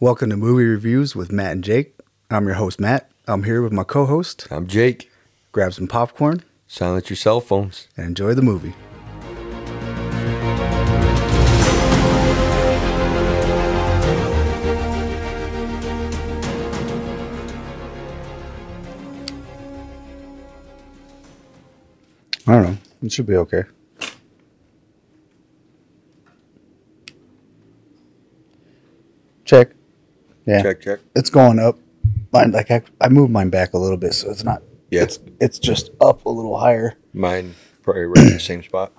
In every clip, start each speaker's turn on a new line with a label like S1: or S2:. S1: Welcome to Movie Reviews with Matt and Jake. I'm your host, Matt. I'm here with my co host.
S2: I'm Jake.
S1: Grab some popcorn
S2: Silence your cell phones.
S1: and enjoy the movie. I don't know. It should be okay. Check. Yeah.
S2: Check, check.
S1: it's going up. Mine, like I, I moved mine back a little bit, so it's not.
S2: Yeah.
S1: It's it's just up a little higher.
S2: Mine probably right in the same spot.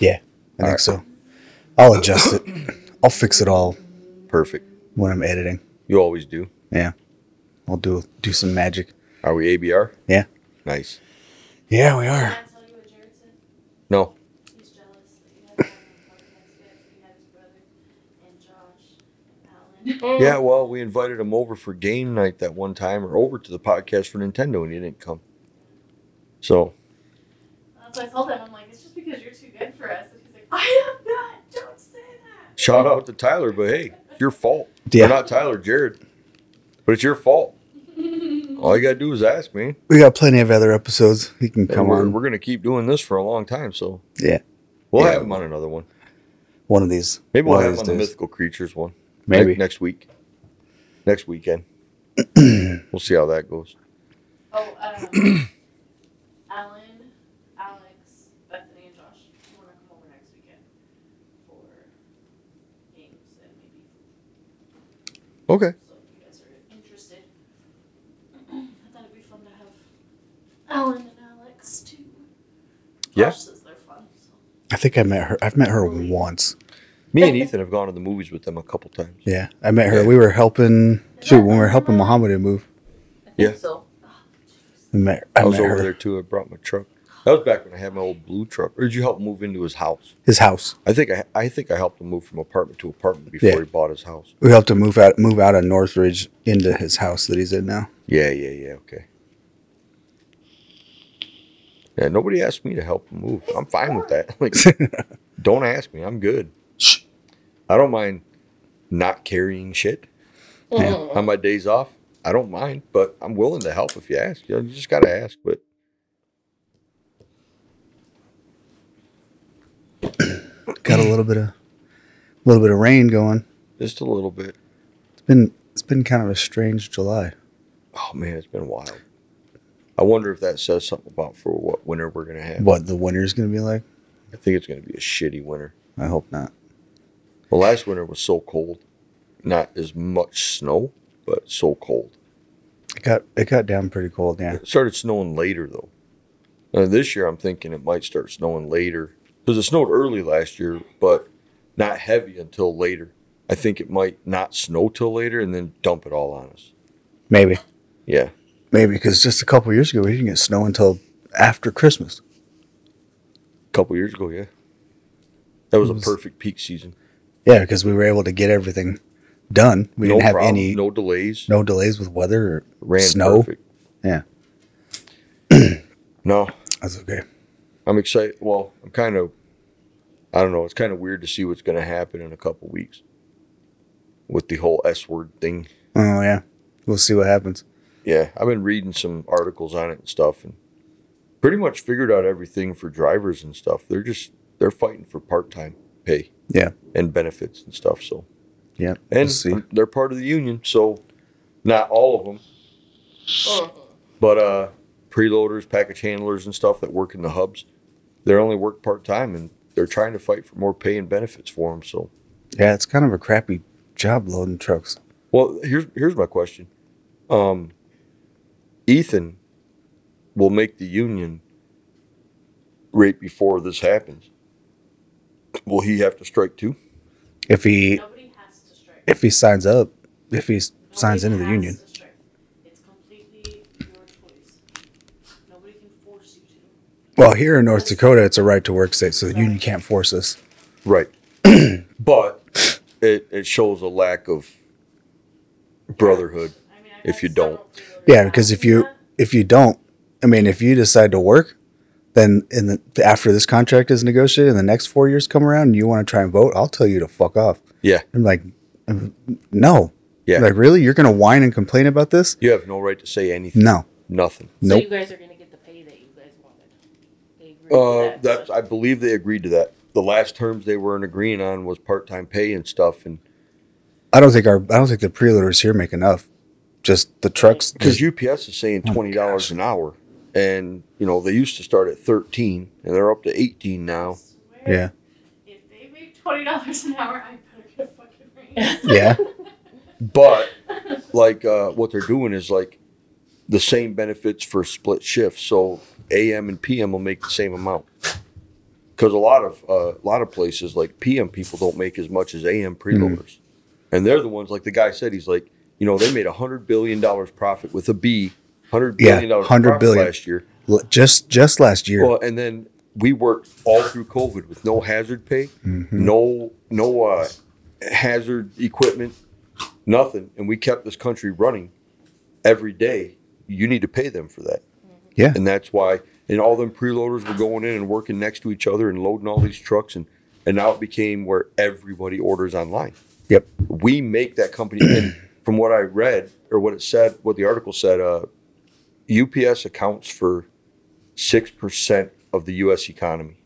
S1: Yeah, I think
S2: Alright.
S1: so. I'll adjust it. I'll fix it all
S2: Perfect.
S1: when I'm editing.
S2: You always do.
S1: Yeah, I'll do do some magic.
S2: Are we ABR?
S1: Yeah.
S2: Nice.
S1: Yeah, we are.
S3: Can I tell you what Jared said?
S2: No.
S3: He's jealous that you have a podcast yet. You have his brother and Josh and Alan.
S2: Yeah, well, we invited him over for game night that one time or over to the podcast for Nintendo and he didn't come. So,
S3: That's why I told him, I'm like, it's just because you're too good for us. And he's like, I am not. Don't say that.
S2: shout out to Tyler, but hey, it's your fault.
S1: Yeah.
S2: Or not Tyler, Jared. But it's your fault. All you got to do is ask me.
S1: We got plenty of other episodes. He can
S2: And
S1: come
S2: we're,
S1: on
S2: We're going to keep doing this for a long time, so.
S1: Yeah.
S2: We'll
S1: Yeah.
S2: have him on another one.
S1: one of these.
S2: Maybe we'll
S1: one
S2: have
S1: of
S2: him on
S1: these
S2: the
S1: days.
S2: Mythical Creatures one.
S1: Maybe.
S2: Ne- next week, next weekend. we'll see how that goes.
S3: Oh, um, Alan, Alex, Bethany, and Josh want to come over next weekend for games and maybe
S2: Okay.
S3: So if you guys are interested, I thought it'd be fun to have Alan and Alex too.
S2: Yeah.
S3: Josh says they're fun. So.
S1: I think I met her. I've met her once.
S2: Me and Ethan have gone to the movies with them a couple times.
S1: Yeah, I met her.
S2: Yeah.
S1: We were helping. Shoot, when we were helping Muhammad move,
S3: I think
S2: Yeah.
S3: So. Oh,
S1: I met.
S2: I,
S1: I,
S2: was
S1: met
S2: over
S1: her.
S2: there too. I brought my truck. That was back when I had my old blue truck. Or did you help move into his house?
S1: His house.
S2: I think I, I think I helped him move from apartment to apartment before
S1: Yeah.
S2: he bought his house.
S1: We helped him move out move out of Northridge into his house that he's in now.
S2: Yeah, yeah, yeah. Okay. Yeah, nobody asked me to help him move. I'm fine with that. Like, don't ask me. I'm good.
S1: Shh.
S2: I don't mind not carrying shit. on my days off. I don't mind, but I'm willing to help if you ask. You, know, you just got to ask. But
S1: Got a little bit of little bit of rain going.
S2: just a little bit.
S1: It's been it's been kind of a strange July.
S2: Oh man, it's been wild. I wonder if that says something about for what winter we're gonna have.
S1: What the winter's gonna be like?
S2: I think it's gonna be a shitty winter.
S1: I hope not.
S2: Well, last winter was so cold. Not as much snow, but so cold.
S1: It got it got down pretty cold, yeah.
S2: It started snowing later though. Uh, this year, I'm thinking it might start snowing later because it snowed early last year, but not heavy until later. I think it might not snow till later and then dump it all on us.
S1: Maybe.
S2: Yeah.
S1: Maybe because just a couple years ago we didn't get snow until after Christmas.
S2: couple years ago, yeah. That was,
S1: It was-
S2: a perfect peak season.
S1: Yeah, because we were able to get everything done. We
S2: no
S1: didn't have
S2: problem,
S1: any no.
S2: no delays.
S1: delays with weather or
S2: ran
S1: snow.
S2: perfect.
S1: Yeah.
S2: No,
S1: That's okay.
S2: I'm excited. Well, I'm kind of, I don't know. It's kind of weird to see what's going to happen in a couple weeks with the whole S word thing.
S1: Oh yeah. We'll see what happens.
S2: Yeah, I've been reading some articles on it and stuff, and pretty much figured out everything for drivers and stuff. They're just they're fighting for part time pay.
S1: Yeah.
S2: and benefits and stuff. So
S1: Yeah.
S2: And
S1: we'll see.
S2: they're part of the union, so not all of them, but uh, preloaders, package handlers, and stuff that work in the hubs, they only work part time, and they're trying to fight for more pay and benefits for them. So,
S1: Yeah, it's kind of a crappy job loading trucks.
S2: well, here's here's my question: um, Ethan will make the union right before this happens. Will he have to strike too?
S1: If he
S3: Nobody has to strike.
S1: if he signs up, if he s-
S3: Nobody
S1: signs into the
S3: has
S1: union.
S3: to strike. It's completely your choice. Nobody can force you to.
S1: Well, here in North Dakota, it's a right to work state, so the union can't force us.
S2: Right. but it, it shows a lack of brotherhood.
S3: I mean, I
S2: If you
S3: guess I
S2: don't.
S3: feel really
S1: Yeah,
S3: bad
S1: because if
S3: doing
S1: you
S3: that.
S1: if you don't, I mean, if you decide to work, then in the after this contract is negotiated, and the next four years come around, and you want to try and vote, I'll tell you to fuck off.
S2: Yeah.
S1: I'm like, no,
S2: Yeah.
S1: Like, really? You're going to whine and complain about this?
S2: You have no right to say anything.
S1: No.
S2: Nothing.
S3: So
S1: Nope.
S3: you guys are gonna get the pay that you guys wanted. They agreed to
S2: Uh, that
S3: so-
S2: I believe they agreed to that. The last terms they weren't agreeing on was part-time pay and stuff, and
S1: I don't think our, I don't think the preloaders here make enough. Just the trucks.
S2: because UPS is saying
S1: Oh,
S2: twenty dollars
S1: gosh.
S2: an hour, and you know they used to start at thirteen, and they're up to eighteen now.
S3: swear,
S1: Yeah.
S3: If they make twenty dollars an hour, I better get a fucking raise.
S1: Yeah.
S2: But like uh, what they're doing is like the same benefits for split shifts, so AM and PM will make the same amount. Because a lot of uh, a lot of places like PM people don't make as much as AM preloaders,
S1: Mm-hmm.
S2: and they're the ones like the guy said he's like you know they made a hundred billion dollars profit with a B, hundred
S1: Yeah,
S2: billion dollars
S1: 100
S2: profit
S1: billion.
S2: last year.
S1: L- Just, just last year.
S2: Well, and then we worked all through COVID with no hazard pay,
S1: Mm-hmm.
S2: no no uh, hazard equipment, nothing, and we kept this country running every day. You need to pay them for that.
S1: Mm-hmm. Yeah.
S2: and that's why. And all them preloaders were going in and working next to each other and loading all these trucks, and and now it became where everybody orders online.
S1: Yep.
S2: We make that company. and from what I read or what it said, what the article said, uh, UPS accounts for six percent of the U.S. economy,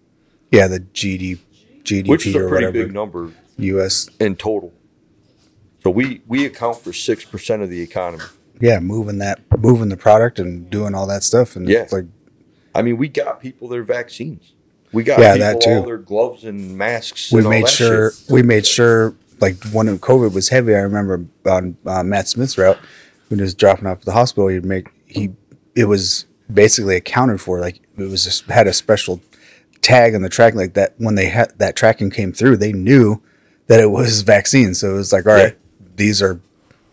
S1: Yeah. The GD, GDP
S2: which is a
S1: or
S2: pretty
S1: whatever.
S2: big number
S1: US.
S2: in total. So we we account for six percent of the economy.
S1: Yeah. Moving that, moving the product and doing all that stuff. And
S2: Yeah.
S1: it's like,
S2: I mean, we got people their vaccines. We got
S1: Yeah,
S2: people
S1: that too.
S2: all their gloves and masks.
S1: we
S2: and all
S1: made
S2: that
S1: sure
S2: shit.
S1: we made sure like when COVID was heavy. I remember on uh, Matt Smith's route when he was dropping off at the hospital. He'd make he it was basically accounted for. Like it was just had a special tag on the track like that when they had that tracking came through. They knew that it was vaccine, so it was like all
S2: Yeah.
S1: right, these are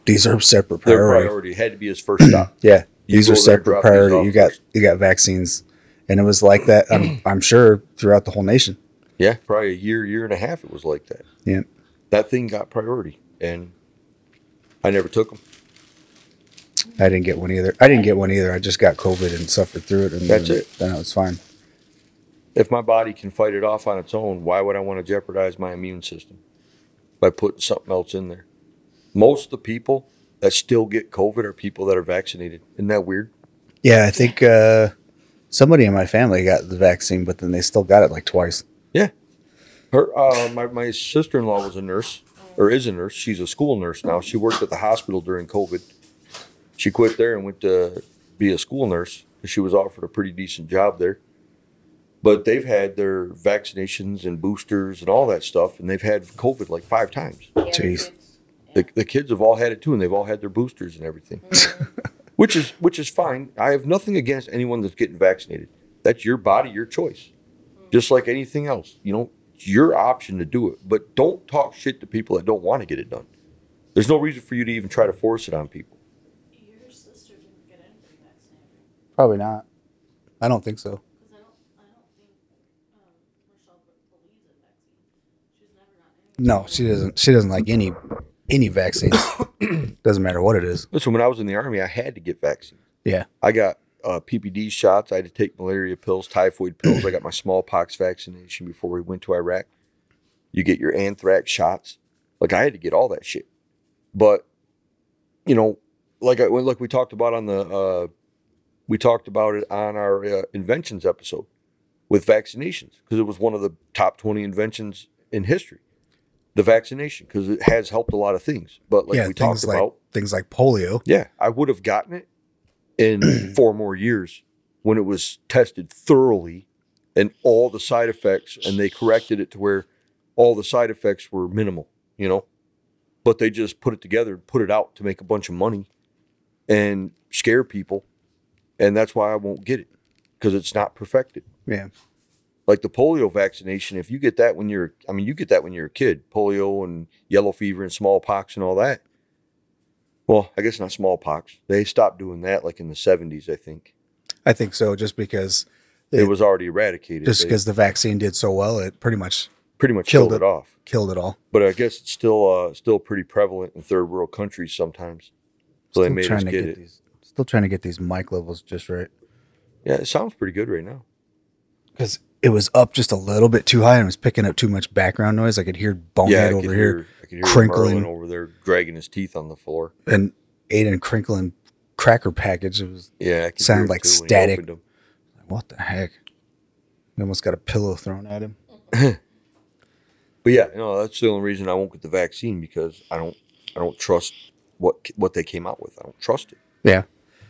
S1: these are separate
S2: their
S1: priority.
S2: priority had to be his first stop.
S1: Yeah,
S2: You
S1: these
S2: go
S1: are
S2: there,
S1: separate
S2: drop these
S1: priority.
S2: off
S1: You got
S2: first.
S1: you got vaccines, and it was like that. I'm, I'm sure throughout the whole nation.
S2: Yeah, probably a year, year and a half. It was like that.
S1: Yeah.
S2: That thing got priority, and I never took them.
S1: I didn't get one either. I didn't get one either. I just got COVID and suffered through it, and
S2: That's
S1: then,
S2: it.
S1: Then I was fine.
S2: if my body can fight it off on its own, why would I want to jeopardize my immune system by putting something else in there? Most of the people that still get COVID are people that are vaccinated. Isn't that weird?
S1: Yeah, I think uh, somebody in my family got the vaccine, but then they still got it like twice.
S2: Her, uh, my, my sister in law was a nurse or is a nurse. She's a school nurse now. She worked at the hospital during COVID. She quit there and went to be a school nurse. She was offered a pretty decent job there. But they've had their vaccinations and boosters and all that stuff, and they've had COVID like five times.
S3: Yeah,
S1: Jeez.
S3: it's-
S2: The, the kids have all had it too, and they've all had their boosters and everything, which is which is fine. I have nothing against anyone that's getting vaccinated. That's your body, your choice, just like anything else. You know, it's your option to do it, but don't talk shit to people that don't want to get it done. There's no reason for you to even try to force it on people.
S3: Your sister didn't get anybody vaccinated.
S1: Probably not. I don't think so.
S3: Because I don't, I don't think um, Rochelle be- believes in vaccines. She's never gotten any.
S1: No, she doesn't. She doesn't like any any vaccines. doesn't matter what it is.
S2: Listen, when I was in the army, I had to get vaccinated.
S1: Yeah.
S2: I got uh, PPD shots. I had to take malaria pills, typhoid pills. I got my smallpox vaccination before we went to Iraq. You get your anthrax shots. Like I had to get all that shit. But you know, like I like we talked about on the uh, we talked about it on our uh, inventions episode with vaccinations because it was one of the top twenty inventions in history. The vaccination because it has helped a lot of things. But like
S1: yeah,
S2: we talked
S1: things like
S2: about,
S1: things like polio.
S2: yeah, I would have gotten it in four more years when it was tested thoroughly and all the side effects, and they corrected it to where all the side effects were minimal, you know? But they just put it together and put it out to make a bunch of money and scare people. And that's why I won't get it because it's not perfected.
S1: Yeah.
S2: Like the polio vaccination, if you get that when you're, I mean, you get that when you're a kid, polio and yellow fever and smallpox and all that. Well, I guess not smallpox. They stopped doing that like in the 70s, I think.
S1: I think so. Just because,
S2: It,
S1: It-
S2: was already eradicated.
S1: just
S2: They
S1: because the vaccine did so well, it pretty much
S2: pretty much
S1: killed
S2: killed, it.
S1: it.
S2: off.
S1: killed it all.
S2: But I guess it's still uh, still pretty prevalent in third world countries sometimes. So they
S1: Still
S2: made us
S1: trying
S2: get,
S1: to get
S2: it.
S1: these. Still trying to get these mic levels just right.
S2: Yeah, it sounds pretty good right now.
S1: because it was up just a little bit too high and was picking up too much background noise. I could hear bonehead
S2: yeah, I
S1: over
S2: can
S1: here,
S2: hear- I I can hear
S1: Crinkling.
S2: Merlin over there dragging his teeth on the floor.
S1: and ate a crinkling cracker package. It was
S2: Yeah, I could
S1: Sounded
S2: hear him,
S1: like
S2: too, when he
S1: static.
S2: opened 'em.
S1: like, what the heck? He almost got a pillow thrown at him.
S2: But yeah, no, that's the only reason I won't get the vaccine because I don't, I don't trust what what they came out with. I don't trust it.
S1: Yeah.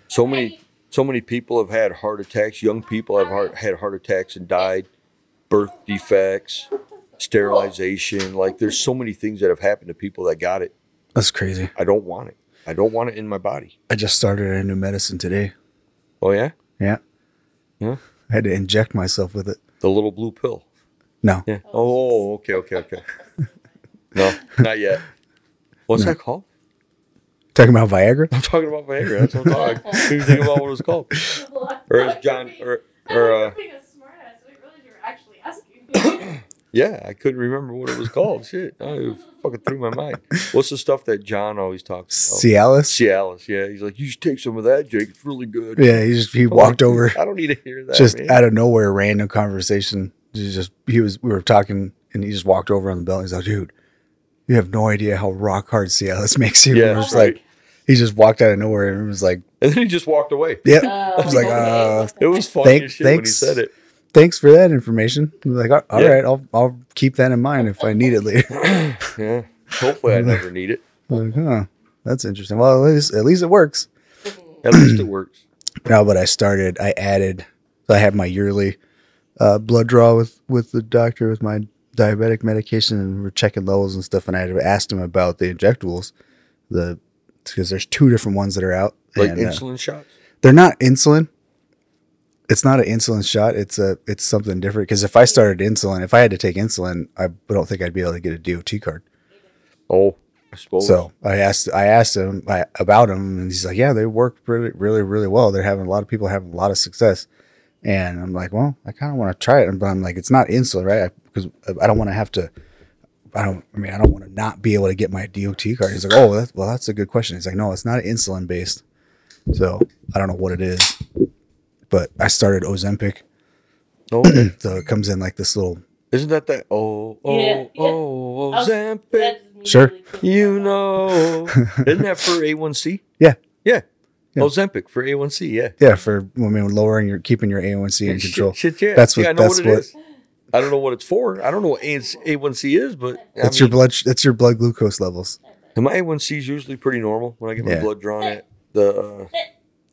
S2: So many, so many people have had heart attacks. Young people have heart, had heart attacks and died. Birth defects, sterilization. Like there's so many things that have happened to people that got it.
S1: That's crazy.
S2: I don't want it. I don't want it in my body.
S1: I just started a new medicine today.
S2: Oh yeah,
S1: Yeah.
S2: Yeah?
S1: I had to inject myself with it.
S2: the little blue pill.
S1: No.
S2: Yeah. Oh, okay, okay, okay. No, not yet. What's that called?
S1: Talking about Viagra?
S2: I'm talking about Viagra. That's what I'm talking. You're thinking about what it's called, or is John, or, or uh,
S3: being a smartass. I didn't realize you were actually asking me.
S2: yeah, I couldn't remember what it was called. Shit, oh, it fucking through my mind. What's the stuff that John always talks about?
S1: Cialis?
S2: Cialis. Yeah, he's like, you should take some of that, Jake. It's really good.
S1: Yeah, he just he
S2: I'm
S1: walked
S2: like,
S1: over
S2: I don't need to hear that.
S1: just
S2: man.
S1: out of nowhere, random conversation. He just he was we were talking and he just walked over on the belt. He's like, dude, you have no idea how rock hard Cialis makes you.
S2: Yeah,
S1: And we're
S2: it's
S1: just like he just walked out of nowhere and was like,
S2: and then he just walked away.
S1: Yep.
S3: Oh,
S1: I was like,
S3: okay.
S1: uh,
S2: It was funny
S1: Thank-
S2: as shit when he
S1: thanks.
S2: said it.
S1: Thanks for that information. I'm like, all all
S2: Yeah.
S1: right, I'll I'll keep that in mind if I need it later.
S2: Yeah. Hopefully, I never need it.
S1: I'm like, huh, that's interesting. Well, at least at least it works.
S2: At least it works.
S1: No, but I started. I added. I have my yearly uh, blood draw with with the doctor with my diabetic medication, and we're checking levels and stuff. And I had asked him about the injectables, the because there's two different ones that are out.
S2: Like
S1: and, uh,
S2: insulin shots.
S1: they're not insulin. It's not an insulin shot. It's a it's something different. Because if I started insulin, if I had to take insulin, I don't think I'd be able to get a DOT card.
S2: Oh, I suppose.
S1: So I asked I asked him I, about him, and he's like, "Yeah, they work really, really, really well. They're having a lot of people having a lot of success." And I'm like, "Well, I kind of want to try it," but I'm like, "It's not insulin, right? Because I don't want to have to. I don't. I mean, I don't want to not be able to get my DOT card." He's like, "Oh, that's, well, that's a good question." He's like, "No, it's not insulin based. So I don't know what it is, but I started Ozempic,
S2: Okay.
S1: so it comes in like this little
S2: Oh, Isn't that that? Oh, oh,
S3: Yeah, yeah.
S2: oh,
S3: I was-
S2: Ozempic.
S3: That just
S1: Sure.
S3: immediately put me
S2: You
S3: on.
S2: know. Isn't that for A1C?
S1: Yeah.
S2: Yeah.
S1: Yeah.
S2: Ozempic for A1C. Yeah.
S1: yeah for I mean lowering your keeping your A1C in
S2: Shit,
S1: control.
S2: Shit, yeah.
S1: That's what-
S2: Yeah, I know
S1: that's
S2: what it
S1: what-
S2: is. I don't know what it's for. I don't know what A- A1C is, but I
S1: That's your
S2: mean,
S1: blood. That's your blood glucose levels.
S2: my A1C is usually pretty normal when I get my
S1: Yeah.
S2: blood drawn at the uh,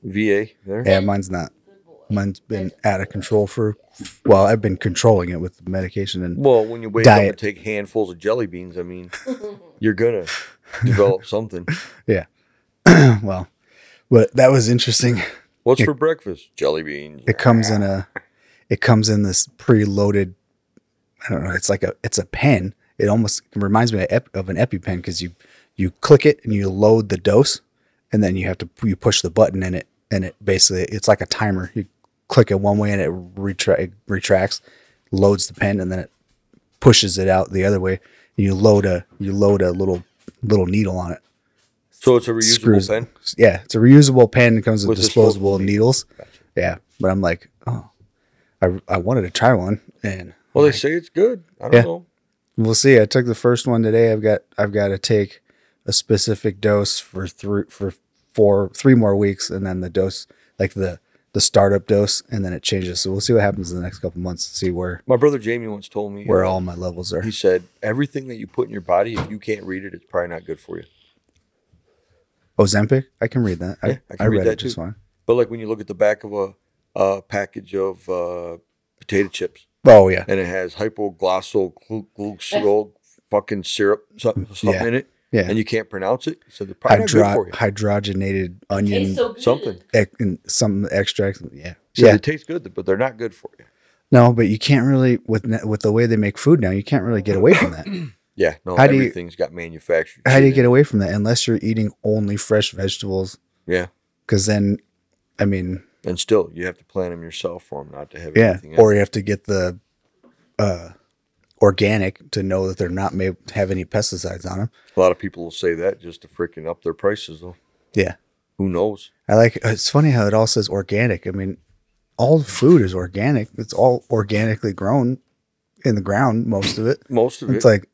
S2: VA there.
S1: Yeah, mine's not.
S3: Good boy.
S1: mine's been out of control for well i've been controlling it with medication and
S2: Well, when you wake up and
S1: Diet.
S2: take handfuls of jelly beans, I mean, you're going to develop something.
S1: well but that was interesting
S2: What's
S1: It-
S2: for breakfast? Jelly beans.
S1: it comes in a it comes in this preloaded i don't know it's like a it's a pen it almost reminds me of, Ep- of an epipen because you you click it and you load the dose and then you have to you push the button and it and it basically it's like a timer you click it one way and it, retra- it retracts loads the pen and then it pushes it out the other way and you load a you load a little little needle on it
S2: So it's a reusable
S1: screws.
S2: pen.
S1: yeah, it's a reusable pen. It comes with,
S2: With disposable
S1: disposable, needles. Yeah, but I'm like, oh, I, I wanted to try one, and
S2: Well, they say it's good. I don't
S1: Yeah.
S2: know.
S1: we'll see. I took the first one today. I've got I've got to take a specific dose for three for four three more weeks, and then the dose like the the startup dose, and then it changes. So we'll see what happens in the next couple months. See where
S2: My brother Jamie once told me uh,
S1: where all my levels are.
S2: He said everything that you put in your body, if you can't read it, it's probably not good for you.
S1: Ozempic, I can read that. I,
S2: Yeah, I
S1: I,
S2: can read
S1: read,
S2: that
S1: it just
S2: too.
S1: fine.
S2: But like when you look at the back of a, a package of uh, potato chips,
S1: Oh yeah,
S2: and it has hypoglossal glu- glucosol fucking syrup something, something
S1: Mm, Yeah.
S2: in it,
S1: Yeah.
S2: and you can't pronounce it, so they're probably not
S1: Hydro-
S2: good for you.
S1: hydrogenated
S3: Tastes
S1: onion,
S3: so good.
S2: Something.
S1: ec- and some extract. Yeah,
S2: So
S1: yeah.
S2: they taste good, but they're not good for you.
S1: No, but you can't really with ne- with the way they make food now. You can't really get away from that.
S2: Yeah, no,
S1: How do you-
S2: everything's got manufactured.
S1: How do you
S2: shit in
S1: get away from that unless you're eating only fresh vegetables?
S2: it. Yeah,
S1: Because then, I mean,
S2: and still you have to plant them yourself for them not to have
S1: yeah,
S2: anything.
S1: or you have to get the uh, organic to know that they're not may have any pesticides on them.
S2: a lot of people will say that just to freaking up their prices though.
S1: Yeah,
S2: Who knows?
S1: I like. It's funny how it all says organic. I mean, all food is organic. It's all organically grown in the ground, most of it.
S2: Most of
S1: It's
S2: it.
S1: like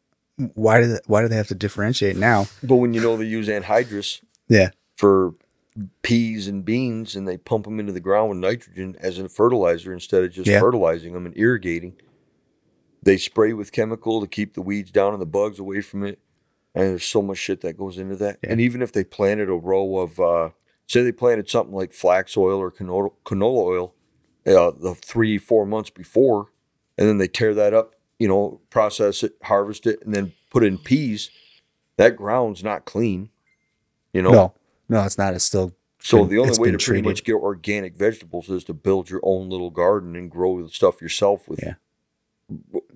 S1: why do they, why do they have to differentiate now?
S2: But when you know they use anhydrous
S1: Yeah.
S2: for peas and beans and they pump them into the ground with nitrogen as a fertilizer instead of just
S1: Yeah.
S2: fertilizing them and irrigating, they spray with chemical to keep the weeds down and the bugs away from it. And there's so much shit that goes into that.
S1: Yeah.
S2: And even if they planted a row of, uh, say they planted something like flax oil or canola, canola oil uh, the three, four months before, and then they tear that up, you know, process it, harvest it, and then put in peas, that ground's not clean, you know?
S1: No, no, it's not. It's still
S2: So
S1: been-
S2: the only
S1: it's
S2: way
S1: been
S2: to pretty much
S1: treated.
S2: get organic vegetables is to build your own little garden and grow the stuff yourself with
S1: Yeah.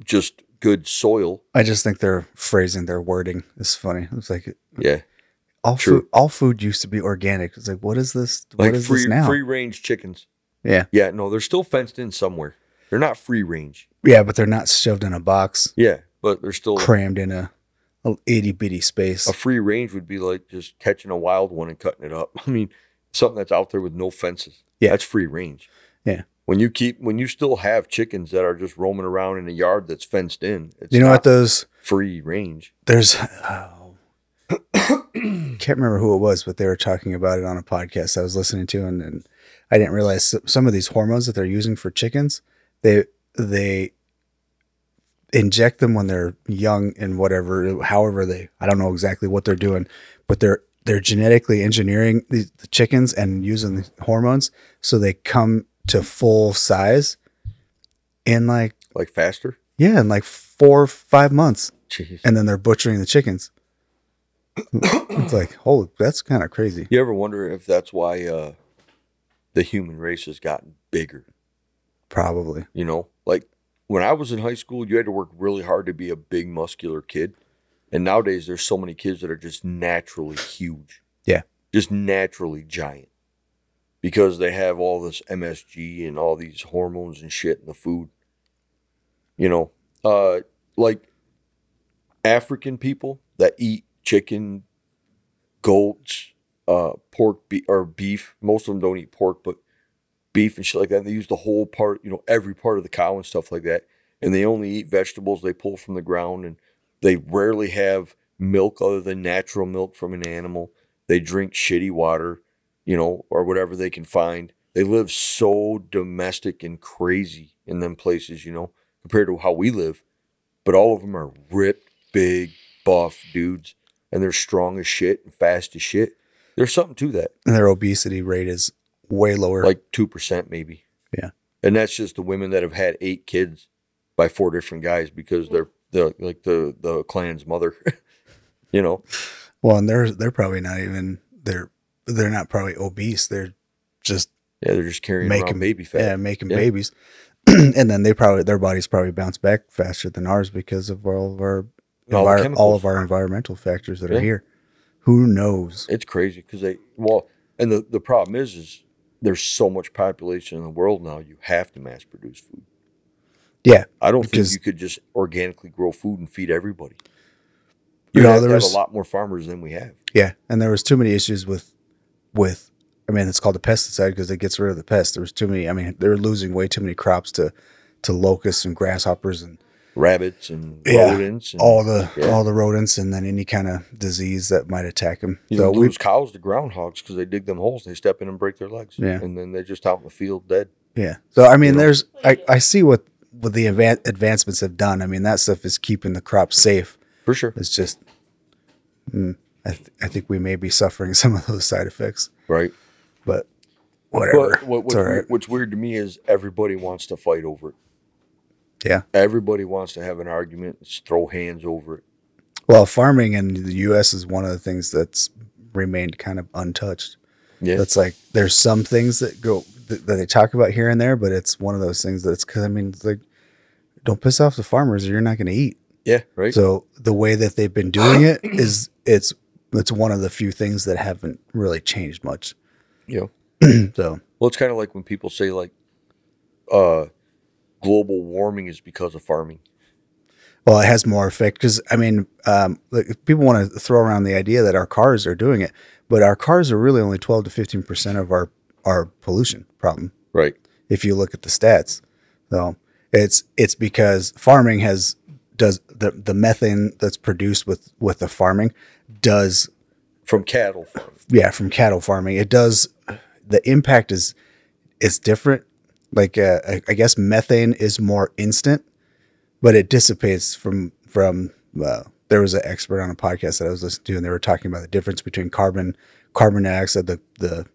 S2: just good soil.
S1: I just think their phrasing, their wording is funny. It's like
S2: Yeah,
S1: all
S2: True.
S1: food, all food used to be organic. It's like what is this?
S2: like
S1: what is
S2: free
S1: this now?
S2: free range chickens.
S1: Yeah.
S2: yeah. No, they're still fenced in somewhere. They're not free range.
S1: Yeah, but they're not shoved in a box,
S2: Yeah, but they're still
S1: crammed in a, a itty bitty space.
S2: a free range would be like just catching a wild one and cutting it up. I mean, something that's out there with no fences.
S1: Yeah.
S2: that's free range.
S1: Yeah.
S2: When you keep when you still have chickens that are just roaming around in a yard that's fenced in, it's
S1: you know what
S2: not
S1: those?
S2: free range.
S1: There's oh, can't remember who it was, but they were talking about it on a podcast I was listening to, and, and I didn't realize s- some of these hormones that they're using for chickens, they they inject them when they're young and whatever, however they, I don't know exactly what they're doing, but they're they're genetically engineering the, the chickens and using the hormones so they come to full size in like
S2: Like faster.
S1: yeah in like four or five months
S2: Jeez.
S1: and then they're butchering the chickens. it's like, holy, that's kind of crazy.
S2: You ever wonder if that's why uh, the human race has gotten bigger?
S1: Probably.
S2: You know, like when I was in high school, you had to work really hard to be a big, muscular kid. And nowadays, there's so many kids that are just naturally huge.
S1: Yeah.
S2: Just naturally giant because they have all this MSG and all these hormones and shit in the food. You know, uh, like African people that eat chicken, goats, uh, pork be- or beef. Most of them don't eat pork, but beef and shit like that. And they use the whole part, you know, every part of the cow and stuff like that. And they only eat vegetables they pull from the ground, and they rarely have milk other than natural milk from an animal. They drink shitty water, you know, or whatever they can find. They live so domestic and crazy in them places, you know, compared to how we live. But all of them are ripped, big, buff dudes, and they're strong as shit and fast as shit. There's something to that
S1: And their obesity rate is way lower.
S2: like two percent maybe.
S1: Yeah.
S2: and that's just the women that have had eight kids by four different guys because they're the like the the clan's mother, you know.
S1: well, and they're they're probably not even they're they're not probably obese. They're just
S2: Yeah, they're just carrying
S1: Make
S2: around
S1: 'em-
S2: baby fat.
S1: yeah, making
S2: Yeah.
S1: babies. and then they probably their bodies probably bounce back faster than ours because of all of our
S2: All the
S1: envir- all,
S2: chemicals.
S1: of our environmental factors that
S2: Yeah.
S1: are here. Who knows?
S2: It's crazy because they well, and the the problem is is there's so much population in the world now. You have to mass produce food.
S1: Yeah.
S2: I don't
S1: Because-
S2: think you could just organically grow food and feed everybody.
S1: You
S2: You
S1: know,
S2: have to
S1: there
S2: have
S1: was-
S2: a lot more farmers than we have.
S1: Yeah, and there was too many issues with with I mean it's called a pesticide because it gets rid of the pests. There was too many. I mean they were losing way too many crops to to locusts and grasshoppers and
S2: Rabbits and
S1: Yeah.
S2: rodents and
S1: all the
S2: Mm. Yeah.
S1: all the rodents and then any kind of disease that might attack them.
S2: You
S1: so
S2: lose
S1: we
S2: cows to groundhogs because they dig them holes. They step in and break their legs.
S1: Yeah.
S2: And then they're just out in the field dead.
S1: yeah. So I mean
S2: know.
S1: there's I I see what what the advan- advancements have done. I mean that stuff is keeping the crop safe.
S2: For sure.
S1: It's just mm, I th- I think we may be suffering some of those side effects,
S2: Right.
S1: but whatever.
S2: But what,
S1: it's
S2: what's,
S1: all
S2: weird-
S1: right.
S2: what's weird to me is everybody wants to fight over it.
S1: Yeah.
S2: Everybody wants to have an argument, and just throw hands over it.
S1: Well, farming in the U.S. is one of the things that's remained kind of untouched.
S2: Yeah.
S1: That's like there's some things that go that, that they talk about here and there, but it's one of those things that's because I mean, it's like don't piss off the farmers or you're not going to eat.
S2: yeah. Right.
S1: So the way that they've been doing it is it's it's one of the few things that haven't really changed much.
S2: you know,
S1: So
S2: well, it's kind of like when people say, like, uh, global warming is because of farming.
S1: well, it has more effect because I mean, um, like, if people want to throw around the idea that our cars are doing it, but our cars are really only twelve to fifteen percent of our our pollution problem.
S2: Right.
S1: if you look at the stats. So it's it's because farming has does the the methane that's produced with with the farming does
S2: from cattle farm.
S1: yeah from cattle farming it does the impact is is different like uh, I- i guess methane is more instant but it dissipates from from uh, there was an expert on a podcast that i was listening to and they were talking about the difference between carbon carbon dioxide the the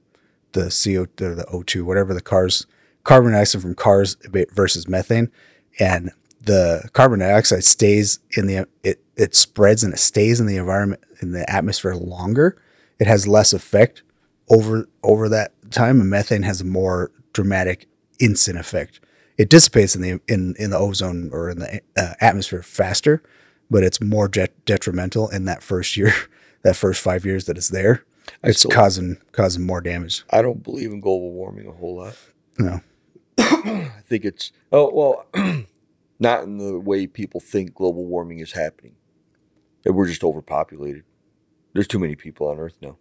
S1: the co or the o2 whatever the cars carbon dioxide from cars versus methane and the carbon dioxide stays in the it it spreads and it stays in the environment in the atmosphere longer it has less effect over over that time and methane has a more dramatic instant effect it dissipates in the in, in the ozone or in the uh, atmosphere faster but it's more det- detrimental in that first year that first five years that it's there
S2: I
S1: it's
S2: still-
S1: causing causing more damage
S2: I don't believe in global warming a whole lot.
S1: No.
S2: I think it's oh well, not in the way people think global warming is happening. That we're just overpopulated. There's too many people on Earth now.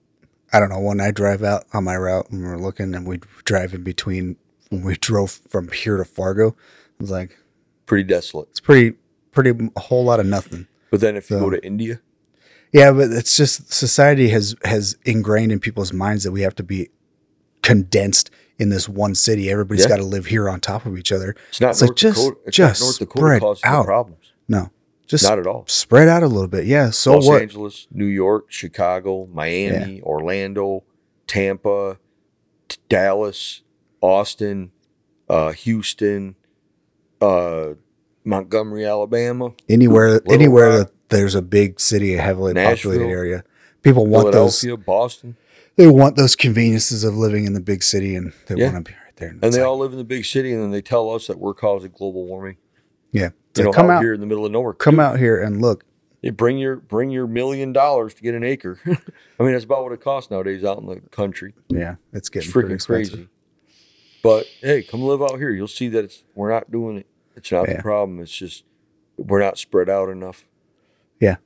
S1: i don't know when i drive out on my route and we're looking and we drive in between when we drove from here to fargo it was like
S2: Pretty desolate.
S1: it's pretty pretty a whole lot of nothing
S2: But then if you
S1: So-
S2: go to India,
S1: Yeah, but it's just society has has ingrained in people's minds that we have to be condensed in this one city. Everybody's
S2: Yeah.
S1: got to live here on top of each other.
S2: it's not
S1: It's like
S2: North
S1: just-
S2: Dakota. It's
S1: just
S2: not North
S1: spread
S2: Dakota causing
S1: out.
S2: the problems.
S1: No, just
S2: not at all.
S1: spread out a little bit. Yeah. So
S2: Los
S1: what?
S2: Angeles, New York, Chicago, Miami, Orlando, Tampa, T- Dallas, Austin, uh, Houston, uh, Montgomery, Alabama.
S1: Anywhere,
S2: Little
S1: anywhere
S2: Rock.
S1: that there's a big city, a heavily populated
S2: Nashville.
S1: area, people want those.
S2: Philadelphia, Boston,
S1: They want those conveniences of living in the big city, and they
S2: Yeah.
S1: want to be right there.
S2: and
S1: it's
S2: they
S1: like,
S2: all live in the big city, and then they tell us that we're causing global warming.
S1: yeah, It's
S2: You know,
S1: like, come
S2: out
S1: out,
S2: here in the middle of nowhere.
S1: come out here and look.
S2: Yeah, bring your bring your million dollars to get an acre. I mean, that's about what it costs nowadays out in the country.
S1: Yeah, it's getting
S2: It's
S1: pretty
S2: freaking
S1: expensive.
S2: crazy. But hey, come live out here. You'll see that it's we're not doing it. It's not
S1: Yeah.
S2: the problem. It's just we're not spread out enough.
S1: Yeah.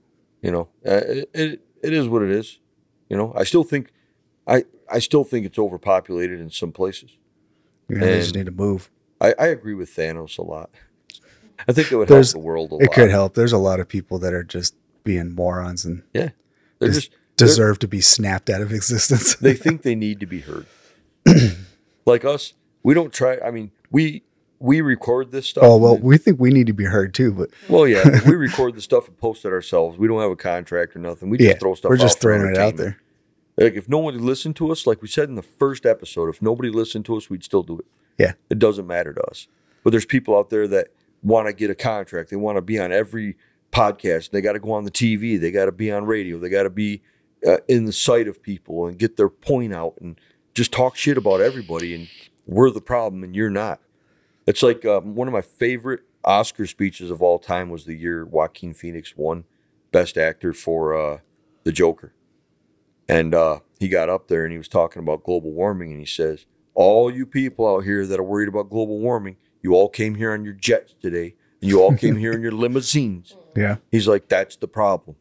S2: You know, uh, it, it it is what it is. You know, I still think I I still think it's overpopulated in some places.
S1: You know, they just
S2: And-
S1: need to move.
S2: I, I agree with Thanos a lot. I think it would
S1: There's-
S2: help the world a lot.
S1: It could help. There's a lot of people that are just being morons and
S2: They're
S1: Just-
S2: just
S1: deserve to be snapped out of existence.
S2: they think they need to be heard. like us, we don't try. I mean, we we record this stuff.
S1: oh well,
S2: and-
S1: we think we need to be heard too, but
S2: well, yeah, but we record the stuff and post it ourselves. We don't have a contract or nothing. We just
S1: yeah,
S2: throw stuff.
S1: we're
S2: out
S1: just
S2: for
S1: throwing it out
S2: entertainment.
S1: there.
S2: Like if nobody listened to us, like we said in the first episode, if nobody listened to us, we'd still do it.
S1: Yeah.
S2: it doesn't matter to us. But there's people out there that want to get a contract. They want to be on every podcast. They got to go on the TV. They got to be on radio. They got to be uh, in the sight of people and get their point out and just talk shit about everybody. And we're the problem, and you're not. It's like um, one of my favorite Oscar speeches of all time was the year Joaquin Phoenix won Best Actor for uh, The Joker. And uh, he got up there and he was talking about global warming. And he says, All you people out here that are worried about global warming, you all came here on your jets today. And you all came here in your limousines.
S1: Yeah,
S2: He's like, That's the problem.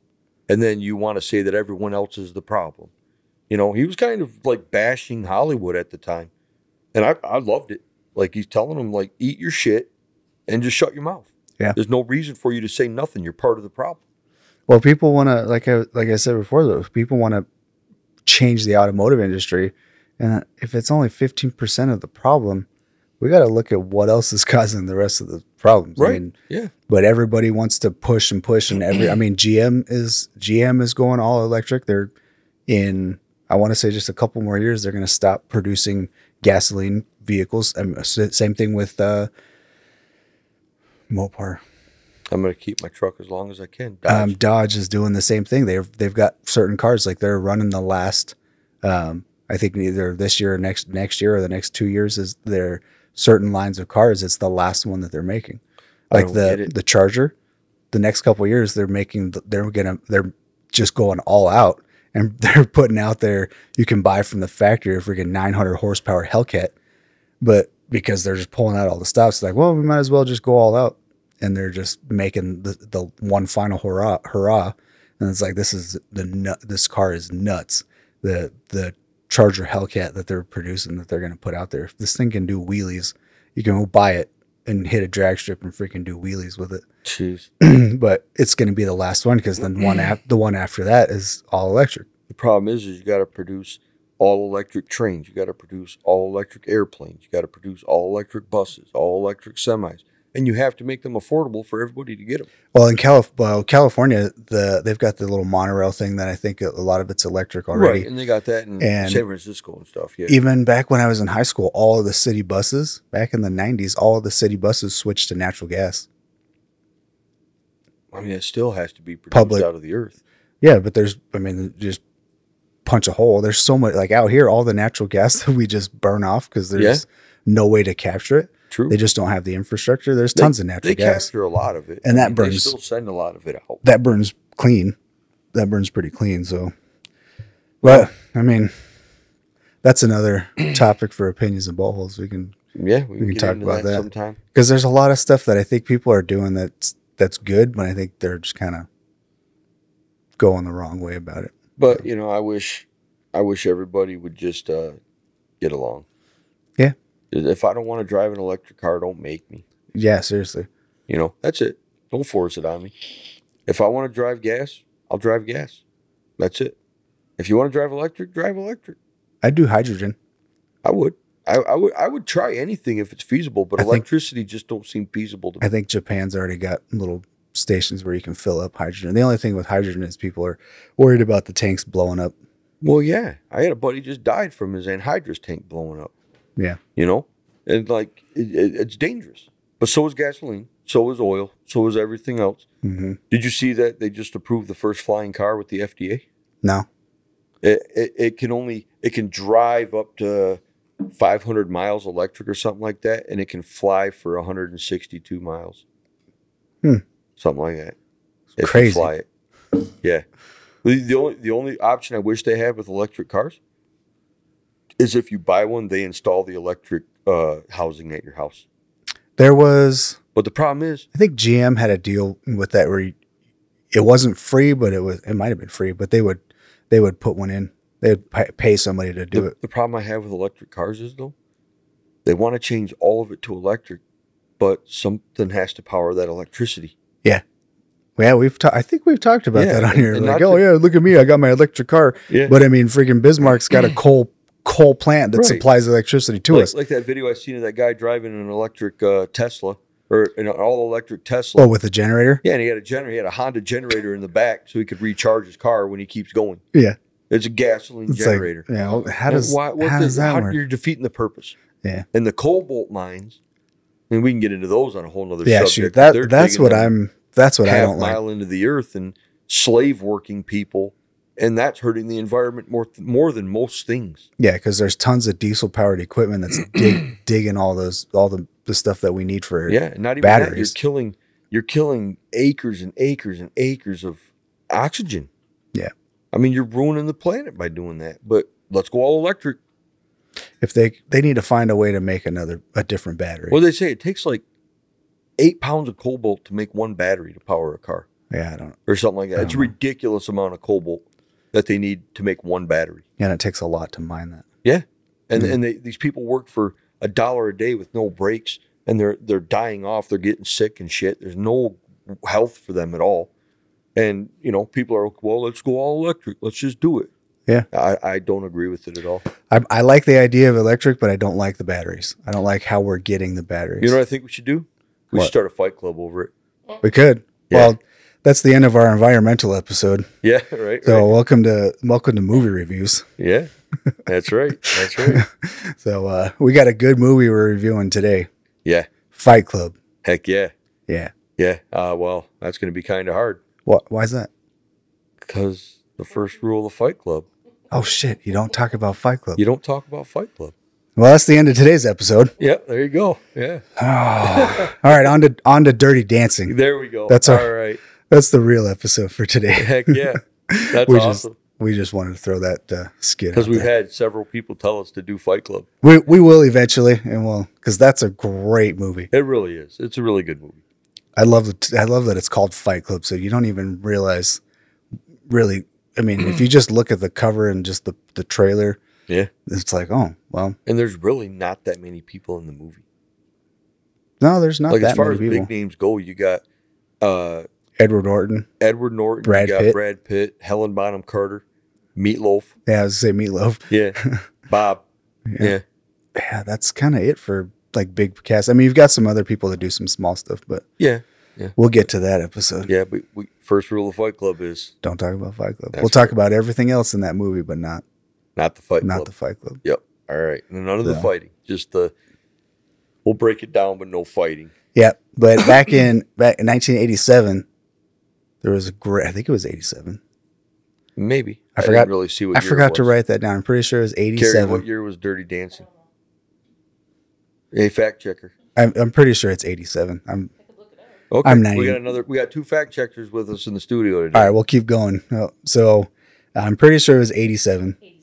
S2: And then you want to say that everyone else is the problem. You know, he was kind of like bashing Hollywood at the time. And I, I loved it. Like he's telling them, like, eat your shit and just shut your mouth.
S1: Yeah.
S2: There's no reason for you to say nothing. You're part of the problem.
S1: well, people want to like I like I said before though, people want to change the automotive industry, and if it's only fifteen percent of the problem, we got to look at what else is causing the rest of the problems. I
S2: Right.
S1: mean,
S2: Yeah.
S1: but everybody wants to push and push and every i mean gm is gm is going all electric they're in i want to say just a couple more years they're going to stop producing gasoline vehicles um, s- same thing with uh mopar
S2: I'm going to keep my truck as long as I can.
S1: um
S2: Dodge.
S1: dodge is doing the same thing they've they've got certain cars like they're running the last um i think either this year or next next year or the next two years is their certain lines of cars it's the last one that they're making
S2: I
S1: like
S2: don't get
S1: the
S2: it.
S1: the charger the next couple of years they're making th- they're gonna they're just going all out and they're putting out there you can buy from the factory a freaking 900 horsepower hellcat but because they're just pulling out all the stops like well we might as well just go all out and they're just making the, the one final hurrah hurrah and it's like this is the nut this car is nuts the the charger hellcat that they're producing that they're going to put out there if this thing can do wheelies you can go buy it and hit a drag strip and freaking do wheelies with it.
S2: Jeez.
S1: but it's going to be the last one because then one af- the one after that is all electric.
S2: The problem is, is you got to produce all electric trains. You got to produce all electric airplanes. You got to produce all electric buses, all electric semis, and you have to make them affordable for everybody to get them.
S1: Well, in Calif- well, California, the they've got the little monorail thing that I think a lot of it's electric already.
S2: and they got that in
S1: And-
S2: San Francisco and stuff. Yeah,
S1: Even back when I was in high school, all of the city buses back in the '90s, all of the city buses switched to natural gas.
S2: I mean, it still has to be produced
S1: Public-
S2: out of the earth.
S1: Yeah, but there's, I mean, just punch a hole. There's so much like out here, all the natural gas that we just burn off because there's no way to capture it.
S2: True.
S1: They just don't have the infrastructure. There's
S2: They-
S1: tons of
S2: they
S1: natural gas
S2: capture a lot of it,
S1: And that
S2: They
S1: burns-
S2: still send a lot of it out.
S1: that burns clean. That burns pretty clean. So, but I mean, that's another topic for opinions and buttholes. We can
S2: Yeah, we,
S1: can
S2: can
S1: talk
S2: talk into
S1: about
S2: about that,
S1: that.
S2: sometime.
S1: because there's a lot of stuff that I think people are doing that's that's good, but I think they're just kind of going the wrong way about it.
S2: But you know, I wish, I wish everybody would just uh, get along.
S1: Yeah.
S2: If I don't want to drive an electric car, don't make me.
S1: Yeah, seriously.
S2: You know, that's it. Don't force it on me. If I want to drive gas, I'll drive gas. That's it. If you want to drive electric, drive electric.
S1: I do hydrogen.
S2: I would. I, I would. I would try anything if it's feasible. But
S1: I think-
S2: electricity just don't seem feasible to me.
S1: I think Japan's already got little stations where you can fill up hydrogen. The only thing with hydrogen is people are worried about the tanks blowing up.
S2: Well, yeah. I had a buddy just died from his anhydrous tank blowing up.
S1: Yeah.
S2: You know, and like it, it, it's dangerous. But so is gasoline. So is oil. So is everything else.
S1: Mm-hmm.
S2: Did you see that they just approved the first flying car with the FDA?
S1: No,
S2: It, it, it can only it can drive up to 500 miles electric or something like that, and it can fly for 162 miles.
S1: Hmm.
S2: Something like that. If you
S1: crazy.
S2: Fly it. Yeah. The, the only the only option I wish they had with electric cars is if you buy one, they install the electric uh, housing at your house.
S1: there was
S2: But the problem is,
S1: I think GM had a deal with that where you- it wasn't free, but it was it might have been free, but they would they would put one in. They would pa- pay somebody to do
S2: the,
S1: it.
S2: the problem I have with electric cars is though, they want to change all of it to electric, but something has to power that electricity.
S1: Yeah, we've ta- I think we've talked about
S2: Yeah,
S1: that on here.
S2: and
S1: Like,
S2: not
S1: oh
S2: to-
S1: yeah, look at me, I got my electric car.
S2: Yeah.
S1: But I mean, freaking Bismarck's got a coal coal plant that
S2: Right.
S1: supplies electricity to
S2: like,
S1: us.
S2: like that video I seen of that guy driving an electric uh, Tesla or an all electric Tesla.
S1: Oh, with a generator.
S2: Yeah, and he had a generator. He had a Honda generator in the back, so he could recharge his car when he keeps going.
S1: Yeah.
S2: it's a gasoline
S1: It's
S2: generator.
S1: like, yeah. well, How does
S2: Why- what
S1: how
S2: the-
S1: does that
S2: how-
S1: work?
S2: You're defeating the purpose.
S1: Yeah.
S2: and the cobalt mines. I mean, we can get into those on a whole nother
S1: yeah,
S2: subject.
S1: shoot.
S2: but they're
S1: That that's
S2: digging
S1: what
S2: them
S1: I'm. That's what I
S2: half
S1: don't like.
S2: mile into the earth and slave working people, and that's hurting the environment more th- more than most things.
S1: Yeah, because there's tons of diesel powered equipment that's dig, digging all those all the, the stuff that we need for
S2: Yeah, and not even that, you're
S1: Batteries.
S2: killing you're killing acres and acres and acres of oxygen.
S1: Yeah.
S2: I mean, you're ruining the planet by doing that. But let's go all electric.
S1: if they they need to find a way to make another a different battery.
S2: What do they say? It takes like eight pounds of cobalt to make one battery to power a car
S1: yeah, I don't.
S2: or something like that. It's a
S1: Uh-huh.
S2: ridiculous amount of cobalt that they need to make one battery.
S1: And it takes a lot to mine that.
S2: and
S1: Mhm.
S2: and they, these people work for a dollar a day with no breaks, and they're they're dying off. They're getting sick and shit. There's no health for them at all, and you know people are well. Let's go all electric. Let's just do it.
S1: Yeah.
S2: I, I don't agree with it at all.
S1: I, I like the idea of electric, but I don't like the batteries. I don't like how we're getting the batteries.
S2: You know what I think we should do? We
S1: What?
S2: should start a fight club over it.
S1: we could.
S2: Yeah.
S1: Well, that's the end of our environmental episode.
S2: Yeah, right.
S1: So
S2: right.
S1: welcome to welcome to movie reviews.
S2: Yeah, that's right. That's right.
S1: So uh, we got a good movie we're reviewing today.
S2: Yeah.
S1: Fight Club.
S2: Heck yeah,
S1: Yeah.
S2: yeah. Uh, well, that's going to be kind of hard
S1: What? Why is that?
S2: because the first rule of Fight Club:
S1: Oh shit! You don't talk about Fight Club.
S2: you don't talk about Fight Club.
S1: Well, that's the end of today's episode.
S2: Yeah, there you go. Yeah,
S1: Oh. All right, on to on to Dirty Dancing.
S2: there we go.
S1: That's our-
S2: all right.
S1: That's the real episode for today.
S2: Heck yeah. That's
S1: We just-
S2: awesome.
S1: We just wanted to throw that uh, skit
S2: Because
S1: out
S2: we've
S1: there.
S2: had several people tell us to do Fight Club.
S1: we we will eventually, and we'll because that's a great movie.
S2: It really is. It's a really good movie.
S1: I love it. I love that it's called Fight Club, so you don't even realize really. I mean, if you just look at the cover and just the the trailer,
S2: Yeah.
S1: it's like, oh well,
S2: And there's really not that many people in the movie.
S1: No, there's not
S2: like as
S1: that
S2: far
S1: many
S2: as
S1: people.
S2: big names go, you got uh,
S1: Edward Norton.
S2: Edward Norton,
S1: Brad
S2: you got
S1: Pitt.
S2: Brad Pitt, Helen Bonham Carter, Meatloaf,
S1: Yeah, I was gonna say Meatloaf.
S2: yeah, Bob, yeah.
S1: Yeah, that's kind of it for like big cast. I mean, you've got some other people that do some small stuff, but
S2: Yeah.
S1: we'll get to that episode.
S2: Yeah, but we, first rule of Fight Club is
S1: Don't talk about Fight Club.
S2: That's
S1: we'll talk
S2: right.
S1: about everything else in that movie, but not
S2: not the fight
S1: not
S2: club.
S1: the Fight Club.
S2: All right, and none of the
S1: Yeah.
S2: fighting, just the. We'll break it down, but no fighting.
S1: Yeah, but back in back in 1987, there was a great. I think it was 87.
S2: Maybe
S1: I
S2: didn't
S1: forgot-
S2: really see what
S1: I
S2: year it
S1: forgot to
S2: was.
S1: write that down. I'm pretty sure it was
S2: Carrie, what
S1: 87.
S2: year was Dirty Dancing?
S3: I don't know.
S2: Hey, fact checker.
S1: I'm, I'm pretty sure it's 87. I'm
S3: I could look it up.
S2: Okay,
S1: I'm
S2: we
S1: 90.
S2: got another. We got two fact checkers with us in the studio today.
S1: all right. We'll keep going. Oh, So I'm pretty sure it was 87.
S3: 87.
S1: Uh,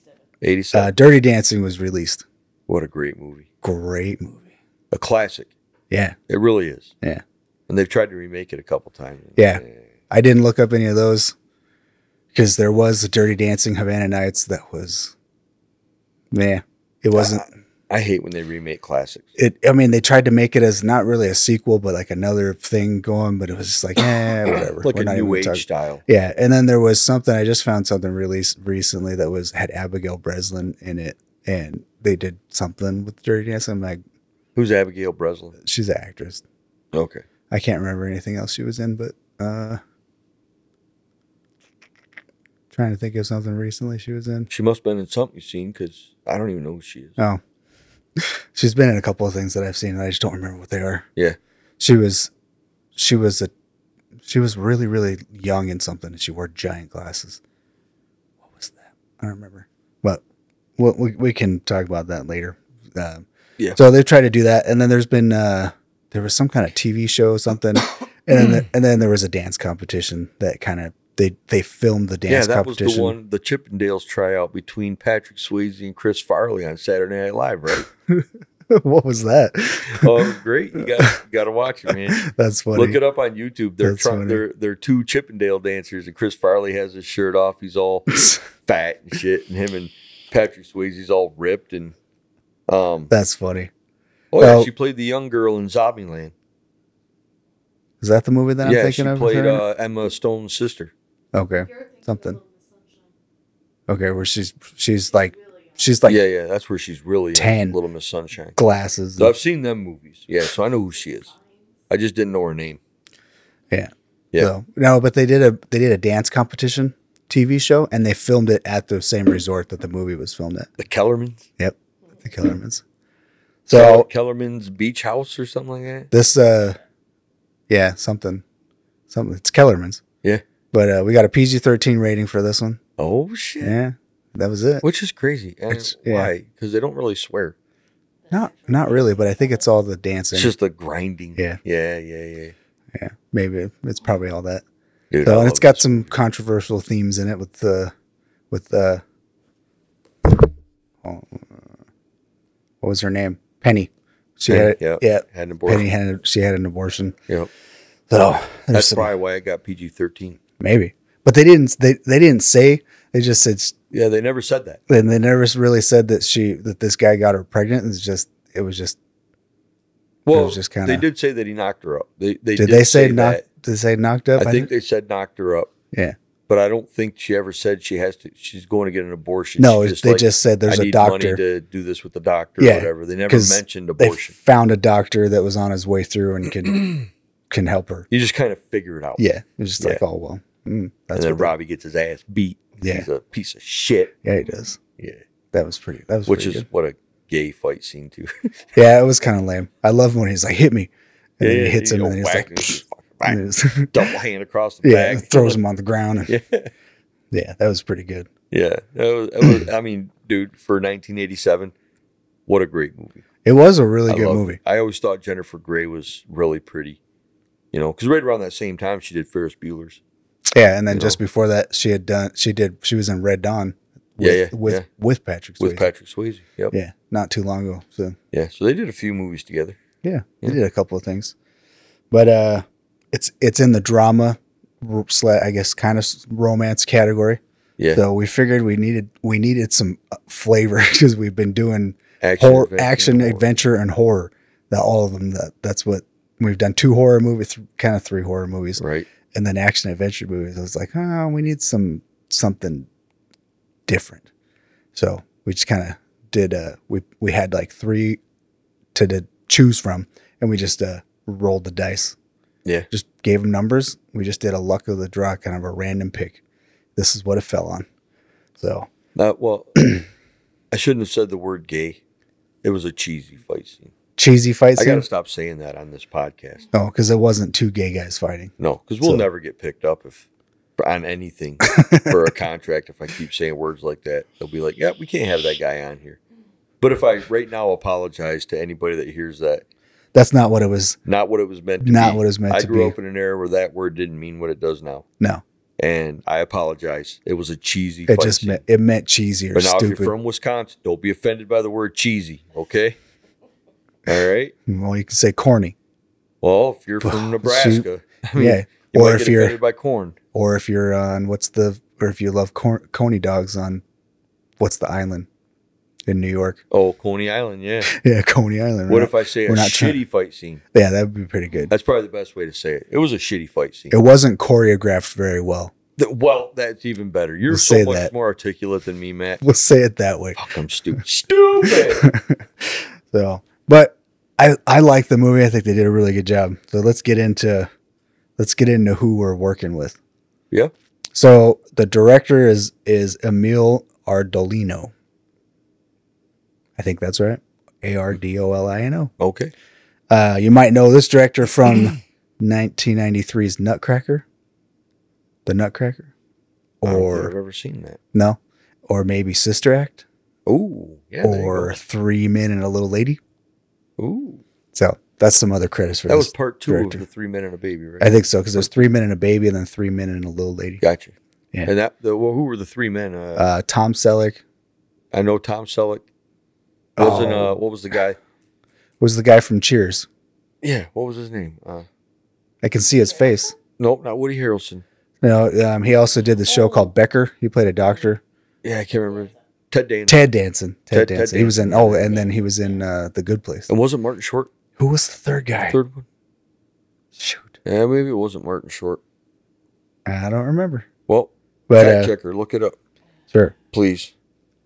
S2: Eighty-seven.
S1: Dirty Dancing was released.
S2: what a great movie,
S1: Great movie.
S2: a classic.
S1: Yeah,
S2: It really is.
S1: Yeah.
S2: And they've tried to remake it a couple times.
S1: Yeah. I didn't look up any of those because there was the Dirty Dancing Havana Nights that was, yeah, it wasn't.
S2: I hate when they remake classics.
S1: it i mean they tried to make it as not really a sequel but like another thing going but it was just like eh, whatever
S2: like
S1: We're
S2: a
S1: not
S2: new
S1: even
S2: age
S1: talking-
S2: style.
S1: yeah and then there was something i just found something released recently that was had abigail breslin in it and they did something with dirty dancing i'm like
S2: Who's Abigail Breslin?
S1: she's an actress
S2: Okay.
S1: i can't remember anything else she was in but uh trying to think of something recently she was in
S2: She must have been in something you've seen because I don't even know who she is.
S1: oh she's been in a couple of things that i've seen and i just don't remember what they are
S2: Yeah.
S1: she was she was a she was really really young in something and she wore giant glasses what was that i don't remember but well, we, we can talk about that later um,
S2: Yeah.
S1: so they've tried to do that and then there's been uh there was some kind of tv show or something and then and then there was a dance competition that kind of they they filmed the
S2: yeah,
S1: dance
S2: that was
S1: competition
S2: the one, the Chippendales tryout between Patrick Swayze and Chris Farley on Saturday Night Live, right?
S1: what was that
S2: oh, it was great. You got you got to watch it, man.
S1: that's funny
S2: Look it up on YouTube. They're
S1: That's
S2: trying.
S1: funny.
S2: They're they're two Chippendale dancers, and Chris Farley has his shirt off. He's all fat and shit, and him and Patrick Swayze's all ripped. And um,
S1: that's funny
S2: oh yeah,
S1: Well-
S2: she played the young girl in Zombieland.
S1: is that the movie that i'm
S2: yeah, she
S1: thinking of
S2: played uh, Emma Stone's sister.
S1: okay
S3: You're thinking
S1: Something.
S3: of Little Miss Sunshine.
S1: Okay, where she's she's like
S3: Really young.
S1: she's like
S2: yeah, yeah, that's where she's really at,
S1: 10.
S2: Little Miss Sunshine.
S1: glasses.
S2: So I've seen them movies. Yeah, so I know who she is.
S3: Fine.
S2: I just didn't know her name. yeah.
S1: yeah. no, but they did a they did a dance competition TV show and they filmed it at the same resort that the movie was filmed at,
S2: The Kellermans.
S1: at the Kellerman's. So
S2: Kellerman's Beach House or something like that.
S1: this uh yeah, something. Something it's Kellerman's.
S2: Yeah.
S1: But uh, we got a PG thirteen rating for this one.
S2: Oh shit.
S1: Yeah. That was it.
S2: Which is crazy. I don't
S1: It's-
S2: know
S1: yeah.
S2: Why? Because they don't really swear.
S1: Not not really, but I think it's all the dancing.
S2: It's just the grinding.
S1: Yeah.
S2: Yeah. Yeah. Yeah.
S1: yeah. Maybe it's probably all that.
S2: Dude, I
S1: So and
S2: love
S1: it's got
S2: this
S1: some
S2: movie.
S1: controversial themes in it with the with the oh, what was her name? Penny. She had
S2: Yeah,
S1: yeah.
S2: Had an abortion.
S1: Penny had she had an abortion. oh,
S2: Yep.
S1: So there's
S2: That's
S1: some-
S2: probably why I got PG thirteen.
S1: maybe, but they didn't they they didn't say they just said s-
S2: Yeah, they never said that.
S1: and they never really said that she that this guy got her pregnant. It's just it was just
S2: Well,
S1: was just kinda-
S2: they did say that he knocked her up. They they
S1: did they say knocked
S2: that.
S1: did they say knocked up?
S2: I think
S1: didn't-
S2: they said knocked her up.
S1: Yeah.
S2: But I don't think she ever said she has to. She's going to get an abortion.
S1: no,
S2: She's
S1: they
S2: like,
S1: just said there's
S2: I
S1: a
S2: need money
S1: doctor.
S2: to do this with the doctor. or
S1: Yeah,
S2: whatever. They never
S1: 'cause
S2: mentioned
S1: They
S2: abortion.
S1: found a doctor that was on his way through and can can help her.
S2: you just kind of figure it out.
S1: Yeah, it's just
S2: Yeah.
S1: like, oh well, mm,
S2: and
S1: that's
S2: then
S1: what
S2: Robbie gets his ass beat.
S1: Yeah.
S2: He's a piece of shit.
S1: They, yeah, he does.
S2: Yeah.
S1: That was pretty. That was
S2: Which
S1: pretty
S2: is
S1: good.
S2: what a gay fight scene too.
S1: yeah, it was kind of lame. I love when he's like, hit me, and then he hits him,
S2: you
S1: and
S2: know,
S1: then he's
S2: whack
S1: like,
S2: him, just fucking whack.
S1: and it's-
S2: double hand across the
S1: yeah,
S2: back.
S1: throws him on the ground. and-
S2: Yeah,
S1: yeah, that was pretty good.
S2: yeah. That was, that was, I mean, dude, for 1987, what a great movie.
S1: It was a really
S2: I
S1: good
S2: love it.
S1: movie.
S2: I always thought Jennifer Grey was really pretty. You know, because right around that same time, she did Ferris Bueller's.
S1: Yeah, and then
S2: You
S1: just before that, she had done. She did. She was in Red Dawn. With,
S2: Yeah, yeah,
S1: with
S2: yeah.
S1: with Patrick.
S2: with
S1: Swayze.
S2: Patrick Swayze. Yep. Yeah.
S1: Yeah, not too long ago. So
S2: So they did a few movies together.
S1: Yeah,
S2: Yeah.
S1: they did a couple of things, but uh, it's it's in the drama, r- sla- I guess, kind of romance category.
S2: Yeah.
S1: So we figured we needed we needed some uh, flavor because we've been doing
S2: Action,
S1: horror,
S2: adventure,
S1: action,
S2: horror.
S1: adventure, and horror. that all of them that that's what we've done two horror movies, th- kind of three horror movies,
S2: right?
S1: and then action adventure movies. I was like, oh, we need some something different. So we just kind of did. Uh, we we had like three to, to choose from, and we just uh, rolled the dice.
S2: Yeah.
S1: just gave them numbers. We just did a luck of the draw, kind of a random pick. This is what it fell on. So
S2: Not well. I shouldn't have said the word gay. It was a cheesy fight scene.
S1: cheesy fight
S2: I got
S1: scene.
S2: to stop saying that on this podcast.
S1: Oh, because it wasn't two gay guys fighting.
S2: No, because we'll
S1: So-
S2: never get picked up if on anything for a contract. If I keep saying words like that, they'll be like, "Yeah, we can't have that guy on here." But if I right now apologize to anybody that hears that,
S1: That's not what it was.
S2: not what it was meant to be.
S1: Not what it was meant
S2: I
S1: to
S2: grew
S1: be.
S2: up in an era where that word didn't mean what it does now.
S1: No,
S2: And I apologize. It was a cheesy
S1: it
S2: fight
S1: just
S2: scene.
S1: meant it meant cheesy or
S2: But now if
S1: stupid.
S2: you're from Wisconsin, don't be offended by the word cheesy, okay? All right.
S1: well, you can say corny.
S2: Well, if you're from Nebraska, I mean,
S1: yeah,
S2: you
S1: or
S2: might
S1: if
S2: get
S1: you're-
S2: offended by corn.
S1: or if you're on what's the or if you love cor- coney dogs on what's the island in New York?
S2: Oh, Coney Island, yeah.
S1: Yeah, Coney Island.
S2: What
S1: right?
S2: if I say a
S1: We're not
S2: shitty
S1: trying-
S2: fight scene?
S1: yeah, that would be pretty good.
S2: That's probably the best way to say it. It was a shitty fight scene.
S1: It wasn't choreographed very well.
S2: Th- well, that's even better. You're
S1: We'll
S2: so
S1: say
S2: much
S1: that.
S2: more articulate than me, Matt.
S1: We'll say it that way.
S2: Fuck, I'm stupid. stupid.
S1: So, but I I like the movie. I think they did a really good job. So let's get into let's get into who we're working with.
S2: Yeah.
S1: So the director is is Emil Ardolino. I think that's right. A R D O L I N O.
S2: Okay.
S1: Uh, you might know this director from 1993's Nutcracker, The Nutcracker,
S2: I don't think I've
S1: or
S2: ever seen that.
S1: no, or maybe Sister Act,
S2: Ooh. Yeah. there you
S1: or Three Men and a Little Lady.
S2: go. Ooh.
S1: So that's some other credits for
S2: That was
S1: this.
S2: part two
S1: director.
S2: of the three men and a baby, right?
S1: I think so because there's Three Men and a Baby, and then Three Men and a Little Lady.
S2: Gotcha.
S1: Yeah.
S2: And that the, well, who were the three men? Uh,
S1: Uh, Tom Selleck
S2: I know Tom Selleck wasn't.
S1: Oh.
S2: Uh, what was the guy?
S1: was the guy from Cheers.
S2: Yeah. What was his name? Uh,
S1: I can see his face.
S2: nope, not Woody Harrelson.
S1: You know, um, he also did the show called Becker. He played a doctor.
S2: Yeah, I can't remember. Ted Dana.
S1: Ted Danson.
S2: Ted-
S1: Ted,
S2: Ted
S1: Danson. He was in. Oh,
S2: Danson.
S1: and then he was in uh, the Good Place.
S2: and wasn't Martin Short
S1: Who was the third guy?
S2: third one?
S1: Shoot,
S2: Yeah, maybe it wasn't Martin Short.
S1: I don't remember.
S2: Well,
S1: But
S2: fact
S1: uh,
S2: checker, look it up,
S1: sure.
S2: please.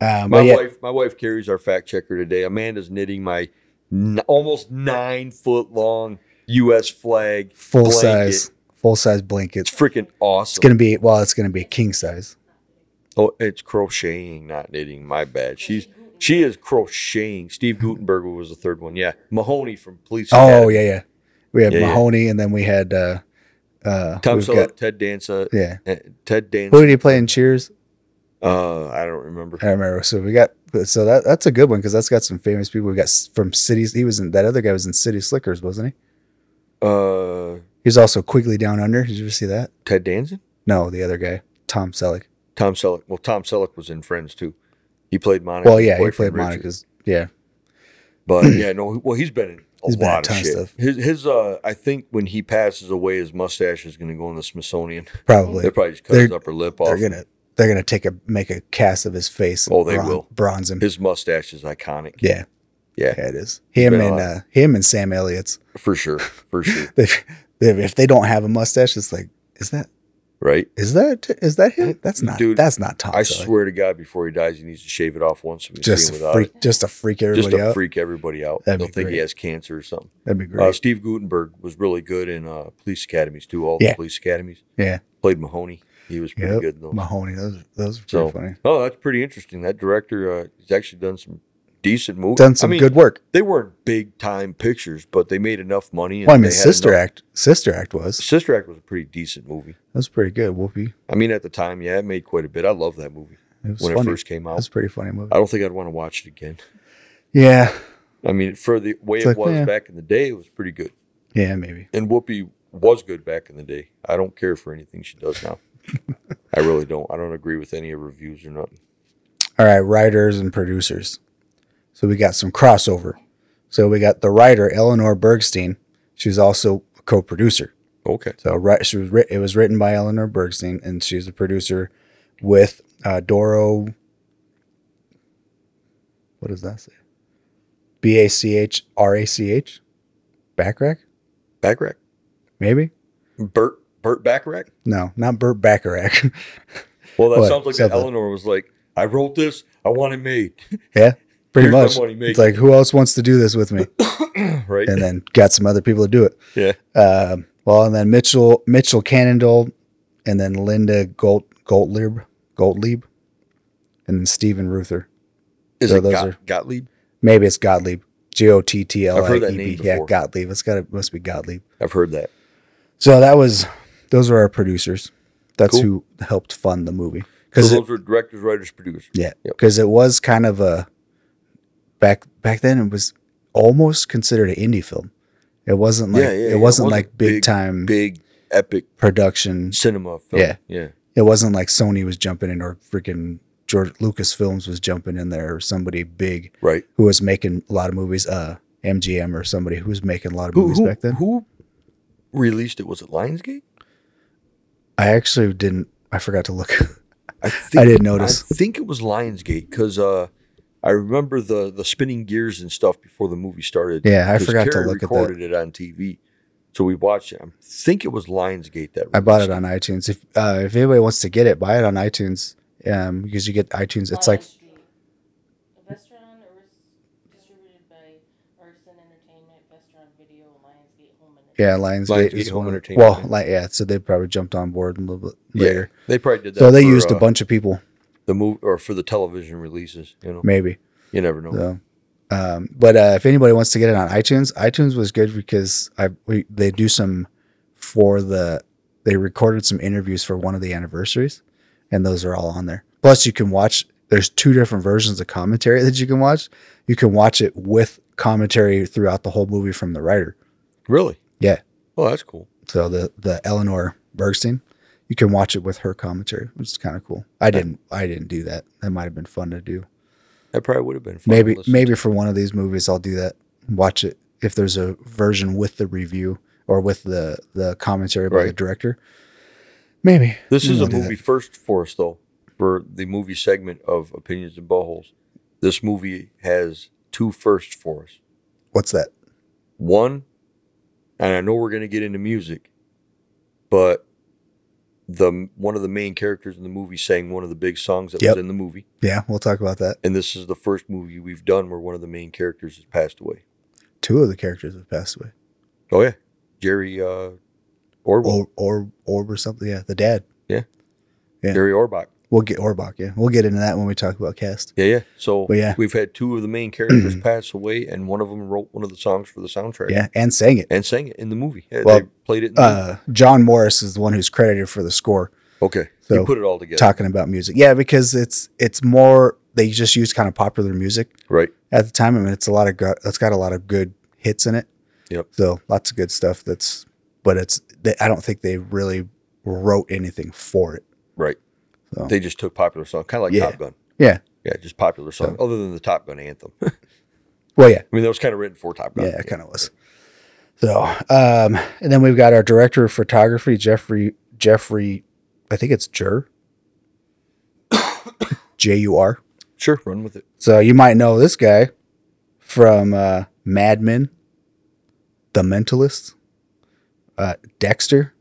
S1: Um,
S2: My
S1: but yeah,
S2: wife, my wife carries our fact checker today. Amanda's knitting my n- almost nine foot long U.S. flag.
S1: full
S2: blanket.
S1: size, full size
S2: It's
S1: blanket.
S2: freaking awesome.
S1: It's gonna be well. It's gonna be king size.
S2: Oh, it's crocheting, not knitting. My bad. She's she is crocheting. Steve Gutenberg was the third one. Yeah, Mahoney from Police.
S1: Oh
S2: Academy.
S1: yeah, yeah. We had
S2: Yeah, yeah.
S1: Mahoney, and then we had uh, uh,
S2: Tom
S1: we've
S2: Selleck, Ted Danza,
S1: got- yeah.
S2: uh, Ted
S1: Who
S2: Danza.
S1: did he play in Cheers?
S2: Uh, I don't remember.
S1: I don't remember. So we got so that that's a good one because that's got some famous people. We got s- from cities. He was in that other guy was in City Slickers, wasn't he?
S2: Uh,
S1: He was also Quigley Down Under. Did you ever see that?
S2: Ted Danza,
S1: No, the other guy, Tom Selleck.
S2: Tom Selleck. Well, Tom Selleck was in Friends too. He played Monica.
S1: Well, yeah, he
S2: boyfriend
S1: played
S2: Richard.
S1: Monica's. Yeah,
S2: But yeah, no. Well, he's been in a
S1: He's been in a
S2: lot
S1: ton
S2: of
S1: of
S2: shit.
S1: stuff.
S2: His his uh, I think when he passes away, his mustache is going to go in the Smithsonian.
S1: probably.
S2: They'll probably just cut
S1: They're-
S2: his upper lip off.
S1: They're gonna they're gonna take a make a cast of his face. and
S2: Oh, they will.
S1: bronze him.
S2: His mustache is iconic.
S1: yeah.
S2: Yeah.
S1: yeah, it is him
S2: been a
S1: and
S2: lot.
S1: uh, him and Sam Elliott's.
S2: for sure, for sure.
S1: They, they, if they don't have a mustache, it's like is that
S2: Right?
S1: is that is that him? That's not
S2: Dude,
S1: that's not Tom.
S2: I
S1: Selleck.
S2: swear to God, before he dies, he needs to shave it off once and be
S1: just
S2: seen
S1: to
S2: without
S1: freak
S2: it.
S1: just to freak
S2: Just
S1: everybody
S2: to
S1: out.
S2: freak everybody out.
S1: That'd
S2: They'll
S1: be
S2: think he
S1: great.
S2: has cancer or something.
S1: That'd be
S2: Uh,
S1: great.
S2: Steve Gutenberg was really good in uh, police academies too. All the
S1: Yeah.
S2: police academies.
S1: Yeah.
S2: Played Mahoney. He was pretty
S1: Yep.
S2: good in those.
S1: Mahoney, those those are pretty
S2: So-
S1: funny.
S2: Oh, that's pretty interesting. That director, uh, he's actually done some decent movies.
S1: Done some
S2: I mean,
S1: good work.
S2: They weren't big time pictures, but they made enough money. And
S1: Well, I mean,
S2: they had
S1: Sister
S2: enough-
S1: Act, Sister Act was
S2: Sister Act was a pretty decent movie.
S1: that was pretty good. Whoopi,
S2: I mean, at the time, yeah, it made quite a bit. I love that movie
S1: it was
S2: when
S1: funny.
S2: it first came
S1: that
S2: out.
S1: was a pretty funny movie.
S2: I don't think I'd want to watch it again.
S1: Yeah,
S2: I mean, for the way
S1: It's
S2: it
S1: like,
S2: was
S1: yeah.
S2: back in the day, it was pretty good.
S1: yeah, maybe.
S2: And Whoopi was good back in the day. I don't care for anything she does now. I really don't. I don't agree with any of her views or nothing.
S1: All right, writers and producers. So we got some crossover. So we got the writer Eleanor Bergstein. She's also a co-producer.
S2: Okay.
S1: So right, she was writ- it was written by Eleanor Bergstein, and she's a producer with uh, Doro. What does that say? B a c h r a c h. Backrack?
S2: Backrack.
S1: Maybe?
S2: Bert Bert Backrack.
S1: No, not Burt Bacharach.
S2: Well, that
S1: What?
S2: sounds like that
S1: Something.
S2: Eleanor was like, I wrote this. I want it made.
S1: yeah, pretty
S2: Here's my
S1: much.
S2: money, make
S1: It's like, who else wants to do this with me?
S2: right.
S1: and then got some other people to do it.
S2: yeah.
S1: Um, well, and then Mitchell Mitchell Cannondale, and then Linda Gold, Goldlieb Goldlieb, and then Stephen Ruther.
S2: Is
S1: So
S2: it
S1: those
S2: Got,
S1: are-
S2: Gottlieb?
S1: Maybe it's Gottlieb. G O T T L
S2: I've
S1: I
S2: heard that
S1: E
S2: name
S1: B. Yeah,
S2: before.
S1: Gottlieb. It's got to must be Gottlieb.
S2: I've heard that.
S1: So that was those were our producers. That's
S2: Cool.
S1: who helped fund the movie
S2: So
S1: because
S2: those were directors, writers, producers.
S1: Yeah,
S2: Yep.
S1: because it was kind of a back back then. It was almost considered an indie film. It wasn't like
S2: Yeah, yeah, yeah,
S1: it,
S2: it
S1: wasn't
S2: wasn't
S1: like big,
S2: big-
S1: time
S2: Big, epic
S1: production.
S2: cinema film.
S1: Yeah.
S2: Yeah.
S1: It wasn't like Sony was jumping in or freaking George Lucas Films was jumping in there or somebody big
S2: Right.
S1: who was making a lot of movies. Uh, MGM or somebody who was making a lot of
S2: Who,
S1: movies
S2: who,
S1: back then.
S2: who released it? Was it Lionsgate?
S1: I actually didn't. I forgot to look.
S2: I, think,
S1: didn't notice.
S2: I think it was Lionsgate because uh, I remember the the spinning gears and stuff before the movie started.
S1: yeah, I
S2: 'Cause
S1: forgot
S2: Carrie
S1: to look at that.
S2: recorded it on TV, so we watched it. I think it was Lionsgate that
S1: I bought it
S2: released
S1: on iTunes. If uh, if anybody wants to get it, buy it on iTunes. Um, because you get iTunes. It's like
S3: Vestron distributed by Arson Entertainment, Vestron Video, Lionsgate Home Entertainment.
S1: yeah, Lionsgate.
S2: Lionsgate
S1: is
S2: Home
S1: one of-
S2: Entertainment,
S1: Well,
S2: yeah.
S1: like yeah, so they probably jumped on board a little bit
S2: Yeah,
S1: later.
S2: They probably did that.
S1: so they
S2: for,
S1: used
S2: uh,
S1: a bunch of people,
S2: the movie or for the television releases. You know,
S1: maybe.
S2: you never know.
S1: So, um, but uh, if anybody wants to get it on iTunes, iTunes was good because I we, they do some for the they recorded some interviews for one of the anniversaries, and those are all on there. Plus, you can watch. There's two different versions of commentary that you can watch. You can watch it with commentary throughout the whole movie from the writer.
S2: Really?
S1: Yeah.
S2: Oh, that's cool.
S1: So the the Eleanor Bergstein, you can watch it with her commentary, which is kind of cool. I didn't I didn't do that. That might have been fun to do.
S2: That probably would have been fun to
S1: Maybe
S2: listen
S1: maybe for one of these movies I'll do that. Watch it if there's a version with the review or with the the commentary by the
S2: Right.
S1: director. Maybe
S2: to. This
S1: Maybe
S2: is
S1: I'll
S2: a
S1: do that.
S2: movie first for us though, for the movie segment of opinions and buttholes. This movie has two firsts for us.
S1: What's that?
S2: One, and I know we're going to get into music, but the one of the main characters in the movie sang one of the big songs that
S1: Yep.
S2: was in the movie,
S1: Yeah, we'll talk about that.
S2: and this is the first movie we've done where one of the main characters has passed away.
S1: Two of the characters have passed away.
S2: Oh yeah, Jerry uh, Orwell,
S1: Or or Orb or something. Yeah, the dad. yeah.
S2: Jerry Orbach.
S1: We'll get Orbach. Yeah, we'll get into that when we talk about cast.
S2: Yeah, yeah. So
S1: But Oh, yeah.
S2: we've had two of the main characters pass away, and one of them wrote one of the songs for the soundtrack.
S1: Yeah, and sang it.
S2: and sang it in the movie. Yeah,
S1: Well,
S2: they played it. In the movie.
S1: Uh, John Morris is the one who's credited for the score.
S2: Okay,
S1: so
S2: you put it all together,
S1: talking about music. Yeah, because it's it's more they just use kind of popular music
S2: right?
S1: at the time. I mean, it's a lot of go- it's got a lot of good hits in it.
S2: Yep.
S1: So lots of good stuff. That's but it's they, I don't think they really wrote anything for it.
S2: Right.
S1: So
S2: They just took popular song, kind of like
S1: Yeah.
S2: Top Gun.
S1: Yeah.
S2: yeah, just popular song, other than the Top Gun anthem. I
S1: well, yeah,
S2: mean, that was kind of written for Top Gun.
S1: yeah, it kind of was. So um, and then we've got our director of photography, Jeffrey Jeffrey, I think it's Jur. J U R.
S2: sure, run with it.
S1: So you might know this guy from uh, Mad Men, The Mentalist, uh, Dexter,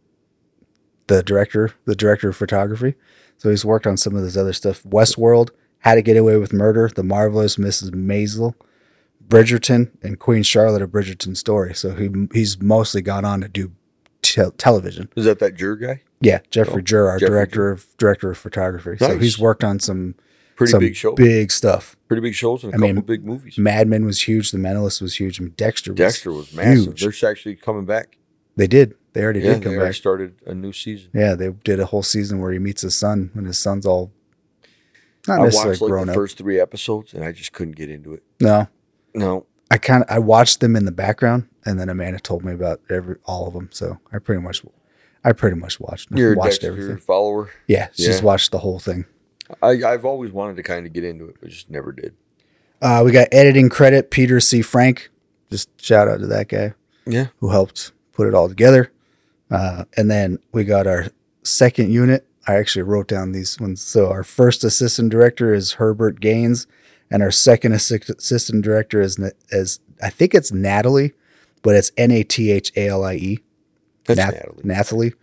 S1: the director, the director of photography. So he's worked on some of this other stuff: Westworld, How to Get Away with Murder, The Marvelous Mrs. Maisel, Bridgerton, and Queen Charlotte: A Bridgerton Story. So he he's mostly gone on to do tel television.
S2: Is that that Jur guy?
S1: Yeah, Jeffrey Jur, our
S2: Oh, Jeffrey
S1: director of director of photography. So
S2: Nice.
S1: he's worked on some
S2: Pretty
S1: some
S2: big show,
S1: big stuff.
S2: pretty big shows, and a
S1: I
S2: couple
S1: mean,
S2: big movies.
S1: Mad Men was huge. The Mentalist was huge. I mean, Dexter was.
S2: Dexter was massive.
S1: huge.
S2: They're actually coming back.
S1: They did. They already
S2: Yeah,
S1: did
S2: they
S1: come
S2: already
S1: back.
S2: started a new season.
S1: Yeah, they did a whole season where he meets his son when his son's all not
S2: I
S1: necessarily
S2: watched like
S1: grown
S2: the
S1: up.
S2: first three episodes, and I just couldn't get into it.
S1: no,
S2: No,
S1: I kind of I watched them in the background, and then Amanda told me about every all of them. So I pretty much, I pretty much watched
S2: you're a
S1: watched
S2: Dexter
S1: everything.
S2: follower.
S1: Yeah, she's
S2: Yeah.
S1: watched the whole thing.
S2: I, I've always wanted to kind of get into it, but just never did.
S1: Uh, we got editing credit Peter C. Frank. Just shout out to that guy.
S2: Yeah.
S1: who helped put it all together. Uh, and then we got our second unit. I actually wrote down these ones. So our first assistant director is Herbert Gaines, and our second assi- assistant director is Na- is I think it's Natalie, but it's N A T H A L I E.
S2: That's
S1: Nath-
S2: Natalie.
S1: Nathalie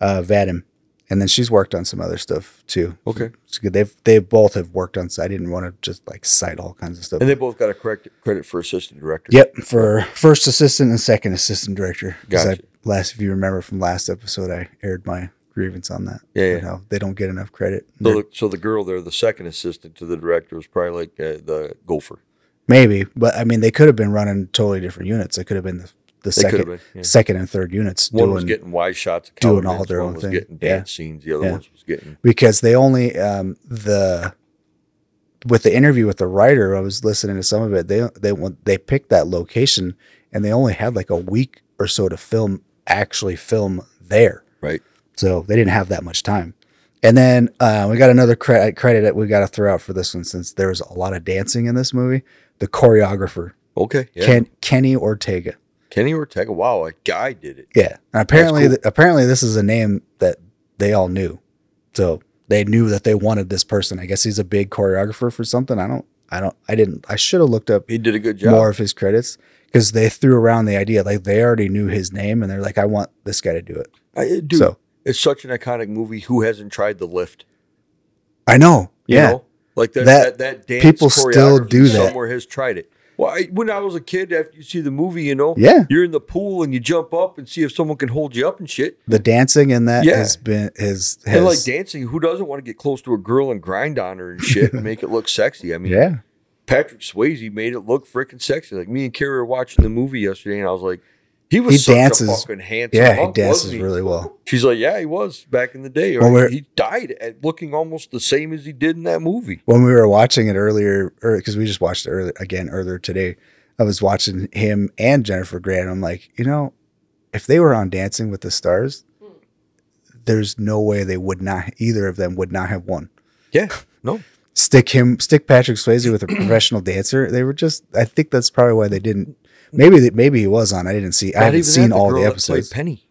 S1: uh, Vadim, and then she's worked on some other stuff too.
S2: Okay.
S1: It's good. They've they both have worked on. I didn't want to just like cite all kinds of stuff.
S2: And they both got a correct credit for assistant director.
S1: Yep, for first assistant and second assistant director. 'Cause I-
S2: Gotcha.
S1: last, if you remember from last episode, I aired my grievance on that.
S2: Yeah,
S1: You
S2: yeah.
S1: know, they don't get enough credit.
S2: So the, so the girl there, the second assistant to the director, was probably like uh, the gopher.
S1: Maybe, but I mean, they could have been running totally different units. It could have been the, the
S2: They could have
S1: second,
S2: been. yeah.
S1: second and third units
S2: One was
S1: doing
S2: getting wide shots, of
S1: doing all
S2: confidence,
S1: their
S2: one
S1: own
S2: was
S1: thing.
S2: Getting
S1: Yeah.
S2: dance scenes. The other
S1: Yeah.
S2: ones was getting.
S1: because they only um, the with the interview with the writer. I was listening to some of it. They they want they picked that location and they only had like a week or so to film actually film there.
S2: Right.
S1: So they didn't have that much time. And then uh, we got another cre- credit that we got to throw out for this one since there was a lot of dancing in this movie. The choreographer
S2: Okay. Yeah.
S1: Ken, Kenny Ortega.
S2: Kenny Ortega. Wow, a guy did it.
S1: Yeah, and apparently,
S2: cool.
S1: th- apparently, this is a name that they all knew, so they knew that they wanted this person. I guess he's a big choreographer for something. I don't, I don't, I didn't. I should have looked up
S2: He did a good job.
S1: more of his credits because they threw around the idea like they already knew his name and they're like, I want this guy to do it.
S2: I, dude,
S1: So
S2: it's such an iconic movie. Who hasn't tried the lift?
S1: I know,
S2: You
S1: yeah,
S2: know? Like that,
S1: That-
S2: that, that dance
S1: people still do
S2: choreography,
S1: that.
S2: Somewhere has tried it. Well, I, when I was a kid, after you see the movie, you know,
S1: yeah.
S2: you're in the pool and you jump up and see if someone can hold you up and shit.
S1: The dancing in that
S2: Yeah.
S1: has been his, his
S2: And like dancing, who doesn't want to get close to a girl and grind on her and shit and make it look sexy? I mean,
S1: yeah,
S2: Patrick Swayze made it look freaking sexy. Like me and Carrie were watching the movie yesterday, and I was like, he was
S1: He
S2: such
S1: dances-
S2: a fucking handsome.
S1: yeah. He
S2: hunk,
S1: dances
S2: wasn't he?
S1: really well.
S2: She's like, yeah, he was back in the day.
S1: Well,
S2: Or
S1: we're-
S2: he died at looking almost the same as he did in that movie.
S1: when we were watching it earlier, because we just watched it earlier, again earlier today, I was watching him and Jennifer Grey, and I'm like, you know, if they were on Dancing with the Stars,
S3: Hmm.
S1: there's no way they would not either of them would not have won.
S2: Yeah, no.
S1: Stick him, stick Patrick Swayze with a professional dancer. They were just. I think that's probably why they didn't. Maybe that maybe he was on. I didn't see. I
S2: Not
S1: haven't
S2: even that,
S1: seen all
S2: girl
S1: the
S2: that played
S1: episodes.
S2: Penny,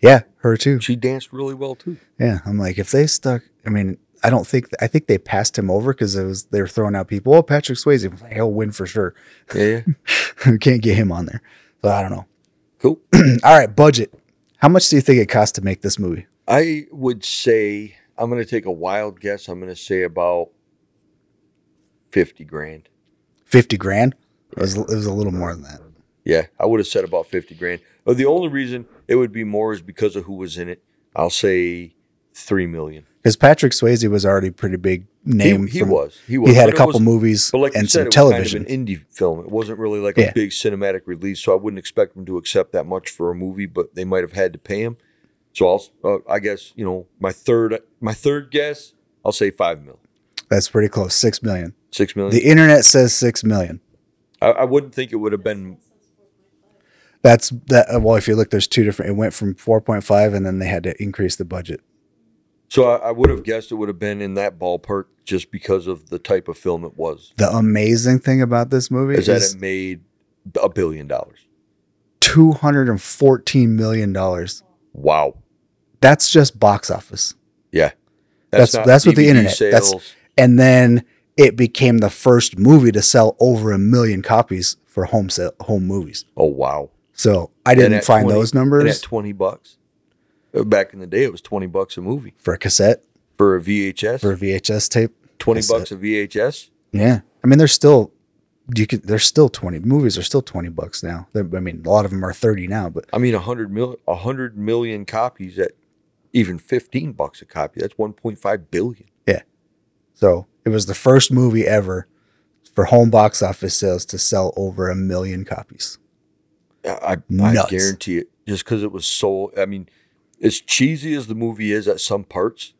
S1: Yeah, her too.
S2: she danced really well too.
S1: Yeah, I'm like, if they stuck, I mean, I don't think I think they passed him over because it was they were throwing out people. Oh, Patrick Swayze, I'm like, he'll win for sure.
S2: Yeah, yeah.
S1: Can't get him on there. So I don't know.
S2: cool.
S1: All right, budget. How much do you think it cost to make this movie?
S2: I would say I'm going to take a wild guess. I'm going to say about fifty grand.
S1: Fifty grand. It was it was a little more than that.
S2: Yeah, I would have said about fifty grand. But the only reason it would be more is because of who was in it. I'll say three million.
S1: Because Patrick Swayze was already a pretty big name.
S2: he, he
S1: from-
S2: was. He was.
S1: He had
S2: But
S1: a
S2: it
S1: couple
S2: was-
S1: movies
S2: But like
S1: and
S2: you said,
S1: some
S2: it was
S1: television.
S2: kind of an indie film. It wasn't really like
S1: Yeah.
S2: a big cinematic release, so I wouldn't expect them to accept that much for a movie. But they might have had to pay him. So I'll, uh, I guess you know, my third, my third guess, I'll say five mil,
S1: That's pretty close. Six million.
S2: six million.
S1: The internet says six million.
S2: I, I wouldn't think it would have been.
S1: That's that. Well, if you look, there's two different. It went from four point five, and then they had to increase the budget.
S2: So I, I would have guessed it would have been in that ballpark just because of the type of film it was.
S1: The amazing thing about this movie
S2: Is
S1: is,
S2: that it made a billion dollars?
S1: two hundred and fourteen million dollars.
S2: Wow.
S1: That's just box office, That's-
S2: not
S1: that's what the
S2: DVD
S1: internet- that's- and then it became the first movie to sell over a million copies for home sale, home movies.
S2: oh wow.
S1: So I
S2: And
S1: didn't
S2: at
S1: find
S2: 20
S1: those
S2: And at
S1: numbers
S2: twenty bucks. Uh, Back in the day, it was twenty bucks a movie
S1: for a cassette
S2: for a VHS.
S1: for a VHS tape.
S2: twenty
S1: that's
S2: bucks a VHS.
S1: Yeah, I mean, there's still you could there's still twenty movies are still twenty bucks now. They're- I mean, a lot of them are thirty now, but
S2: I mean, a hundred mil, a hundred million copies at even fifteen bucks a copy. That's one point five billion.
S1: So it was the first movie ever for home box office sales to sell over a million copies.
S2: I, I
S1: Nuts.
S2: guarantee it. Just because it was so, I mean, as cheesy as the movie is at some parts,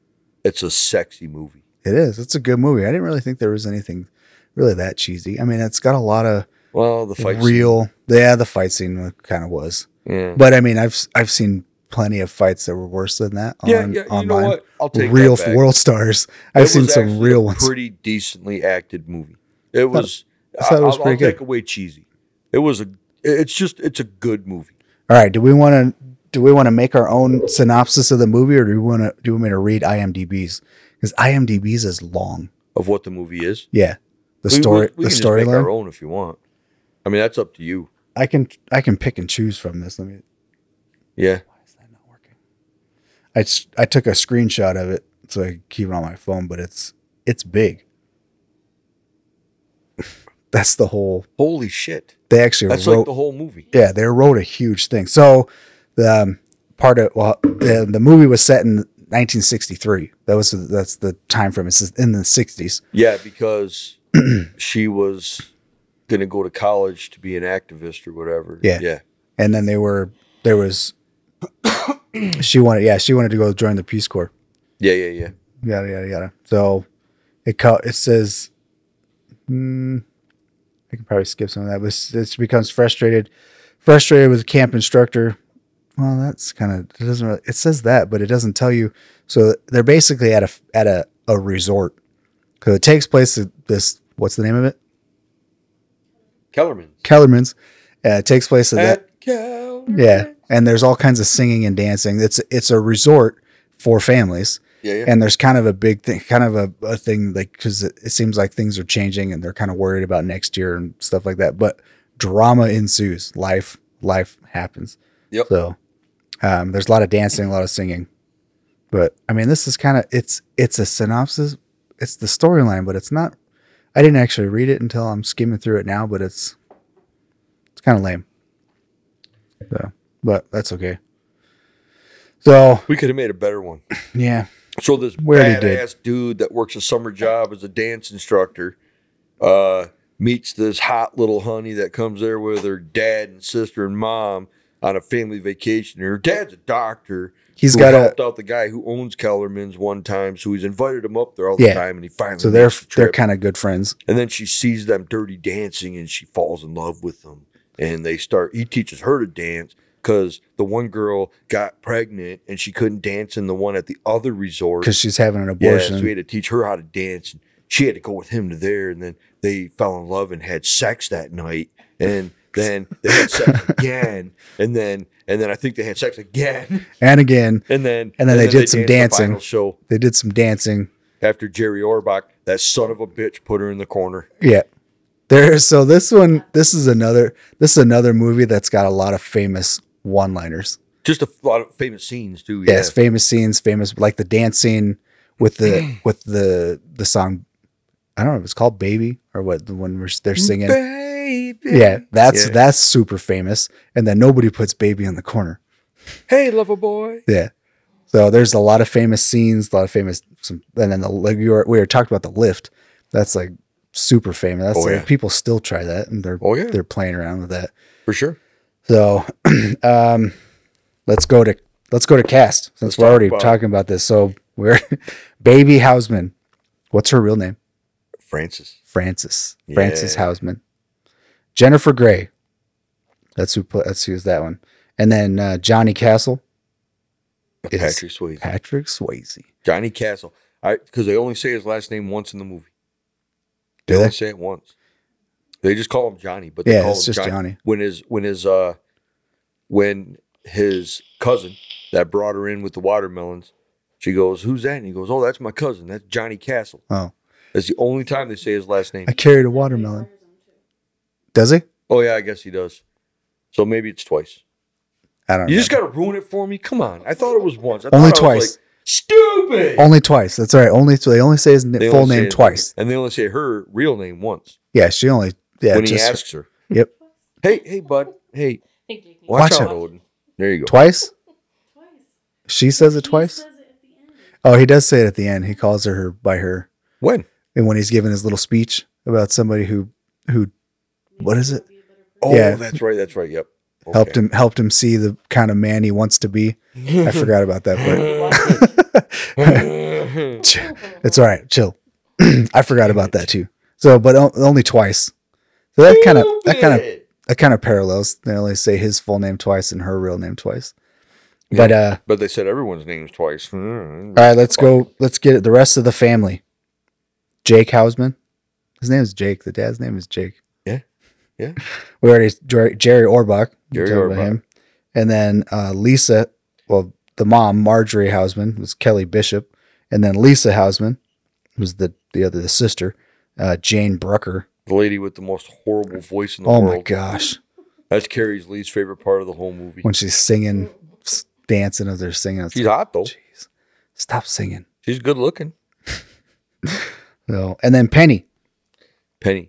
S2: it's a sexy movie.
S1: It is. It's a good movie. I didn't really think there was anything really that cheesy. I mean, it's got a lot of
S2: Well, the fight, scene,
S1: real. Yeah, the fight scene kind of was,
S2: yeah,
S1: but I mean, I've I've seen plenty of fights that were worse than that on
S2: yeah, yeah. You
S1: online.
S2: know what? I'll take
S1: Real
S2: that back.
S1: world stars. I've
S2: It
S1: seen
S2: was
S1: some
S2: actually a
S1: real ones.
S2: Pretty decently acted movie. It was.
S1: I thought it was
S2: I'll,
S1: pretty
S2: I'll
S1: good.
S2: take away cheesy. It was a. It's just. It's a good movie.
S1: All right. Do we want to do we want to make our own synopsis of the movie, or do we want to do we want me to read IMDb's? Because IMDb's is long.
S2: of what the movie is.
S1: Yeah, the
S2: We- we-
S1: story,
S2: we
S1: the
S2: can just make
S1: storyline.
S2: Our own, if you want. I mean, that's up to you.
S1: I can I can pick and choose from this. Let me.
S2: Yeah.
S1: Why is that not working? I s- I took a screenshot of it so I could keep it on my phone, but it's it's big. That's the whole.
S2: Holy shit.
S1: They actually
S2: That's
S1: wrote.
S2: like the whole movie.
S1: yeah, they wrote a huge thing. So the um, part of well, the, the movie was set in 1963. That was that's the time frame. It's in the 60s.
S2: Yeah, because she was gonna go to college to be an activist or whatever.
S1: Yeah.
S2: Yeah.
S1: and then they were there was she wanted yeah she wanted to go join the Peace Corps
S2: Yeah. Yeah. Yeah.
S1: yada yada yada so it co- it says hmm, I can probably skip some of that but it's- it becomes frustrated frustrated with camp instructor well that's kind of it doesn't really, it says that but it doesn't tell you so they're basically at a at a, a resort so it takes place at this what's the name of it
S2: Kellerman.
S1: Kellerman's uh, it takes place at that
S2: At Kellerman.
S1: Yeah, and there's all kinds of singing and dancing. It's it's a resort for families,
S2: Yeah. Yeah.
S1: and there's kind of a big thing, kind of a, a thing like because it, it seems like things are changing, and they're kind of worried about next year and stuff like that. But drama ensues. Life life happens.
S2: Yep.
S1: So um, there's a lot of dancing, a lot of singing. But I mean, this is kind of it's it's a synopsis. It's the storyline, but it's not. I didn't actually read it until I'm skimming through it now, but it's it's kind of lame. So, but that's okay. So
S2: we could have made a better one.
S1: yeah,
S2: So this
S1: We already did.
S2: badass dude that works a summer job as a dance instructor uh, meets this hot little honey that comes there with her dad and sister and mom on a family vacation. Her dad's a doctor.
S1: he's
S2: who
S1: got a
S2: helped out the guy who owns Kellerman's one time, so he's invited him up there all the
S1: Yeah.
S2: time, and he finally
S1: so they're
S2: makes the
S1: they're
S2: trip.
S1: kind of good friends.
S2: and then she sees them dirty dancing, and she falls in love with them, and they start. He teaches her to dance because the one girl got pregnant and she couldn't dance in the one at the other resort
S1: because she's having an
S2: yeah, so
S1: abortion.
S2: we had to teach her how to dance. And she had to go with him to there, and then they fell in love and had sex that night. And then they had sex again, and then and then I think they had sex again,
S1: and again,
S2: and then
S1: And then they did some
S2: danced the
S1: dancing.
S2: final show
S1: they did some dancing.
S2: after Jerry Orbach, that son of a bitch, put her in the corner.
S1: Yeah. There so this one this is another this is another movie that's got a lot of famous one-liners.
S2: Just a lot of famous scenes too. Yeah,
S1: Yes, famous scenes, famous like the dance scene with the with the the song I don't know if it's called Baby or what the one where they're singing.
S2: Baby.
S1: Yeah, that's
S2: Yeah.
S1: that's super famous and then nobody puts Baby in the corner.
S2: Hey, lover boy.
S1: Yeah. So there's a lot of famous scenes, a lot of famous some and then the like you were, we were talked about the lift. That's like super famous. That's
S2: Oh,
S1: like
S2: yeah.
S1: people still try that and they're
S2: Oh yeah,
S1: they're playing around with that.
S2: for sure.
S1: So, um, let's go to let's go to cast since
S2: Let's
S1: we're
S2: talk
S1: already
S2: about-
S1: talking about this. So we're Baby Hausman. What's her real name?
S2: Francis.
S1: Frances.
S2: Yeah.
S1: Frances Hausman. Jennifer Gray. That's who. pla- That's who's that one. And then uh, Johnny Castle. Is
S2: Patrick Swayze.
S1: Patrick Swayze.
S2: Johnny Castle. I because they only say his last name once in the movie.
S1: Do
S2: They only
S1: they?
S2: say it once. They just call him Johnny, but they
S1: Yeah,
S2: call
S1: it's
S2: him
S1: just
S2: Johnny.
S1: Johnny.
S2: When his when his uh when his cousin that brought her in with the watermelons, she goes, "Who's that?" And he goes, "Oh, that's my cousin. That's Johnny Castle."
S1: Oh,
S2: That's the only time they say his last name.
S1: I carried a watermelon. Does he?
S2: Oh yeah, I guess he does. So maybe it's twice.
S1: I don't
S2: You
S1: know.
S2: just gotta ruin it for me. Come on. I thought it was once. I
S1: Only
S2: thought I was
S1: twice.
S2: like, Stupid.
S1: only twice. That's all right. Only so they only say his n-
S2: They
S1: full
S2: only say
S1: name
S2: his
S1: twice.
S2: and they only say her real name once
S1: Yeah, she only. Yeah,
S2: when he
S1: just
S2: asks her.
S1: Yep.
S2: Hey, hey, bud. Hey,
S3: Hey, Jake, you-
S2: watch,
S1: Watch
S2: out,
S1: out.
S2: Odin. There you go.
S1: twice.
S3: Twice.
S1: She says it
S3: He
S1: twice.
S3: says it at the end.
S1: Oh, he does say it at the end. He calls her, her by her,
S2: When?
S1: and when he's giving his little speech about somebody who who What is it?
S2: Oh,
S1: Yeah.
S2: that's right. That's right. Yep.
S1: helped him helped him see the kind of man he wants to be. I forgot about that, but
S2: him.
S1: Ch- it's all right. Chill. I forgot about that too. So, but o- only twice. So that kind of that kind of that kind of parallels. They only say his full name twice and her real name twice. But uh,
S2: But they said everyone's names twice. Hmm,
S1: all right, let's go. Let's get it. The rest of the family. Jake Hausman. His name is Jake. The dad's name is Jake.
S2: Yeah. Yeah.
S1: We already Jer- Jerry Orbach. we
S2: Jerry
S1: talked about
S2: Orbach.
S1: And then uh, Lisa, well, the mom, Marjorie Hausman, was Kelly Bishop. And then Lisa Hausman, who's the, the other, the sister, uh, Jane Brucker.
S2: The lady with the most horrible voice in the
S1: Oh
S2: world.
S1: my gosh.
S2: That's Carrie's least favorite part of the whole movie.
S1: when she's singing, s- dancing as they're singing. It's
S2: She's hot though.
S1: like, Jeez, stop singing.
S2: She's good looking.
S1: No, and then Penny,
S2: Penny.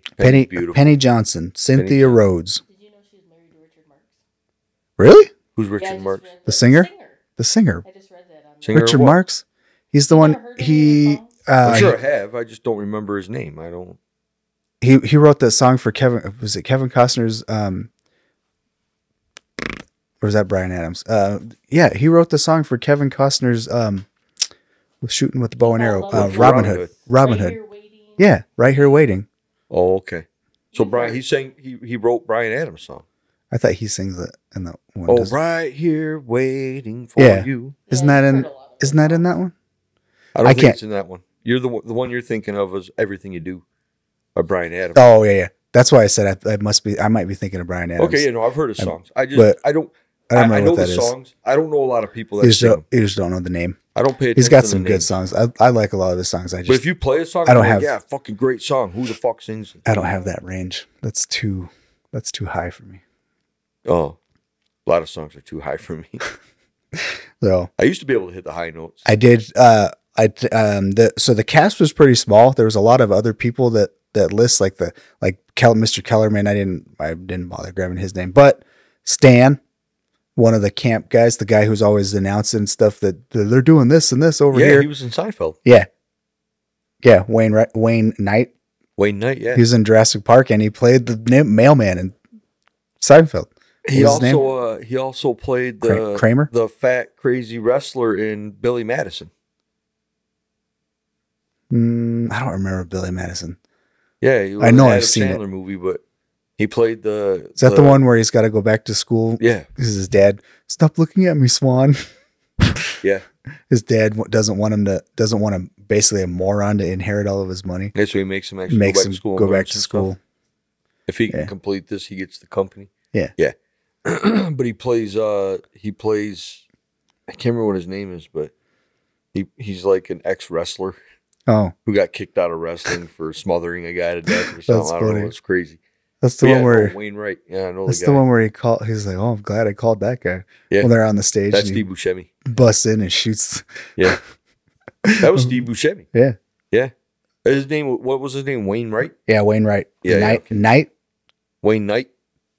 S1: Penny, uh,
S2: Penny's beautiful.
S1: Penny Johnson, Cynthia
S2: Johnson.
S1: Rhodes.
S3: Did you know she's married to Richard Marks?
S1: Really?
S2: Who's
S3: Yeah, I
S2: Richard
S3: just
S2: Marx?
S3: read
S1: The
S3: that-
S1: singer?
S3: singer.
S1: The singer,
S3: I just read that on.
S2: Singer
S1: Richard
S2: what?
S1: Marks. He's the
S3: You
S1: one
S3: ever heard of any
S1: he
S3: of his
S1: uh,
S2: I'm sure I have. I just don't remember his name. I don't.
S1: he he wrote that song for Kevin. Was it Kevin Costner's? Um, or was that Brian Adams? Uh, yeah, he wrote the song for Kevin Costner's um, with shooting with the bow and arrow.
S3: Oh,
S1: Uh,
S3: Robin
S1: Robin
S2: Hood.
S1: Hood. Robin
S3: Right
S1: Hood.
S3: Here Waiting.
S1: Yeah, right here waiting.
S2: Oh, okay. So
S3: You've
S2: Brian,
S3: heard-
S2: he sang. He he wrote Brian Adams' song.
S1: I thought he sings it in that one.
S2: Oh,
S1: Does-
S2: right here waiting for
S1: Yeah.
S2: you.
S1: Isn't
S3: you've
S1: that
S3: heard
S1: in-
S3: a lot of
S1: Isn't that in
S3: songs.
S1: that one?
S2: I don't
S1: I
S2: think
S1: can't-
S2: it's in that one. You're the one- the one you're thinking of is everything you do, by Brian Adams.
S1: Oh yeah, yeah. That's why I said I, I must be. I might be thinking of Brian Adams.
S2: okay, you know I've heard his
S1: Um,
S2: songs. I just
S1: but
S2: I don't
S1: I don't
S2: I, I
S1: remember
S2: know
S1: what
S2: the
S1: that is.
S2: songs. I don't know a lot of people
S1: You
S2: that
S1: just,
S2: sing.
S1: don't, you just don't know the name.
S2: I don't pay attention.
S1: He's got
S2: to
S1: some
S2: the
S1: good
S2: names.
S1: songs. I, I like a lot of his songs. I
S2: But if
S1: just
S2: you play a song,
S1: I don't
S2: I'm like,
S1: have-
S2: Yeah, fucking great song. Who the fuck sings? it?
S1: I don't have that range. That's too that's too high for me.
S2: Oh, a lot of songs are too high for me.
S1: So
S2: I used to be able to hit the high notes.
S1: I did. Uh, I t- um the so the cast was pretty small. There was a lot of other people that that list like the like Kel, Mr. Kellerman. I didn't I didn't bother grabbing his name, but Stan, one of the camp guys, the guy who's always announcing stuff that that they're doing this and this over
S2: yeah,
S1: here.
S2: he was in Seinfeld.
S1: yeah, Wayne Ri- Wayne Knight.
S2: Wayne Knight. Yeah,
S1: He was in Jurassic Park and he played the na- mailman in Seinfeld.
S2: he
S1: was his name?
S2: also uh, he also played
S1: Kra-
S2: the
S1: Kramer.
S2: the fat crazy wrestler in Billy Madison.
S1: Mm, I don't remember Billy Madison.
S2: Yeah, he was
S1: I
S2: in
S1: know
S2: the
S1: I've
S2: Adam
S1: seen it.
S2: Sandler movie, but he played the.
S1: Is that the, one where he's got to go back to school?
S2: Yeah,
S1: This is his dad. Stop looking at me, Swan.
S2: Yeah.
S1: His dad w- doesn't want him to doesn't want him basically a moron to inherit all of his money.
S2: that's where he makes him actually
S1: Makes
S2: go back
S1: him
S2: to school. and
S1: go
S2: learn
S1: back to
S2: some stuff.
S1: school.
S2: If he can
S1: Yeah.
S2: complete this, he gets the company.
S1: Yeah.
S2: Yeah. but he plays uh he plays I can't remember what his name is, but he he's like an ex wrestler
S1: Oh,
S2: who got kicked out of wrestling for smothering a guy to death or something.
S1: That's
S2: I don't
S1: funny.
S2: know. It's crazy.
S1: that's the
S2: But
S1: one
S2: yeah,
S1: where
S2: oh, Wainwright. Yeah, I know
S1: that's
S2: the
S1: the
S2: guy.
S1: one where he called. He's like, "Oh, I'm glad I called that guy."
S2: Yeah.
S1: When they're on the stage,
S2: That's
S1: and he
S2: Steve Buscemi.
S1: busts in and shoots.
S2: That was Steve Buscemi.
S1: Yeah.
S2: Yeah. His name what was his name? Wainwright?
S1: Yeah, Wainwright.
S2: Yeah, yeah,
S1: Knight, Knight,
S2: Wayne Knight?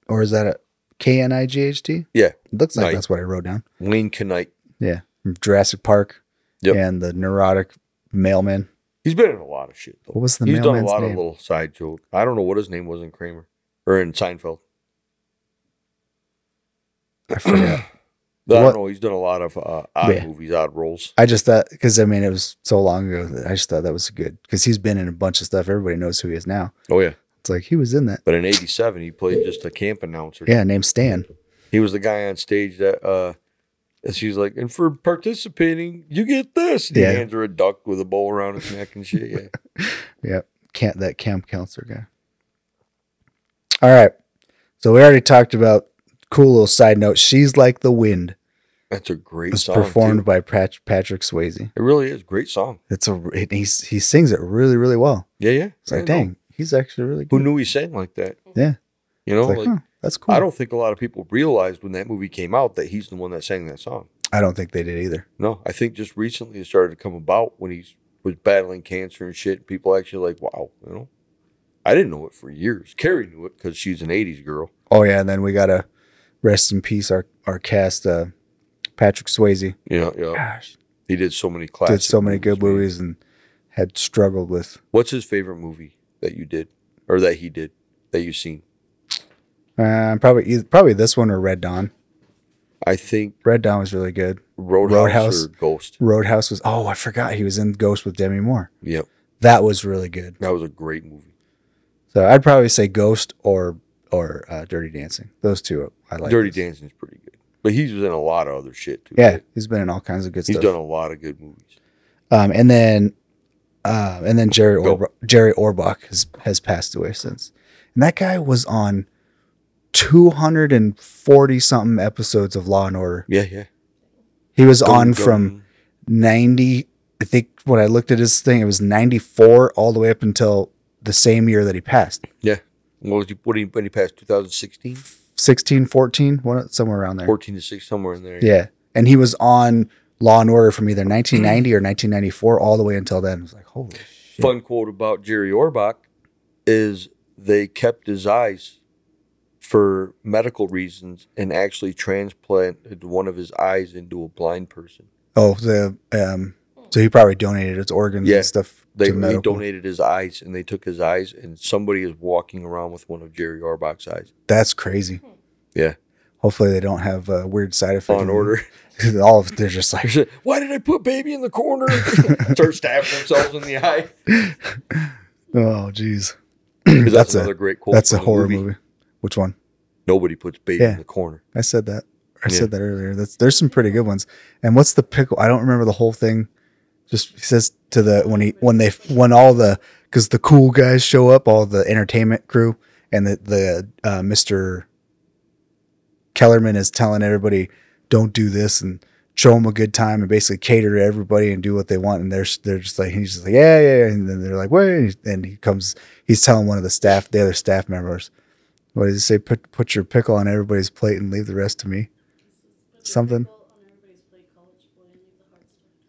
S1: or is that a K N I G H T?
S2: Yeah.
S1: looks like
S2: Knight.
S1: that's what I wrote down.
S2: Wayne Knight.
S1: From Jurassic Park,
S2: Yep.
S1: and the neurotic mailman.
S2: He's been in a lot of shit though.
S1: What was the
S2: He's done a
S1: mailman's
S2: lot
S1: name?
S2: of little side joke. I don't know what his name was in Kramer or in Seinfeld.
S1: I forgot.
S2: I
S1: What-
S2: don't know. He's done a lot of uh, odd
S1: Yeah.
S2: movies, odd roles.
S1: I just thought because I mean it was so long ago that I just thought that was good because he's been in a bunch of stuff. Everybody knows who he is now.
S2: Oh yeah,
S1: It's like he was in that.
S2: but in '87 he played just a camp announcer.
S1: Yeah, named Stan.
S2: he was the guy on stage that uh, that she was like, and for participating, you get this. And
S1: Yeah.
S2: He hands her a duck with a bow around his neck and shit. Yeah,
S1: Can't that camp counselor guy. All right. So we already talked about cool little side note. She's like the wind.
S2: that's a great
S1: It's
S2: song.
S1: performed
S2: too.
S1: by Pat- Patrick Swayze.
S2: It really is great song.
S1: It's a and he's, he sings it really really well.
S2: Yeah, yeah.
S1: It's like
S2: I know.
S1: dang, he's actually really
S2: Who
S1: good.
S2: knew he sang like that?
S1: Yeah.
S2: You know,
S1: It's like,
S2: like,
S1: huh, that's cool.
S2: I don't think a lot of people realized when that movie came out that he's the one that sang that song.
S1: I don't think they did either.
S2: No, I think just recently it started to come about when he was battling cancer and shit. People actually like, wow, you know, I didn't know it for years. Carrie knew it because she's an '80s girl.
S1: Oh yeah, and then we gotta rest in peace our our cast uh, Patrick Swayze.
S2: Yeah, yeah.
S1: Gosh,
S2: He did so many classics.
S1: did so many good movies and had struggled with.
S2: What's his favorite movie that you did or that he did that you've seen?
S1: Uh, probably either, probably this one or Red Dawn.
S2: I think
S1: Red Dawn was really good.
S2: Roadhouse,
S1: Roadhouse.
S2: or Ghost.
S1: Roadhouse was oh I forgot he was in Ghost with Demi Moore.
S2: Yep,
S1: That was really good.
S2: that was a great movie.
S1: So I'd probably say Ghost or or uh, Dirty Dancing. Those two I like.
S2: Dirty Dancing's pretty good, but he was in a lot of other shit too.
S1: Yeah, he's been in all kinds of good
S2: he's
S1: stuff.
S2: done a lot of good movies.
S1: Um, and then, um, and then Jerry
S2: Go.
S1: Orba- Jerry Orbach has has passed away since, and that guy was on two hundred and forty something episodes of Law and Order.
S2: Yeah, yeah.
S1: He was
S2: Dun,
S1: on
S2: dun.
S1: from ninety. I think when I looked at his thing, it was ninety four all the way up until the same year that he passed.
S2: what was he, what did he, when he passed 2016.
S1: 16, 14, one, somewhere around there.
S2: fourteen to six somewhere in there.
S1: Yeah. And he was on Law and Order from either 1990 or 1994 all the way until then. It was like, holy shit.
S2: Fun quote about Jerry Orbach is they kept his eyes for medical reasons and actually transplanted one of his eyes into a blind person.
S1: Oh, the um, so he probably donated his organs
S2: Yeah.
S1: and stuff
S2: They,
S1: to
S2: they
S1: medical.
S2: donated his eyes and they took his eyes and somebody is walking around with one of Jerry Orbach's eyes
S1: That's crazy.
S2: Hmm. Yeah.
S1: Hopefully they don't have a weird side effect.
S2: on order.
S1: All of they're just like
S2: Why did I put baby in the corner? Start stabbing themselves in the eye.
S1: oh jeez.
S2: 'Cause
S1: that's
S2: another
S1: a
S2: great quote.
S1: that's a
S2: from the
S1: horror movie. Which one?
S2: Nobody puts baby
S1: Yeah.
S2: in the corner.
S1: I said that. I
S2: Yeah.
S1: said that earlier. That's there's some pretty good ones. And what's the pickle? I don't remember the whole thing. Just he says to the when he when they when all the because the cool guys show up, all the entertainment crew, and the the uh, Mister Kellerman is telling everybody, don't do this and show them a good time and basically cater to everybody and do what they want. And they're they're just like he's just like yeah yeah, yeah. and then they're like wait and he comes he's telling one of the staff the other staff members what does he say? Put put your pickle on everybody's plate and leave the rest to me, Something.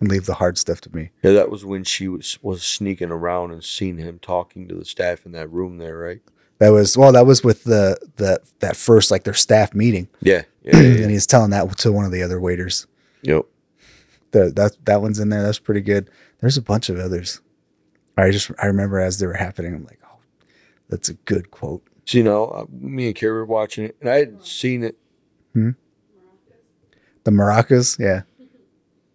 S1: and leave the hard stuff to me.
S2: Yeah, that was when she was was sneaking around and seen him talking to the staff in that room there, right?
S1: That was well, that was with the the that first like their staff meeting,
S2: Yeah. Yeah. yeah,
S1: and he's telling that to one of the other waiters.
S2: yeah. Yep.
S1: The, that that one's in there. That's pretty good. There's a bunch of others. I just I remember as they were happening, I'm like, oh, that's a good quote.
S2: So, you know, uh, me and Carrie were watching it, and I hadn't seen it.
S1: The maracas, yeah,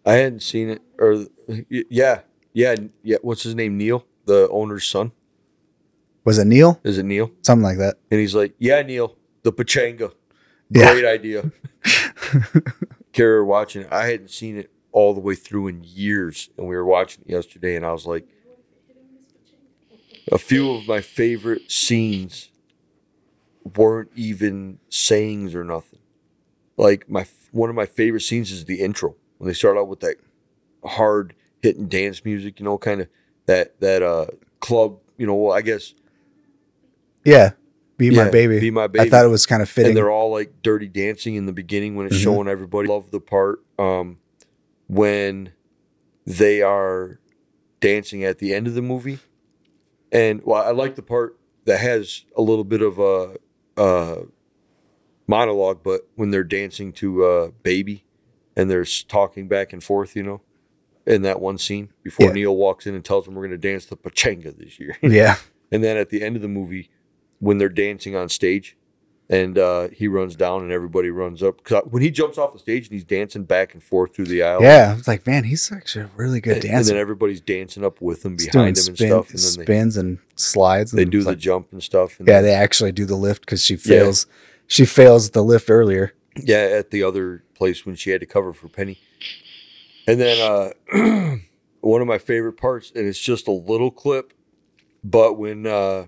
S2: I hadn't seen it, or y- yeah, yeah, yeah. What's his name? Neil, the owner's son.
S1: was it Neil?
S2: Is it Neil?
S1: Something like that.
S2: And he's like, "Yeah, Neil, the pachanga,
S1: Yeah.
S2: great idea." Carrie were watching it. I hadn't seen it all the way through in years, and we were watching it yesterday, and I was like, a few of my favorite scenes weren't even sayings or nothing. Like my one of my favorite scenes is the intro when they start out with that hard hitting dance music, you know, kind of that that uh club, you know. Well, I guess
S1: Yeah, be
S2: Yeah,
S1: my baby.
S2: Be My Baby.
S1: I thought it was kind of
S2: And
S1: fitting.
S2: they're all like dirty dancing in the beginning when it's
S1: Mhm.
S2: showing everybody. Love the part um, when they are dancing at the end of the movie. And well, I like the part that has a little bit of a, a monologue, but when they're dancing to uh, Baby and they're s- talking back and forth, you know, in that one scene before
S1: Yeah.
S2: Neil walks in and tells them we're going to dance the Pachanga this year.
S1: Yeah,
S2: And then at the end of the movie, when they're dancing on stage, and uh, he runs down and everybody runs up. 'Cause I- when he jumps off the stage and he's dancing back and forth through the aisle,
S1: yeah. I was like, man, he's actually a really
S2: and,
S1: good
S2: and
S1: dancer.
S2: then everybody's dancing up with him
S1: He's
S2: behind him
S1: doing
S2: and
S1: spin-
S2: stuff. And then they,
S1: spins and slides.
S2: they
S1: and
S2: do
S1: it's
S2: the
S1: like-
S2: jump and stuff. And
S1: yeah,
S2: then-
S1: they actually do the lift because she
S2: Yeah.
S1: fails. She fails the lift earlier.
S2: yeah, at the other place when she had to cover for Penny. And then uh, one of my favorite parts, and it's just a little clip, but when uh,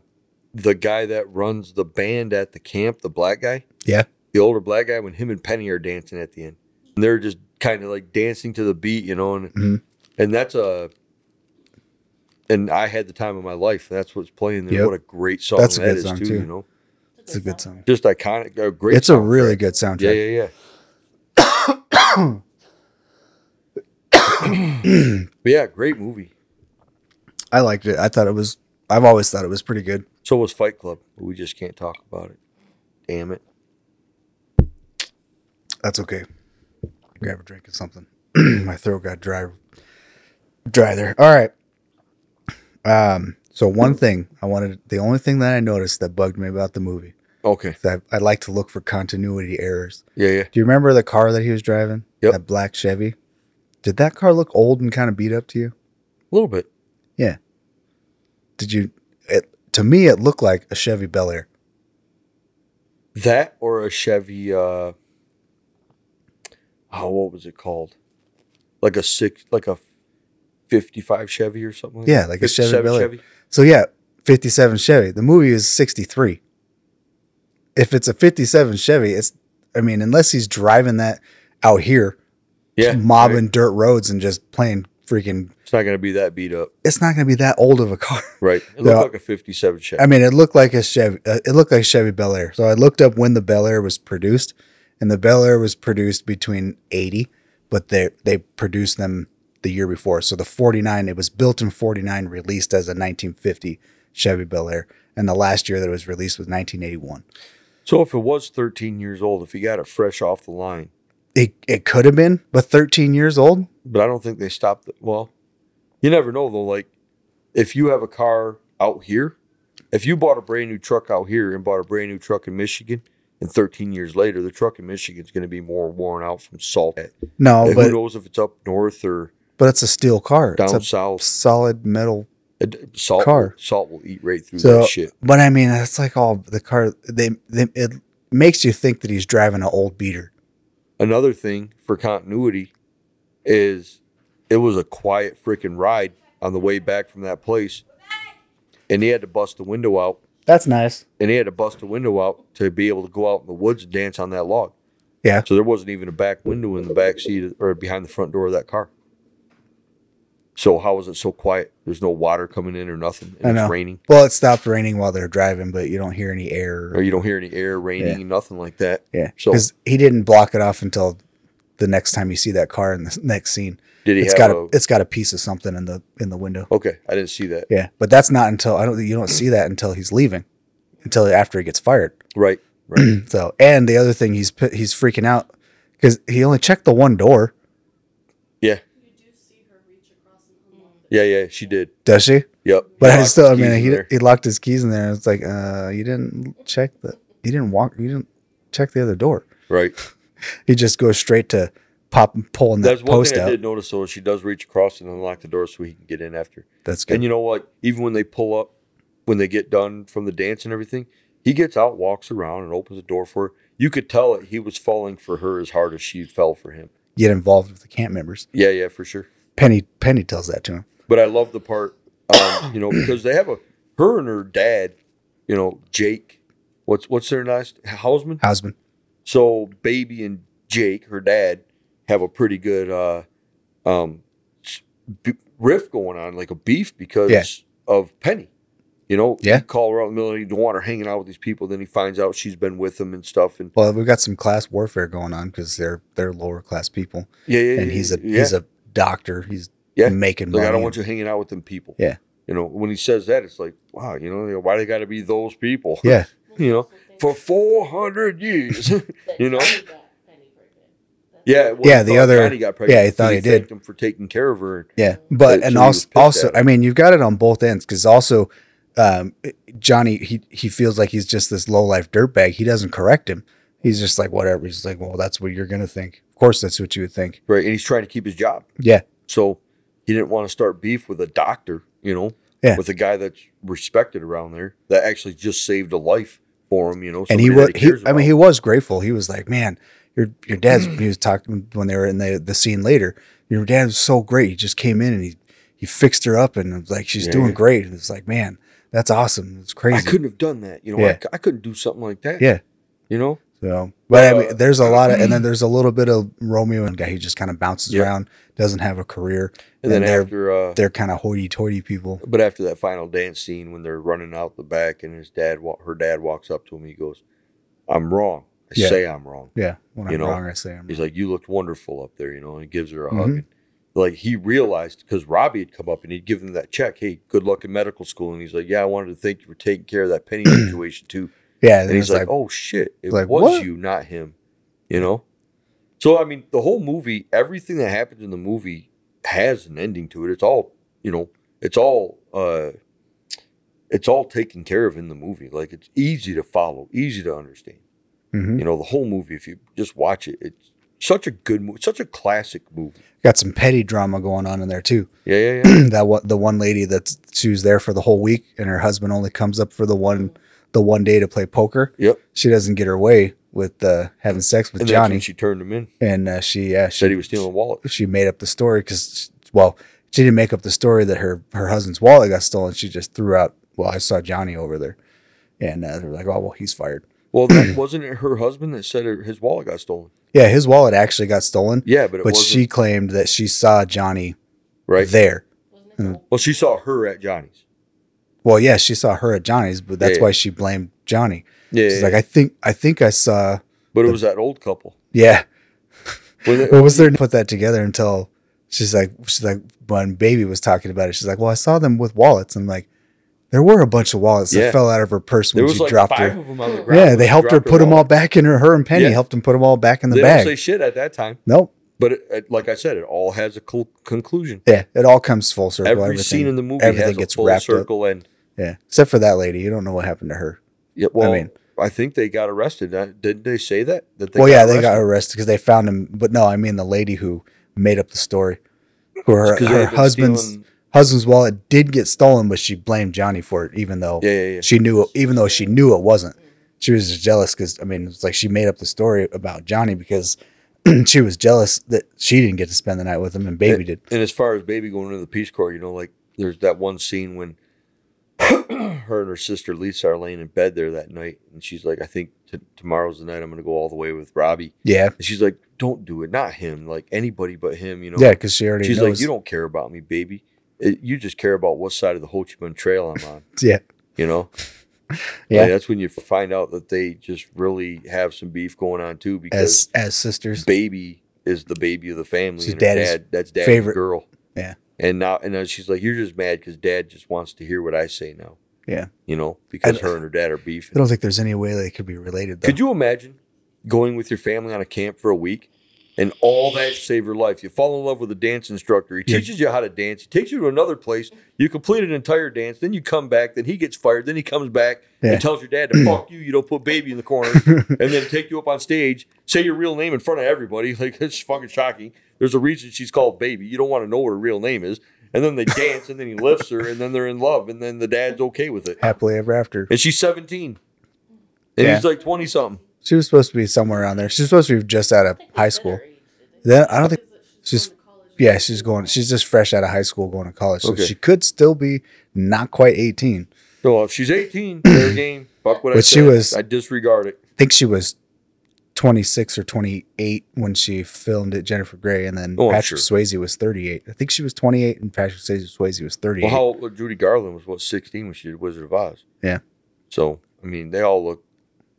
S2: the guy that runs the band at the camp, the black guy,
S1: Yeah.
S2: the older black guy, when him and Penny are dancing at the end, and they're just kind of like dancing to the beat, you know, and
S1: Mhm.
S2: and that's a. And I had the time of my life. That's what's playing there.
S1: Yep.
S2: What a great song
S1: That's a
S2: that
S1: good
S2: is,
S1: song,
S2: too,
S1: too.
S2: You know,
S1: It's a good song.
S2: just iconic. A great.
S1: It's a
S2: soundtrack.
S1: really good
S2: Yeah,
S1: soundtrack.
S2: yeah, yeah. but yeah, great movie.
S1: I liked it. I thought it was. I've always thought it was pretty good.
S2: So was Fight Club, but we just can't talk about it. Damn it.
S1: That's okay. Grab a drink or something. My throat got dry. Dry there. All right. Um. So one thing I wanted. The only thing that I noticed that bugged me about the movie
S2: Okay.
S1: is that I like to look for continuity errors.
S2: Yeah, yeah.
S1: Do you remember the car that he was driving?
S2: Yep.
S1: That black Chevy. Did that car look old and kind of beat up to you?
S2: A little bit.
S1: Did you? It to me, it looked like a Chevy Bel Air.
S2: That or a Chevy uh oh, what was it called? Like a six like a fifty five Chevy or something like
S1: Yeah,
S2: that?
S1: like a Chevy
S2: 57
S1: Bel Air. So yeah, 57 Chevy. The movie is 63. If it's a 57 Chevy, it's I mean, unless he's driving that out here,
S2: Yeah.
S1: mobbing dirt roads and just playing freaking.
S2: It's not going to be that beat up,
S1: It's not going to be that old of a car.
S2: right? It looked
S1: Yeah.
S2: like a '57 Chevy.
S1: I mean, it looked like a Chevy. Uh, it looked like Chevy Bel Air. So I looked up when the Bel Air was produced, and the Bel Air was produced between eighty, but they they produced them the year before. So the forty nine, it was built in forty nine, released as a nineteen fifty Chevy Bel Air, and the last year that it was released was nineteen eighty one.
S2: so if it was 13 years old, if he got it fresh off the line,
S1: It it could have been, but thirteen years old.
S2: but I don't think they stopped. The, well, you never know though. Like if you have a car out here, if you bought a brand new truck out here and bought a brand new truck in Michigan, and 13 years later, the truck in Michigan is going to be more worn out from salt.
S1: No,
S2: And who
S1: Oh, but
S2: knows if it's up north or
S1: but it's a steel car.
S2: down
S1: it's a
S2: south?
S1: solid metal
S2: It- Salt
S1: car.
S2: salt will eat right through
S1: So-
S2: that shit.
S1: But I mean, that's like all the car. They, they it makes you think that he's driving an old beater.
S2: Another thing for continuity is it was a quiet freaking ride on the way back from that place, and he had to bust the window out
S1: That's nice.
S2: and he had to bust the window out to be able to go out in the woods and dance on that log.
S1: Yeah.
S2: So there wasn't even a back window in the back seat of- or behind the front door of that car. So how was it so quiet? There's no water coming in or nothing,
S1: I
S2: and
S1: know.
S2: it's raining,
S1: Well, it stopped raining while they're driving, but you don't hear any air.
S2: or you don't hear any air raining, nothing like that.
S1: yeah,
S2: So-
S1: because he didn't block it off until the next time you see that car in the next scene.
S2: Did he
S1: It's
S2: have
S1: got
S2: a?
S1: a, it's got a piece of something in the in the window.
S2: okay, I didn't see that.
S1: Yeah, but that's not until I don't you don't see that until he's leaving, until after he gets fired.
S2: Right, right.
S1: So, and the other thing he's pi- he's freaking out because he only checked the one door.
S3: You do see her reach across and unlock the
S2: yeah, yeah, she did.
S1: Does she?
S2: Yep.
S1: But I
S2: Locked
S1: still, I
S2: his keys
S1: mean,
S2: in
S1: he,
S2: there.
S1: he locked his keys in there. It's like, uh, you didn't check the, you didn't walk, you didn't check the other door.
S2: right.
S1: He just goes straight to pop and pulling that
S2: That's one
S1: post
S2: thing I
S1: out.
S2: did notice though. is She does reach across and unlock the door so he can get in after.
S1: That's
S2: And
S1: good.
S2: you know what? Even when they pull up, when they get done from the dance and everything, he gets out, walks around, and opens the door for her. You could tell that he was falling for her as hard as she fell for him.
S1: Get involved with the camp members.
S2: Yeah, yeah, for sure.
S1: Penny, Penny tells that to him.
S2: But I love the part, um, you know, because they have a her and her dad, you know, Jake. What's what's their nice Hausman?
S1: Husband.
S2: So baby and Jake, her dad, have a pretty good uh, um, s- b- riff going on, like a beef because
S1: Yeah.
S2: of Penny. You know,
S1: Yeah.
S2: you call her out in the middle, and you don't want her hanging out with these people. Then he finds out she's been with them and stuff. And
S1: Well, we've got some class warfare going on because they're, they're lower class people
S2: yeah, yeah,
S1: and
S2: yeah,
S1: he's a,
S2: yeah.
S1: he's a doctor. He's
S2: Yeah.
S1: making
S2: like
S1: money.
S2: I don't want you hanging out with them people.
S1: Yeah.
S2: you know, when he says that, it's like, wow, you know, why they got to be those people?
S1: Yeah.
S3: door.
S2: You know,
S3: Well, that's the
S2: for
S3: thing
S2: four hundred years.
S3: that
S2: you know?
S3: Johnny got Penny pregnant. That's
S2: yeah,
S3: what-
S2: well, he
S1: Yeah, the
S2: thought
S1: other-
S2: Johnny got pregnant
S1: yeah, he
S2: because
S1: thought he did.
S2: thanked him for taking care of her.
S1: Yeah,
S2: But
S1: but and
S2: so he was
S1: also,
S2: pissed
S1: also,
S2: at
S1: I mean, you've got it on both ends because also, um, Johnny he he feels like he's just this low life dirtbag. He doesn't correct him. He's just like whatever. He's like, well, that's what you're gonna think. Of course, that's what you would think.
S2: Right, and he's trying to keep his job.
S1: Yeah.
S2: So he didn't want to start beef with a doctor, you know,
S1: Yeah.
S2: with a guy that's respected around there that actually just saved a life for him, you know.
S1: and he was,
S2: somebody that
S1: he,
S2: cares
S1: I mean, he
S2: about.
S1: was grateful. He was like, man, your your dad's. he was talking when they were in the the scene later. Your dad was so great. He just came in and he he fixed her up and was like she's
S2: Yeah,
S1: doing
S2: yeah.
S1: great. It's like, man, that's awesome. It's
S2: I
S1: crazy.
S2: couldn't have done that, you know. I
S1: Yeah.
S2: c- I, couldn't do something like that.
S1: Yeah.
S2: You know,
S1: So, but I
S2: Uh,
S1: mean, there's a lot of, and then there's a little bit of Romeo and guy who just kind of bounces
S2: Yeah.
S1: around, doesn't have a career,
S2: and,
S1: And
S2: then
S1: they're-
S2: after, uh,
S1: they're kind of hoity-toity people.
S2: but after that final dance scene when they're running out the back and his dad, wa- her dad walks up to him, he goes, "I'm wrong. I
S1: Yeah.
S2: say I'm wrong."
S1: Yeah, when
S2: You
S1: I'm
S2: know,
S1: wrong, I say I'm
S2: He's
S1: wrong.
S2: like, "You looked wonderful up there," you know, and he gives her a hug.
S1: Mhm.
S2: And, like he realized because Robbie had come up and he'd given him that check. Hey, good luck in medical school. And he's like, "Yeah, I wanted to thank you for taking care of that penny situation too."
S1: Yeah,
S2: And,
S1: and it's
S2: he's
S1: like,
S2: like, "Oh shit, it
S1: like,
S2: was
S1: what?"
S2: you, not him." You know. So I mean, the whole movie, everything that happens in the movie has an ending to it. It's all you know. It's all. uh It's all taken care of in the movie. Like it's easy to follow, easy to understand
S1: mhm.
S2: you know the whole movie if you just watch it it's such a good movie such a classic movie
S1: got some petty drama going on in there too.
S2: yeah yeah yeah
S1: that one, the one lady that's she was there for the whole week, and her husband only comes up for the one, the one day to play poker.
S2: Yep.
S1: She doesn't get her way with uh, having sex with
S2: and that's
S1: Johnny,
S2: when she turned him in
S1: and uh, she yeah, she
S2: said he was stealing a wallet
S1: she made up the story because well she didn't make up the story that her her husband's wallet got stolen she just threw out well i saw johnny over there and uh, they were like oh well he's fired
S2: well that wasn't it her husband that said her, his wallet got stolen
S1: yeah his wallet actually got stolen
S2: yeah but it
S1: but
S2: wasn't
S1: she claimed that she saw johnny
S2: right?
S1: there.
S3: Wasn't it?
S1: Mm.
S3: the-
S2: Well, she saw her at Johnny's.
S1: Well, yeah, she saw her at Johnny's, but that's
S2: Yeah.
S1: why she blamed Johnny.
S2: Yeah,
S1: She's like, I think, I think I saw.
S2: but it was that old couple.
S1: Yeah,
S2: When it-
S1: what was there to put that together until she's like, she's like, when baby was talking about it, she's like, well, I saw them with wallets. I'm like, there were a bunch of wallets
S2: Yeah.
S1: that fell out of her purse
S2: there
S1: when
S2: was
S1: she
S2: like
S1: dropped
S2: five
S1: her.
S2: of them on the ground.
S1: Yeah,
S2: when
S1: they
S2: she
S1: helped her
S2: dropped
S1: put them all
S2: wallet.
S1: back in her. Her and Penny
S2: Yeah.
S1: helped them put them all back in the
S2: They
S1: bag.
S2: don't say shit at that time,
S1: nope.
S2: but it, it- like I said, it all has a cl- conclusion.
S1: Yeah, it all comes full circle.
S2: Every
S1: everything.
S2: scene in the movie
S1: everything
S2: has a
S1: gets
S2: full
S1: wrapped up.
S2: circle, and
S1: yeah, except for that lady. You don't know what happened to her.
S2: yeah, well, I,
S1: mean-
S2: think they got arrested. Uh, Didn't they say that? That
S1: well, yeah, they
S2: arrested?
S1: got arrested because they found him. But no, I mean the lady who made up the story, who her,
S2: 'Cause they
S1: her
S2: had been
S1: husband's
S2: stealing-
S1: husband's wallet did get stolen, but she blamed Johnny for it, even though
S2: Yeah, yeah, yeah.
S1: she knew, even though she knew it
S3: Mm.
S1: wasn't. She was just jealous because I mean, it's like she made up the story about Johnny because she was jealous that she didn't get to spend the night with him and baby did.
S2: And as far as baby going into the Peace Corps, you know, like there's that one scene when her and her sister Lisa are laying in bed there that night, and she's like, "I think t- tomorrow's the night I'm going to go all the way with Robbie."
S1: Yeah,
S2: And she's like, "Don't do it, not him, like anybody but him." You know,
S1: yeah, because she already
S2: She's
S1: knows.
S2: like, "You don't care about me, baby. It- you just care about what side of the Ho Chi Minh Trail I'm on."
S1: yeah,
S2: You know,
S1: Yeah.
S2: Like, that's when you find out that they just really have some beef going on too, because
S1: as as sisters.
S2: baby is the baby of the family.
S1: She's
S2: and her
S1: daddy's
S2: dad, that's daddy's
S1: favorite.
S2: girl.
S1: Yeah.
S2: And now, and now she's like, "You're just mad because dad just wants to hear what I say now."
S1: Yeah.
S2: You know, because
S1: I-
S2: her and her dad are beefing.
S1: I don't think there's any way they could be related. Though.
S2: Could you imagine going with your family on a camp for a week? And all that saved your life. You fall in love with a dance instructor. He
S1: Yeah.
S2: teaches you how to dance. He takes you to another place. You complete an entire dance. Then you come back. Then he gets fired. Then he comes back
S1: Yeah.
S2: and tells your dad to fuck you. You don't put baby in the corner. and then take you up on stage, say your real name in front of everybody. Like, it's fucking shocking. There's a reason she's called baby. You don't want to know what her real name is. And then they dance. And then he lifts her. And then they're in love. And then the dad's okay with it.
S1: Happily ever after.
S2: And she's 17. And
S1: Yeah.
S2: he's like 20 something.
S1: She was supposed to be somewhere around there. She was supposed to be just out of
S3: I think they
S1: high
S3: met
S1: school.
S3: her age, did they?
S1: Then I don't think.
S3: Because
S1: she's-
S3: going to college.
S1: Yeah, she's going. She's just fresh out of high school, going to college, so
S2: Okay.
S1: she could still be not quite eighteen.
S2: No, well, if uh, she's 18, fair game. Fuck what I
S1: But she
S2: said.
S1: was-
S2: I disregard it.
S1: I think she was twenty six or twenty eight when she filmed it. Jennifer Grey, and then
S2: Oh, I'm
S1: Patrick
S2: sure.
S1: Swayze was thirty eight. I think she was twenty eight, and Patrick Swayze was thirty
S2: Well,
S1: eight.
S2: how old Judy Garland was, what, 16 when she did Wizard of Oz?
S1: Yeah.
S2: So, I mean, they all look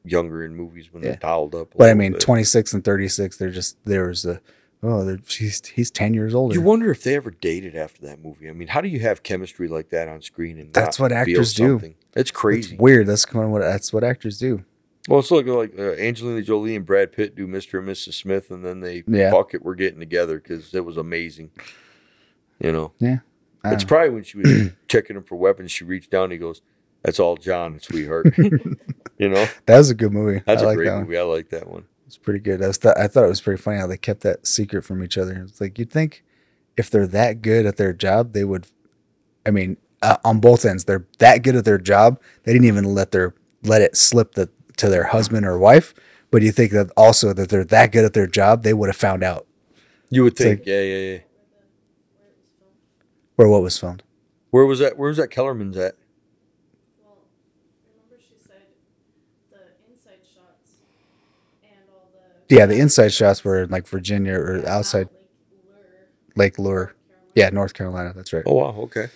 S2: younger in movies when
S1: Yeah.
S2: they're dialed up. a
S1: but I
S2: little
S1: mean,
S2: bit.
S1: twenty six and thirty six. They're just there was a oh, they're, she's he's ten years older.
S2: You wonder if they ever dated after that movie. I mean, how do you have chemistry like that on screen? And
S1: That's
S2: not
S1: what
S2: feel
S1: actors do.
S2: something? It's
S1: It's
S2: crazy.
S1: weird. That's kind of what that's what actors do.
S2: well, it's like like uh, Angelina Jolie and Brad Pitt do Mr. and Mrs. Smith, and then they
S1: Yeah.
S2: fuck it, we're getting together because it was amazing. You know,
S1: I
S2: it's
S1: don't know.
S2: probably when she was checking him for weapons. She reached down. and He goes, "That's all, John, sweetheart." you know,
S1: that was a good movie.
S2: that's
S1: I
S2: a
S1: like
S2: great
S1: that one.
S2: movie. I like that one.
S1: It's pretty good. I was th- I thought it was pretty funny how they kept that secret from each other. It's like you'd think if they're that good at their job, they would. I mean, uh, on both ends, they're that good at their job. They didn't even let their let it slip the, to their husband or wife. But you think that also that they're that good at their job, they would have found out
S2: You would think,
S1: like-
S2: yeah, yeah, yeah.
S1: where what was filmed.
S2: Where was that? Where was that Kellerman's at?
S3: Well, remember she said the inside shots and all the.
S1: Yeah, the inside shots were in like Virginia or outside Lake Lure. Yeah, North Carolina. That's right.
S2: Oh wow, okay.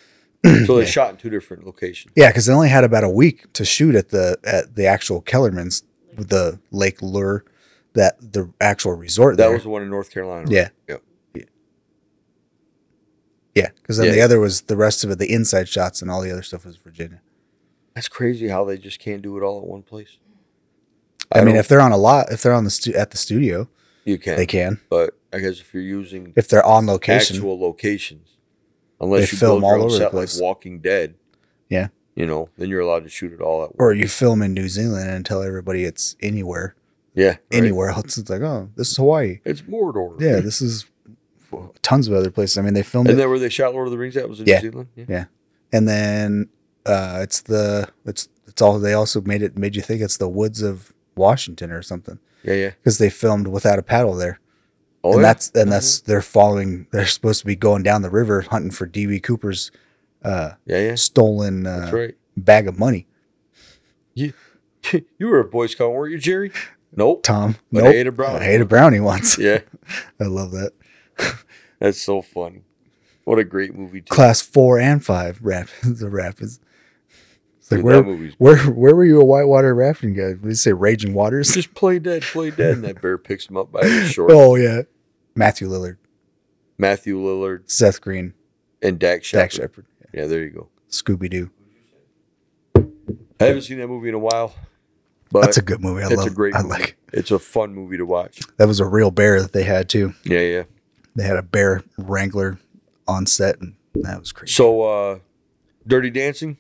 S2: So they
S1: Yeah.
S2: shot in two different locations.
S1: Yeah, because they only had about a week to shoot at the at the actual Kellerman's, the Lake Lure, that the actual resort.
S2: That
S1: there.
S2: was the one in North Carolina. right?
S1: yeah,
S2: Yeah.
S1: yeah. Because then
S2: Yeah,
S1: the
S2: yeah.
S1: other was the rest of it, the inside shots, and all the other stuff was Virginia.
S2: That's crazy how they just can't do it all at one place.
S1: I, mean,
S2: don't-
S1: if they're on a lot, if they're on the stu- at the studio,
S2: you can,
S1: they can.
S2: but I guess if you're using
S1: If they're on location,
S2: actual locations,
S1: They
S2: unless you
S1: film
S2: build your
S1: all
S2: own
S1: over the
S2: set like
S1: place.
S2: Walking Dead,
S1: Yeah.
S2: you know, then you're allowed to shoot it all at once.
S1: or you film in New Zealand and tell everybody it's anywhere,
S2: Yeah, right.
S1: anywhere else. It's like, oh, this is Hawaii.
S2: It's Mordor.
S1: Yeah, this is tons of other places. I mean, they filmed
S2: and
S1: it,
S2: then where they shot Lord of the Rings, that was in
S1: Yeah.
S2: New Zealand. Yeah.
S1: and then uh, it's the it's it's all they also made it made you think it's the woods of Washington or something.
S2: yeah, yeah.
S1: because they filmed without a paddle there.
S2: Oh,
S1: and
S2: yeah.
S1: that's and that's they're following. They're supposed to be going down the river hunting for D.B. Cooper's uh,
S2: yeah, yeah.
S1: stolen uh,
S2: That's right.
S1: bag of money.
S2: you were a Boy Scout, weren't you, Jerry? Nope.
S1: Tom,
S2: But I
S1: nope,
S2: ate a brownie
S1: I ate a brownie once.
S2: Yeah,
S1: I love that.
S2: that's so funny. What a great movie. Too.
S1: class four and five rap. The rap is. It's like
S2: Dude,
S1: where,
S2: that movie's
S1: where where were you a whitewater rafting guy? Did you say raging waters?
S2: just play dead, play dead, and that bear picks him up by his shorts.
S1: Oh yeah, Matthew Lillard,
S2: Matthew Lillard
S1: Seth Green,
S2: and Dak Shepard.
S1: Dak Shepard,
S2: Yeah, there you go.
S1: Scooby Doo.
S2: I haven't seen that movie in a while, but
S1: That's a good movie. I
S2: it's a
S1: love.
S2: great
S1: I
S2: movie.
S1: like.
S2: it's a fun movie to watch.
S1: That was a real bear that they had too.
S2: Yeah, yeah.
S1: They had a bear wrangler on set, and that was crazy.
S2: So, uh, Dirty Dancing,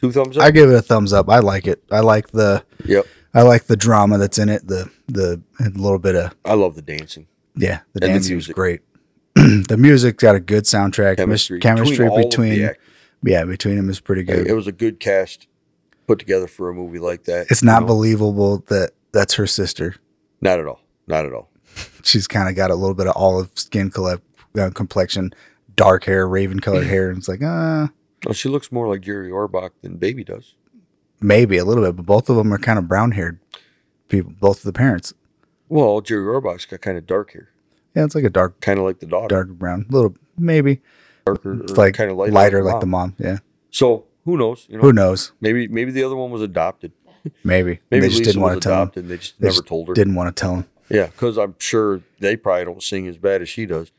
S2: two thumbs up.
S1: I give it a thumbs up. I like it. I like the.
S2: Yep.
S1: I like the drama that's in it. The the and a little bit of
S2: I love the dancing.
S1: yeah. The
S2: the
S1: dancing was
S2: music.
S1: great. the music got a good soundtrack. Mis-
S2: Chemistry,
S1: chemistry
S2: all of the
S1: between,
S2: act-
S1: yeah between them is pretty good.
S2: it was a good cast put together for a movie like that.
S1: it's
S2: you
S1: not
S2: know?
S1: believable that that's her sister.
S2: not at all. Not at all.
S1: She's kind of got a little bit of olive skin color, uh, complexion, dark hair, raven colored hair, and it's like uh
S2: Well, she looks more like Jerry Orbach than Baby does.
S1: maybe a little bit, but both of them are kind of brown haired people. Both of the parents.
S2: Well, Jerry Orbach's got kind of dark hair,
S1: Yeah, it's like a dark
S2: kind of like the daughter,
S1: darker brown, little maybe
S2: darker,
S1: it's like
S2: kind of lighter,
S1: lighter like the mom. Yeah,
S2: So who knows? You know,
S1: who knows?
S2: maybe maybe the other one was adopted.
S1: Maybe,
S2: Maybe
S1: they just
S2: Lisa
S1: didn't
S2: was
S1: want to tell him.
S2: adopted. and They just
S1: They
S2: never
S1: just
S2: told her.
S1: Didn't want to tell him.
S2: Yeah, because I'm sure they probably don't sing as bad as she does.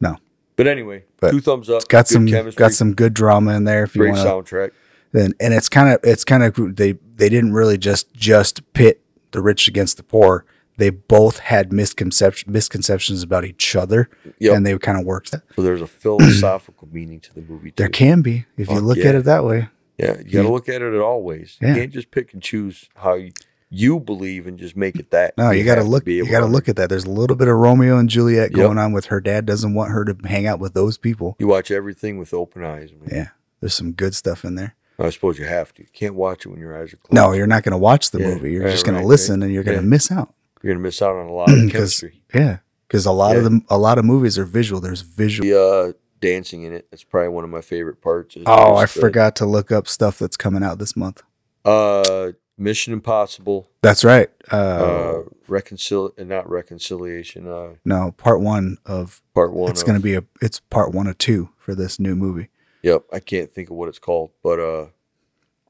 S1: No.
S2: But anyway,
S1: But
S2: two thumbs up.
S1: It's got
S2: good
S1: some
S2: chemistry,
S1: got some good drama in there if you
S2: great
S1: want to.
S2: soundtrack.
S1: And, and it's kind of it's kind of they they didn't really just just pit the rich against the poor. They both had misconception misconceptions about each other,
S2: Yep.
S1: and they kind of worked. that.
S2: so there's a philosophical meaning to the movie too.
S1: There can be if you
S2: Fuck
S1: look
S2: yeah.
S1: at it that way.
S2: yeah, you got to look at it in all ways.
S1: Yeah.
S2: You can't just pick and choose how you, you believe and just make it that.
S1: No, you, got to
S2: have
S1: look.
S2: be
S1: You
S2: able
S1: got to
S2: to-
S1: look at that. There's a little bit of Romeo and Juliet
S2: Yep.
S1: going on with her dad doesn't want her to hang out with those people.
S2: You watch everything with open eyes. man.
S1: Yeah. There's some good stuff in there.
S2: I suppose you have to. You can't watch it when your eyes are closed.
S1: No, you're not going to watch the
S2: Yeah,
S1: movie. You're
S2: right,
S1: just going
S2: right,
S1: to
S2: right.
S1: listen, and you're going to
S2: Yeah.
S1: miss out.
S2: you're gonna miss out on a lot of
S1: 'Cause-
S2: chemistry.
S1: Yeah, because a lot of
S2: Yeah.
S1: them, a lot of movies are visual. There's visual.
S2: The uh, dancing in it. That's probably one of my favorite parts. is
S1: Oh, I
S2: just uh, the-
S1: forgot to look up stuff that's coming out this month.
S2: Uh, Mission Impossible.
S1: That's right. Uh,
S2: Uh, reconcil and not reconciliation. Uh,
S1: no, part one of
S2: part one.
S1: it's going to
S2: of-
S1: be a it's part one of two for this new movie.
S2: Yep, I can't think of what it's called, but uh,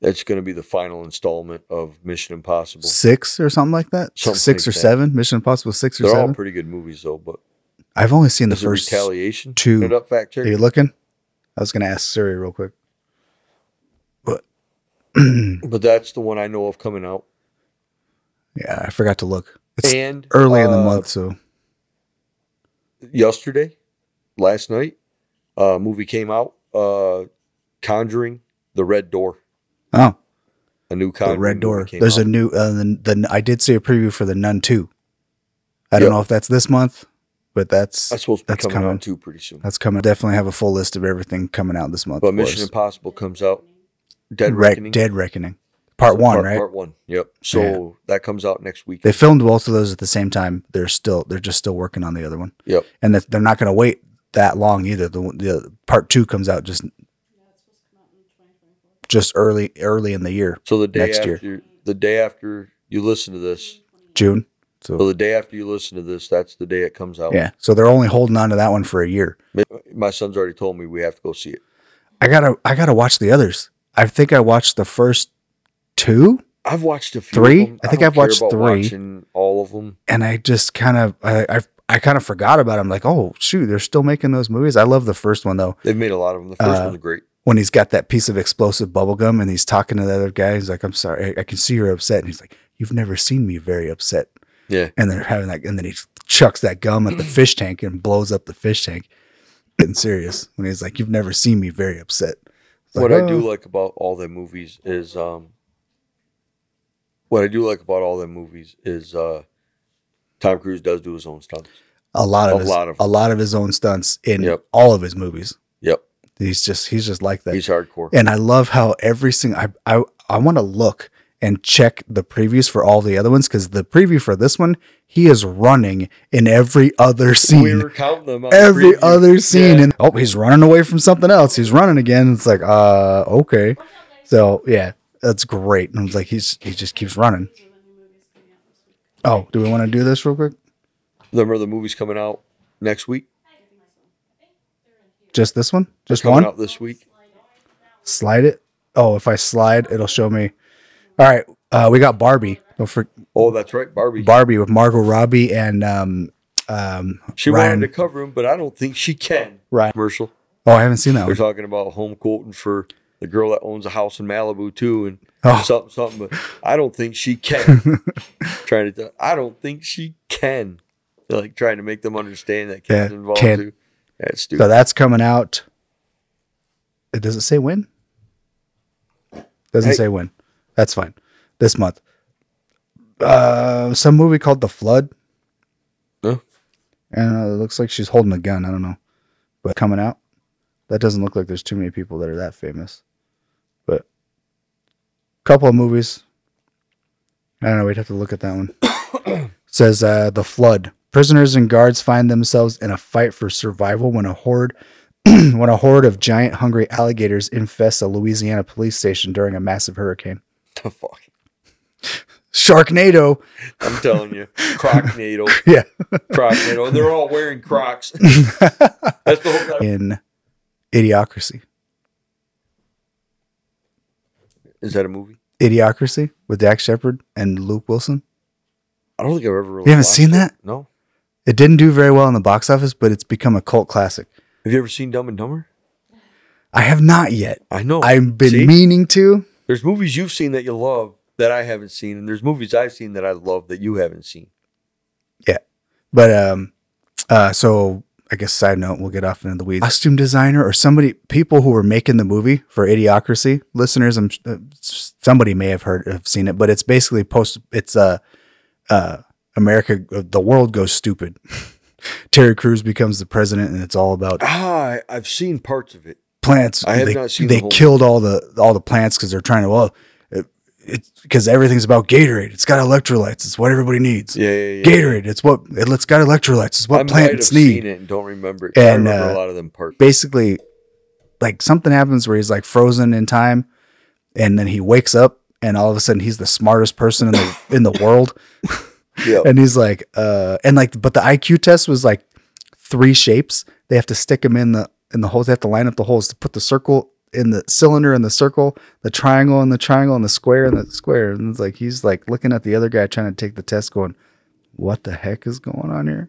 S2: it's gonna be the final installment of Mission Impossible.
S1: Six or something like that.
S2: Mm-hmm. Something
S1: six
S2: like
S1: or
S2: that.
S1: seven. Mission Impossible six or
S2: They're all
S1: seven.
S2: pretty good movies though, but
S1: I've only seen the
S2: is it
S1: first. Are
S2: retaliation
S1: two-
S2: Hit it up fact check?
S1: you looking? I was going to ask Siri real quick. But
S2: But that's the one I know of coming out.
S1: yeah, I forgot to look. It's
S2: and
S1: early in the
S2: uh,
S1: month, so
S2: yesterday, last night, uh, movie came out. Uh, Conjuring, The Red Door,
S1: oh,
S2: a new
S1: the
S2: Conjuring.
S1: red
S2: movie
S1: door.
S2: came
S1: There's
S2: out.
S1: a new. Uh, the, the I did see a preview for the Nun two. I don't
S2: Yep.
S1: know if that's this month, but that's
S2: That's supposed to be
S1: that's
S2: coming
S1: coming.
S2: out too pretty soon.
S1: That's coming. Definitely have a full list of everything coming out this month.
S2: But
S1: for
S2: Mission
S1: us.
S2: Impossible comes out. Dead
S1: Rec-
S2: Reckoning.
S1: Dead Reckoning, part
S2: So
S1: one, right?
S2: Part one. Yep. So that comes out next week.
S1: They filmed both of those at the same time. They're still they're just still working on the other one,
S2: Yep.
S1: and that- they're not going to wait that long either. The, the part two comes out just
S3: Yeah, it's supposed to come out in twenty twenty four.
S1: just early early in the year,
S2: So the day
S1: Next year.
S2: after the day after you listen to this,
S1: June.
S2: so
S1: So
S2: the day after you listen to this, that's the day it comes out.
S1: yeah, so they're only holding on to that one for a year.
S2: Ma- My son's already told me we have to go see it.
S1: I gotta I gotta watch the others. I think I watched the first two,
S2: I've watched a few. of
S1: Three?
S2: them.
S1: I think
S2: don't
S1: I've
S2: care
S1: watched
S2: about
S1: three.
S2: Watching all of them.
S1: and I just kind of I I, I kind of forgot about. them. like, oh shoot, they're still making those movies. I love the first one though.
S2: They've made a lot of them. The first
S1: Uh,
S2: one's great.
S1: when he's got that piece of explosive bubble gum and he's talking to the other guy, he's like, "I'm sorry, I, I can see you're upset." And he's like, "You've never seen me very upset."
S2: Yeah.
S1: And they're having that, and then he chucks that gum at the fish tank and blows up the fish tank. Getting serious when he's like, "You've never seen me very upset." It's like,
S2: what I do
S1: "Oh."
S2: like about all their movies is um what I do like about all their movies is uh Tom Cruise does do his own stunts.
S1: a lot of
S2: a
S1: his,
S2: lot of-
S1: a lot of his own stunts in
S2: Yep.
S1: all of his movies.
S2: Yep.
S1: He's just he's just like that.
S2: He's hardcore.
S1: and I love how every single I I, I want to look and check the previews for all the other ones because the preview for this one he is running in every other scene,
S2: we were counting them on the
S1: every
S2: preview.
S1: other scene,
S2: Yeah.
S1: and oh he's running away from something else. He's running again. It's like uh okay, so yeah, that's great. And it's like he's he just keeps running.
S3: These are the new movies coming out this week.
S1: Oh, do we want to do this real quick?
S2: Remember the movie's coming out next week?
S3: I think so.
S1: Just this one? Just
S2: coming
S1: one?
S2: out this week.
S1: Slide it. Oh, if I slide, it'll show me. All right. Uh, we got Barbie. Don't forget
S2: Oh, that's right, Barbie.
S1: Barbie with Margot Robbie and um um
S2: she
S1: Ryan.
S2: wanted to cover him, but I don't think she can.
S1: Right.
S2: Commercial.
S1: Oh, I haven't seen that
S2: They're
S1: one.
S2: talking about home quoting for the girl that owns a house in Malibu too, and
S1: Oh.
S2: something, something. But I don't think she can. trying to, tell, I don't think she can. They're like trying to make them understand that Ken's
S1: Yeah,
S2: involved
S1: Ken.
S2: too. That's
S1: So
S2: stupid.
S1: that's coming out. It doesn't say when. Doesn't
S2: Hey.
S1: say when. That's fine. This month. Uh, some movie called The Flood.
S2: Huh?
S1: And uh, it looks like she's holding a gun. I don't know, but coming out. That doesn't look like there's too many people that are that famous. But couple of movies. I don't know. We'd have to look at that one. says uh, the flood. Prisoners and guards find themselves in a fight for survival when a horde when a horde of giant hungry alligators infests a Louisiana police station during a massive hurricane.
S2: the fuck?
S1: Sharknado.
S2: I'm telling you, Croc NATO,
S1: Yeah.
S2: Croc NATO. They're all wearing Crocs. That's the whole.
S1: in Idiocracy.
S2: Is that a movie?
S1: Idiocracy with Dax Shepard and Luke Wilson.
S2: I don't think I've ever. Really
S1: You haven't
S2: watched
S1: seen
S2: it.
S1: that?
S2: No.
S1: It didn't do very well in the box office, but it's become a cult classic.
S2: Have you ever seen Dumb and Dumber?
S1: I have not yet.
S2: I know.
S1: I've been
S2: Oh, See?
S1: meaning to.
S2: There's movies you've seen that you love that I haven't seen, and there's movies I've seen that I love that you haven't seen.
S1: But um, uh, so I guess side note, we'll get off into the weeds. Costume designer or somebody, people who were making the movie for Idiocracy, listeners, I'm uh, somebody may have heard have seen it, but it's basically post. It's uh, uh, America, the world goes stupid. Terry Crews becomes the president, and it's all about
S2: Ah, I- I've seen parts of it.
S1: plants.
S2: I have
S1: they
S2: not seen
S1: they
S2: the whole-
S1: killed all the all the plants because they're trying to well, it- it's because everything's about Gatorade. It's got electrolytes. It's what everybody needs.
S2: Yeah, yeah, yeah.
S1: Gatorade. It's what it, has got electrolytes. It's what
S2: I might have
S1: plants need.
S2: seen it and don't remember it.
S1: And,
S2: I remember
S1: uh,
S2: a lot of them parts.
S1: basically like something happens where he's like frozen in time and then he wakes up and all of a sudden he's the smartest person in the in the world
S2: Yeah,
S1: and he's like uh and like but the IQ test was like three shapes they have to stick them in the in the holes they have to line up the holes to put the circle in the cylinder in the circle the triangle in the triangle and the square in the square and it's like he's like looking at the other guy trying to take the test going what the heck is going on here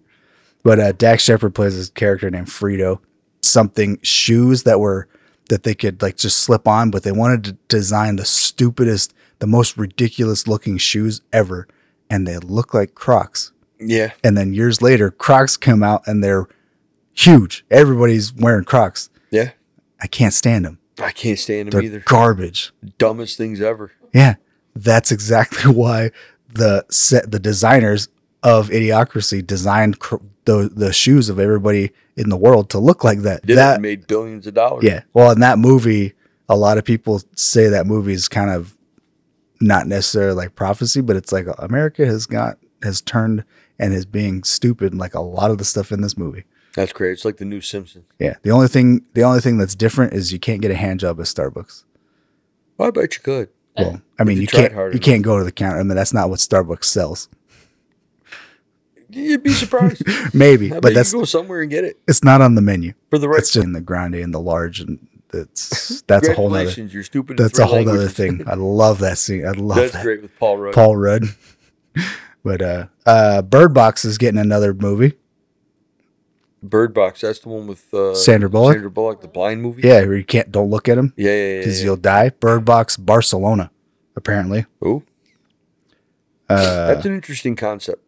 S1: but uh, Dax Shepard plays this character named Frito. Something shoes that were that they could like just slip on, but they wanted to design the stupidest, the most ridiculous looking shoes ever, and they look like Crocs.
S2: yeah.
S1: And then years later, Crocs come out and they're huge. Everybody's wearing Crocs.
S2: yeah.
S1: I can't stand them.
S2: I can't stand
S1: They're
S2: them either.
S1: garbage.
S2: Dumbest things ever.
S1: Yeah, that's exactly why the set the designers of Idiocracy designed cr- the the shoes of everybody in the world to look like that.
S2: Did it
S1: that
S2: and made billions of dollars.
S1: yeah. Well, in that movie, a lot of people say that movie is kind of not necessarily like prophecy, but it's like America has got has turned and is being stupid like a lot of the stuff in this movie.
S2: That's crazy. It's like the new Simpsons.
S1: Yeah. The only thing the only thing that's different is you can't get a hand job at Starbucks.
S2: I bet you could.
S1: Well, I mean,
S2: you
S1: you,
S2: tried
S1: can't you
S2: hard enough.
S1: can't go to the counter. I mean, that's not what Starbucks sells.
S2: You'd be surprised.
S1: Maybe,
S2: I
S1: but
S2: bet
S1: that's
S2: you go somewhere and get it
S1: it's not on the menu.
S2: for the right.
S1: It's just in the grande and the large, and that's that's a whole nother
S2: Congratulations, You're stupid. in
S1: that's
S2: three
S1: a whole nother
S2: languages.
S1: thing. I love that scene. I love
S2: That's
S1: that
S2: great with Paul Rudd.
S1: Paul Rudd. but uh, uh, Bird Box is getting another movie.
S2: Bird Box. That's the one with uh,
S1: Sandra Bullock?
S2: Sandra Bullock, the blind movie.
S1: Yeah, where you can't don't look at him
S2: Yeah, yeah, yeah.
S1: because
S2: yeah.
S1: you'll die. Bird Box Barcelona, apparently.
S2: Oh,
S1: Uh,
S2: that's an interesting concept.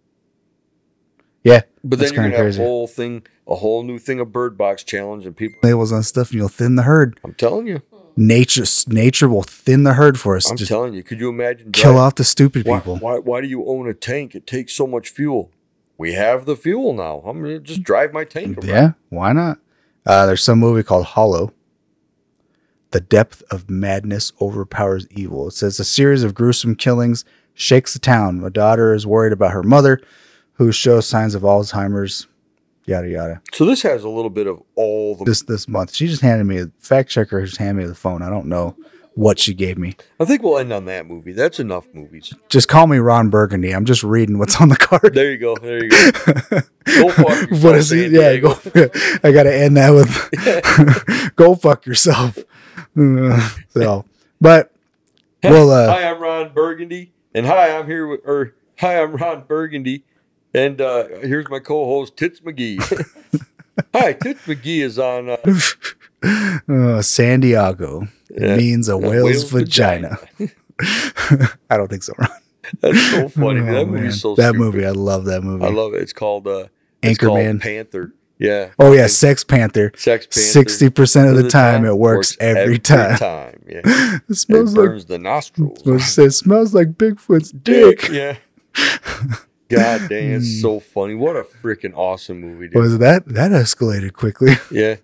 S1: yeah,
S2: But
S1: That's
S2: then you're gonna
S1: kinda
S2: have
S1: crazy.
S2: a whole thing, a whole new thing of Bird Box challenge, and people.
S1: labels on stuff, and you'll thin the herd.
S2: I'm telling you,
S1: Nature nature will thin the herd for us.
S2: I'm
S1: Just
S2: telling you. Could you imagine?
S1: kill
S2: driving-
S1: off the stupid
S2: why,
S1: people.
S2: Why, why do you own a tank? It takes so much fuel. We have the fuel now. I'm gonna just drive my tank. Around.
S1: Yeah, why not? Uh, there's some movie called Hollow. The depth of madness overpowers evil. It says a series of gruesome killings shakes the town. A daughter is worried about her mother, who shows signs of Alzheimer's. Yada yada.
S2: So this has a little bit of all the.
S1: This this month, she just handed me a fact checker. Just handed me the phone. I don't know what she gave me.
S2: I think we'll end on that movie. That's enough movies.
S1: Just call me Ron Burgundy. I'm just reading what's on the card.
S2: There you go. There you go. Go fuck yourself.
S1: what is
S2: San
S1: it? Yeah,
S2: Diego.
S1: go. I gotta end that with go fuck yourself. Uh, so, but we'll uh,
S2: hi, I'm Ron Burgundy, and hi, I'm here with, or hi, I'm Ron Burgundy, and uh, here's my co-host Tits McGee. hi, Tits McGee is on. Uh,
S1: uh, San Diego
S2: Yeah.
S1: means a whale's,
S2: uh, whale's
S1: vagina. I don't think so. Ron.
S2: that's so funny.
S1: Oh,
S2: that
S1: man.
S2: movie's so
S1: that
S2: stupid.
S1: movie, I love that movie.
S2: I love it. It's called uh, it's called
S1: Anchorman.
S2: Panther. Yeah.
S1: oh yeah, Sex Panther.
S2: Sex Panther.
S1: Sixty percent of the time, it works, every, time.
S2: time. Yeah.
S1: It
S2: It
S1: smells like
S2: burns the nostrils.
S1: it says, smells like Bigfoot's dick. Hmm.
S2: Yeah. God damn, it's so funny. What a freaking awesome movie, dude.
S1: Was that that escalated quickly?
S2: Yeah.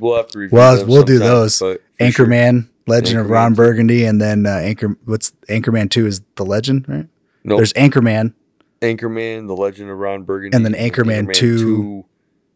S2: We'll have to review
S1: Well,
S2: them
S1: we'll do
S2: sometime,
S1: those.
S2: but for sure.
S1: Anchorman, Legend of
S2: Anchorman.
S1: Ron Burgundy, and then uh, Anchor. What's Anchorman Two is the Legend, right?
S2: Nope.
S1: There's Anchorman.
S2: Anchorman, The Legend of Ron Burgundy,
S1: And then Anchorman 2.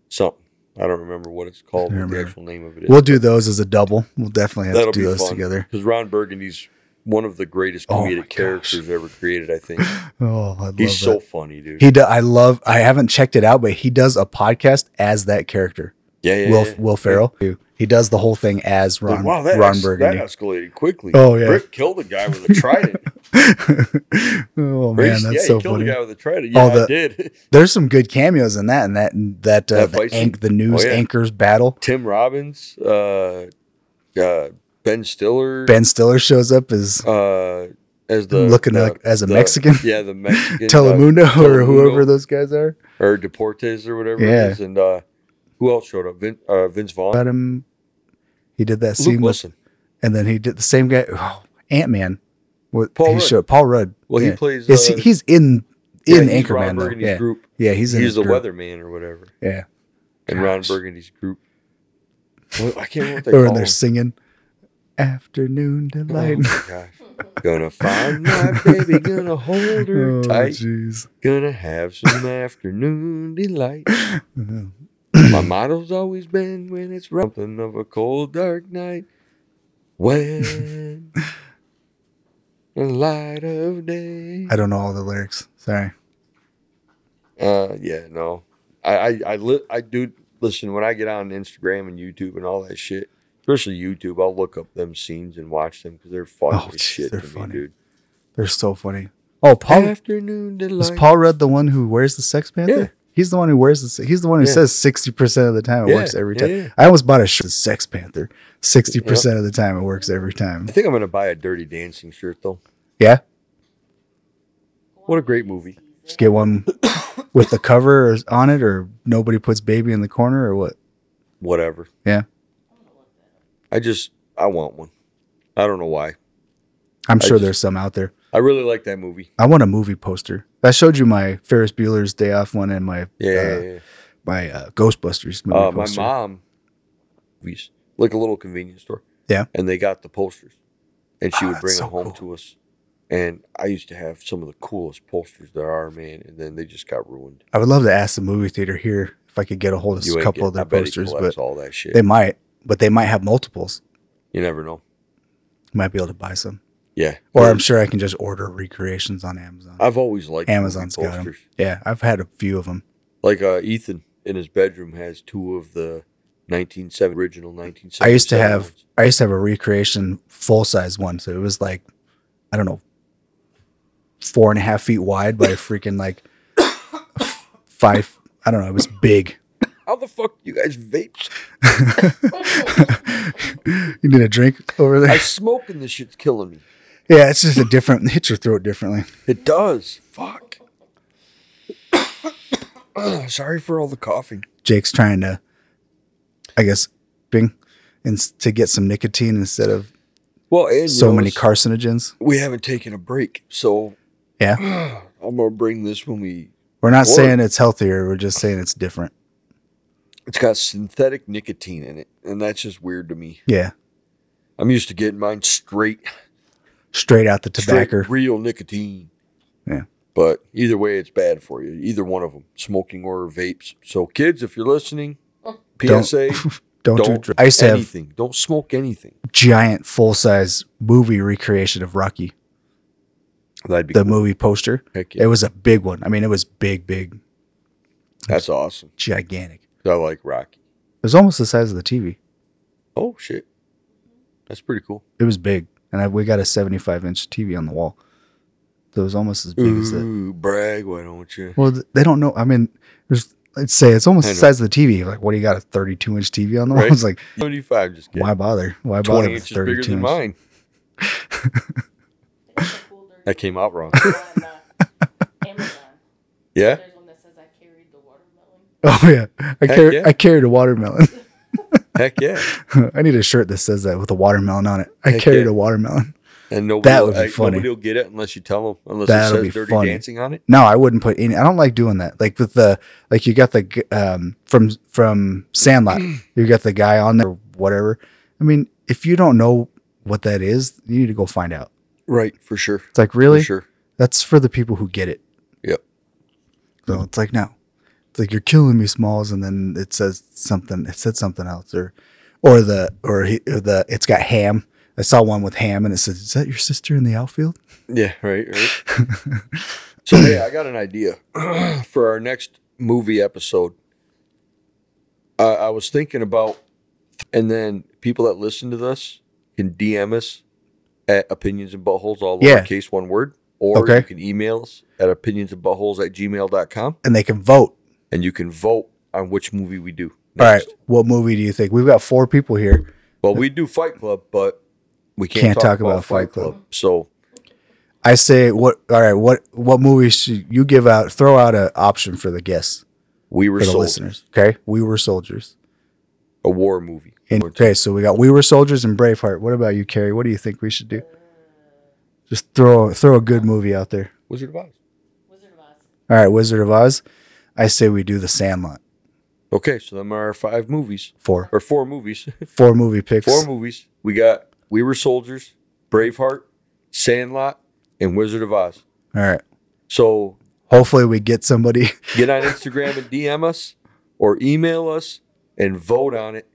S2: something. I don't remember what it's called,
S1: I
S2: what the
S1: remember.
S2: actual name of it is.
S1: We'll do those as a double. We'll definitely have
S2: That'll
S1: to
S2: be
S1: do those
S2: fun.
S1: together.
S2: because Ron Burgundy's one of the greatest
S1: Oh my
S2: comedic
S1: gosh.
S2: characters ever created. I think
S1: Oh, I love
S2: he's
S1: that.
S2: so funny, dude.
S1: He do, I love. I haven't checked it out, but he does a podcast as that character,
S2: yeah, yeah,
S1: Will
S2: yeah.
S1: Will Ferrell. He does the whole thing as
S2: Like,
S1: Ron
S2: wow, that,
S1: Ron
S2: es-
S1: Burgundy.
S2: that escalated quickly.
S1: Oh, yeah.
S2: Brick killed a guy with a trident.
S1: oh
S2: Brick-
S1: man, that's
S2: yeah,
S1: so
S2: he killed
S1: funny.
S2: a guy with a trident. Yeah,
S1: All
S2: I
S1: the-
S2: did.
S1: There's some good cameos in that, and that and that uh,
S2: That
S1: the,
S2: fight scene.
S1: anch- the news
S2: Oh, yeah.
S1: anchors battle.
S2: Tim Robbins, uh, uh, Ben Stiller,
S1: Ben Stiller shows up as
S2: uh, as the
S1: Looking
S2: the-
S1: like- as a
S2: the-
S1: Mexican?
S2: Yeah, the Mexican uh,
S1: Telemundo or
S2: Telemundo.
S1: whoever those guys are.
S2: or Deportes or whatever
S1: Yeah.
S2: it is. And uh, who else showed up? Vin, uh, Vince Vaughn,
S1: But him, he did that
S2: Luke
S1: scene with,
S2: Wilson.
S1: and then he did the same guy, oh, Ant Man. What
S2: Paul
S1: he
S2: Rudd.
S1: showed Paul Rudd.
S2: Well,
S1: yeah.
S2: he plays.
S1: Is
S2: uh,
S1: he, he's in
S2: yeah,
S1: in
S2: he's Ron
S1: Anchorman though.
S2: Burgundy's
S1: Yeah,
S2: group.
S1: yeah, he's
S2: He's,
S1: in his
S2: the
S1: group.
S2: weatherman or whatever.
S1: Yeah,
S2: And Ron
S1: Gosh.
S2: Burgundy's group. What, I can't remember what they
S1: Or
S2: call
S1: when they're
S2: him.
S1: singing "Afternoon
S2: Oh
S1: Delight."
S2: my gosh. Gonna find my baby, gonna hold her
S1: Oh,
S2: tight,
S1: jeez.
S2: gonna have some afternoon delight.
S1: Mhm.
S2: My motto's always been when it's something of a cold, dark night. When the light of day.
S1: I don't know all the lyrics. Sorry.
S2: Uh, yeah, no, I, I, I, li- I do listen when I get on Instagram and YouTube and all that shit, especially YouTube. I'll look up them scenes and watch them because they're funny
S1: Oh,
S2: as
S1: jeez,
S2: shit
S1: they're
S2: to
S1: funny.
S2: me, dude.
S1: They're so funny. Oh, Paul
S2: Afternoon
S1: is
S2: delight.
S1: Paul Rudd the one who wears the Sex Panther?
S2: Yeah.
S1: He's the one who wears the. se- He's the one who
S2: Yeah.
S1: says sixty percent of the time it
S2: Yeah,
S1: works every
S2: yeah,
S1: time.
S2: yeah.
S1: I almost bought a shirt. Sex Panther. Sixty percent of the time it works every time.
S2: I think I'm gonna buy a Dirty Dancing shirt though.
S1: Yeah,
S2: What a great movie.
S1: just get one with the cover or- on it, or nobody puts baby in the corner, or what?
S2: Whatever.
S1: Yeah.
S2: I just I want one. I don't know why.
S1: I'm
S2: I
S1: sure
S2: just-
S1: there's some out there.
S2: I really like that movie.
S1: I want a movie poster. I showed you my Ferris Bueller's Day Off one and my uh,
S2: Yeah. yeah, yeah.
S1: my uh, Ghostbusters movie
S2: Uh, my
S1: poster.
S2: mom, we used like a little convenience store.
S1: Yeah.
S2: And they got the posters, and she
S1: Ah,
S2: would
S1: that's
S2: bring
S1: so
S2: them home
S1: cool.
S2: to us. And I used to have some of the coolest posters there are, man. And then they just got ruined.
S1: I would love to ask the movie theater here if I could get a hold of
S2: You
S1: a
S2: ain't
S1: couple of
S2: getting- I
S1: their
S2: bet he
S1: posters, but
S2: collects all that shit.
S1: they might. But they might have multiples.
S2: you never know.
S1: Might be able to buy some,
S2: Yeah. Uh,
S1: or I'm sure I can just order recreations on Amazon.
S2: I've always liked movie
S1: Amazon's got 'em. yeah, I've had a few of them.
S2: Like uh, Ethan in his bedroom has two of the 1970 original 1970.
S1: I used to have I used to have a recreation full size one, so it was like I don't know four and a half feet wide by freaking like f- five. I don't know. It was big.
S2: How the fuck you guys vape?
S1: you need a drink over
S2: I
S1: there?
S2: smoke and this shit's killing me.
S1: Yeah, it's just a different hits your throat differently.
S2: It does. Fuck. Ugh, Sorry for all the coughing.
S1: Jake's trying to, I guess, bing, and s- to get some nicotine instead of
S2: Well, and you
S1: so
S2: know,
S1: many
S2: it's-
S1: carcinogens.
S2: We haven't taken a break, so
S1: Yeah.
S2: I'm gonna bring this when we.
S1: We're not
S2: Or-
S1: saying it's healthier. We're just saying it's different.
S2: It's got synthetic nicotine in it, and that's just weird to me.
S1: Yeah,
S2: I'm used to getting mine straight,
S1: straight out the
S2: straight
S1: tobacco.
S2: real nicotine.
S1: Yeah.
S2: But either way, it's bad for you. Either one of them, smoking or vapes. So, kids, if you're listening,
S3: Don't.
S2: PSA:
S1: Don't, do
S2: Don't
S1: dr- I used to have
S2: anything. Don't smoke anything.
S1: giant full size movie recreation of Rocky,
S2: That'd be
S1: the
S2: cool.
S1: movie poster.
S2: Heck
S1: It
S2: yeah.
S1: was a big one. I mean, it was big, big,
S2: That's awesome.
S1: gigantic.
S2: I like Rocky.
S1: It was almost the size of the TV.
S2: Oh shit, that's pretty cool.
S1: It was big, and I, we got a 75 inch TV on the wall. So it was almost as big as the.
S2: Ooh, brag, why don't you?
S1: Well, th- they don't know. I mean, there's. Let's say it's almost
S2: I
S1: the
S2: know.
S1: size of the TV. Like, what do you got? A 32 inch TV on the wall?
S2: Right.
S1: It's like,
S2: Thirty-five, just kidding.
S1: why bother? Why bother?
S2: Twenty
S1: with
S2: inches bigger
S1: 32
S2: than
S1: inch?
S2: mine.
S3: I got the folder
S2: That came out wrong.
S3: on uh, Amazon.
S2: Yeah,
S3: There's one that says I carried the watermelon.
S1: Oh yeah, I
S2: Heck
S1: carried
S2: yeah.
S1: I carried a watermelon.
S2: heck yeah.
S1: I need a shirt that says that with a watermelon on it. I
S2: Heck
S1: carried
S2: yeah.
S1: a watermelon.
S2: And nobody,
S1: That would be
S2: like,
S1: funny.
S2: Nobody'll get it unless you tell them. Unless
S1: That'll
S2: it
S1: be
S2: says "Dirty
S1: funny.
S2: Dancing" on it.
S1: No, I wouldn't put any. I don't like doing that. Like with the like you got the g- um from from Sandlot. you got the guy on there, or whatever. I mean, if you don't know what that is, you need to go find out.
S2: Right, for sure.
S1: It's like really,
S2: For sure.
S1: that's for the people who get it.
S2: Yep.
S1: So it's like no, it's like you're killing me, Smalls, and then it says something. It said something else, or or the or, he, or the it's got ham. I saw one with ham, and it says, "Is that your sister in the outfield?"
S2: Yeah, right, right. so hey, I got an idea for our next movie episode. I, I was thinking about, and then people that listen to this can DM us at opinions and buttholes all
S1: Yeah.
S2: lowercase one word, or
S1: Okay.
S2: you can email us at opinions and buttholes at gmail.com
S1: And they can vote.
S2: and you can vote on which movie we do.
S1: All right, what movie do you think? We've got four people here.
S2: Well, we do Fight Club, but we can't, talk, about, Fight Club. So
S1: I say, what? All right, what what movie should you give out? Throw out an option for the guests
S2: we were
S1: for the
S2: soldiers,
S1: listeners. Okay, we were soldiers.
S2: a war movie.
S1: And, okay, so we got we were soldiers and Braveheart. What about you, Carrie? What do you think we should do? Just throw throw a good movie out there.
S2: Wizard of Oz.
S3: Wizard of Oz.
S1: All right, Wizard of Oz. I say we do The Sandlot.
S2: Okay, so them are our five movies
S1: Four
S2: or four movies.
S1: four movie picks.
S2: four movies. We got We Were Soldiers, Braveheart, Sandlot, and Wizard of Oz.
S1: All right.
S2: So
S1: Hopefully we get somebody.
S2: get on Instagram and DM us or email us and vote on it.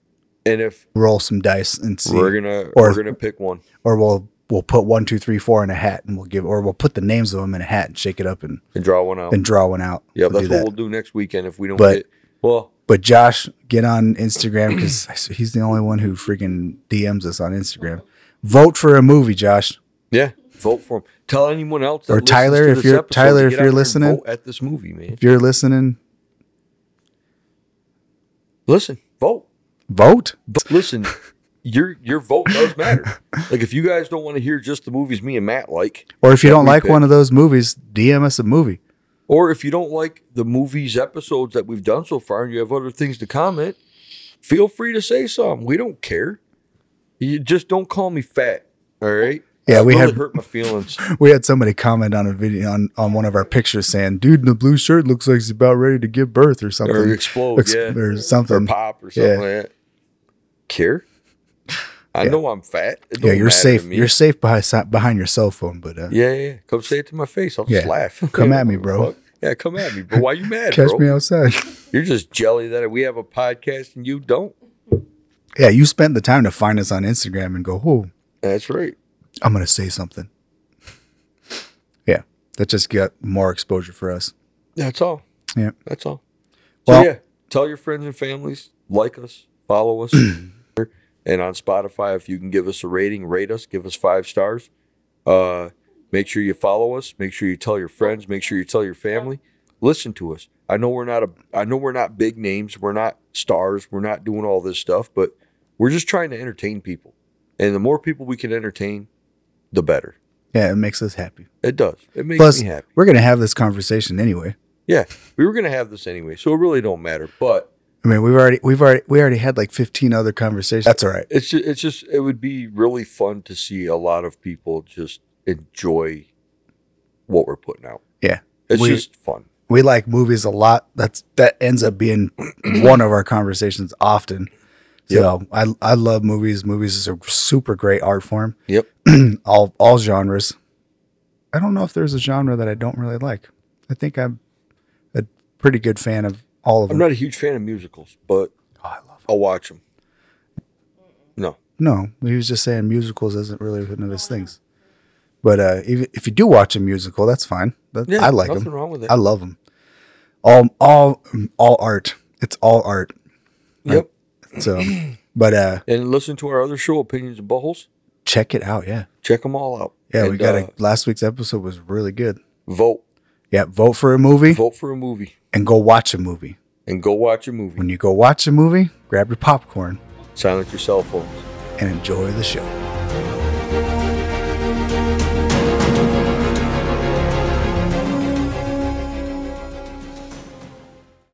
S2: And if
S1: roll some dice and see,
S2: we're gonna
S1: Or-
S2: we're gonna pick one.
S1: or we'll we'll put one, two, three, four in a hat, and we'll give, or we'll put the names of them in a hat and shake it up and
S2: and draw one out.
S1: and draw one out.
S2: yeah,
S1: We'll
S2: that's
S1: do
S2: what
S1: that.
S2: we'll do next weekend if we don't
S1: But-
S2: get. Well,
S1: But Josh, get on Instagram because he's the only one who freaking DMs us on Instagram. Vote for a movie, Josh.
S2: yeah, vote for him. Tell anyone else.
S1: Or
S2: That listens
S1: Tyler,
S2: to
S1: if
S2: this
S1: you're-
S2: episode to
S1: Tyler, if
S2: get out
S1: you're
S2: there and
S1: listening.
S2: vote at this movie, man.
S1: If you're listening,
S2: Listen, vote.
S1: vote.
S2: Listen, your your vote does matter. Like if you guys don't want to hear just the movies me and Matt like,
S1: Or if you
S2: That
S1: don't
S2: we
S1: like
S2: pick.
S1: one of those movies, DM us a movie.
S2: Or if you don't like the movies episodes that we've done so far and you have other things to comment, feel free to say something. We don't care. You just don't call me fat. All right.
S1: Yeah,
S2: That
S1: we
S2: really
S1: had-
S2: hurt my feelings.
S1: We had somebody comment on a video on, on one of our pictures saying, "Dude in the blue shirt looks like he's about ready to give birth or something."
S2: or explode,
S1: Ex-
S2: yeah.
S1: or
S2: Or
S1: something.
S2: pop or something
S1: Yeah.
S2: like that. Care? I know I'm fat. It
S1: yeah,
S2: don't
S1: you're
S2: matter to
S1: safe.
S2: me.
S1: You're safe behind si- behind your cell phone, but uh,
S2: yeah, yeah, yeah. Come say it to my face. I'll just
S1: Yeah.
S2: laugh.
S1: Come
S2: Yeah,
S1: at me,
S2: what the
S1: bro.
S2: fuck? Yeah, come at me, bro. Why you mad,
S1: catch
S2: bro?
S1: me outside.
S2: You're just jelly that we have a podcast and you don't.
S1: yeah, you spent the time to find us on Instagram and go, "Oh,
S2: That's right.
S1: I'm gonna say something." yeah, that just got more exposure for us.
S2: That's all.
S1: Yeah.
S2: That's all.
S1: Well-
S2: so yeah, tell your friends and families, like us, follow us, and on Spotify, if you can give us a rating, rate us, give us five stars. Uh, make sure you follow us. Make sure you tell your friends. Make sure you tell your family. Listen to us. I know we're not a. I know we're not big names. We're not stars. We're not doing all this stuff, but we're just trying to entertain people. And the more people we can entertain, the better.
S1: Yeah, it makes us happy.
S2: It does. It makes
S1: Plus,
S2: me happy.
S1: we're gonna have this conversation anyway.
S2: Yeah, we were gonna have this anyway, so it really don't matter. But
S1: I mean, we've already we've already we already had like 15 other conversations. That's all right.
S2: it's just, it's just it would be really fun to see a lot of people just enjoy what we're putting out.
S1: Yeah.
S2: it's
S1: We-
S2: just fun.
S1: we like movies a lot. That's that ends up being one of our conversations often. So I I love movies. Movies is a super great art form.
S2: Yep.
S1: all all genres. I don't know if there's a genre that I don't really like. I think I'm a pretty good fan of all of
S2: I'm
S1: them.
S2: not a huge fan of musicals, but
S1: oh, I love
S2: I'll watch them. No.
S1: No, he was just saying musicals isn't really one of his things. But uh, if, if you do watch a musical, that's fine. That, I like
S2: nothing
S1: them.
S2: wrong with it.
S1: I love them. All all all art. It's all art.
S2: yep.
S1: So, but uh,
S2: And listen to our other show, Opinions of Buttholes.
S1: check it out. Yeah,
S2: Check them all out.
S1: yeah. we
S2: And,
S1: got
S2: uh,
S1: a last week's episode was really good.
S2: vote.
S1: Yeah, vote for a movie
S2: Vote for a movie
S1: and go watch a movie.
S2: and go watch a movie.
S1: When you go watch a movie, grab your popcorn
S2: Silence your cell phones.
S1: and enjoy the show.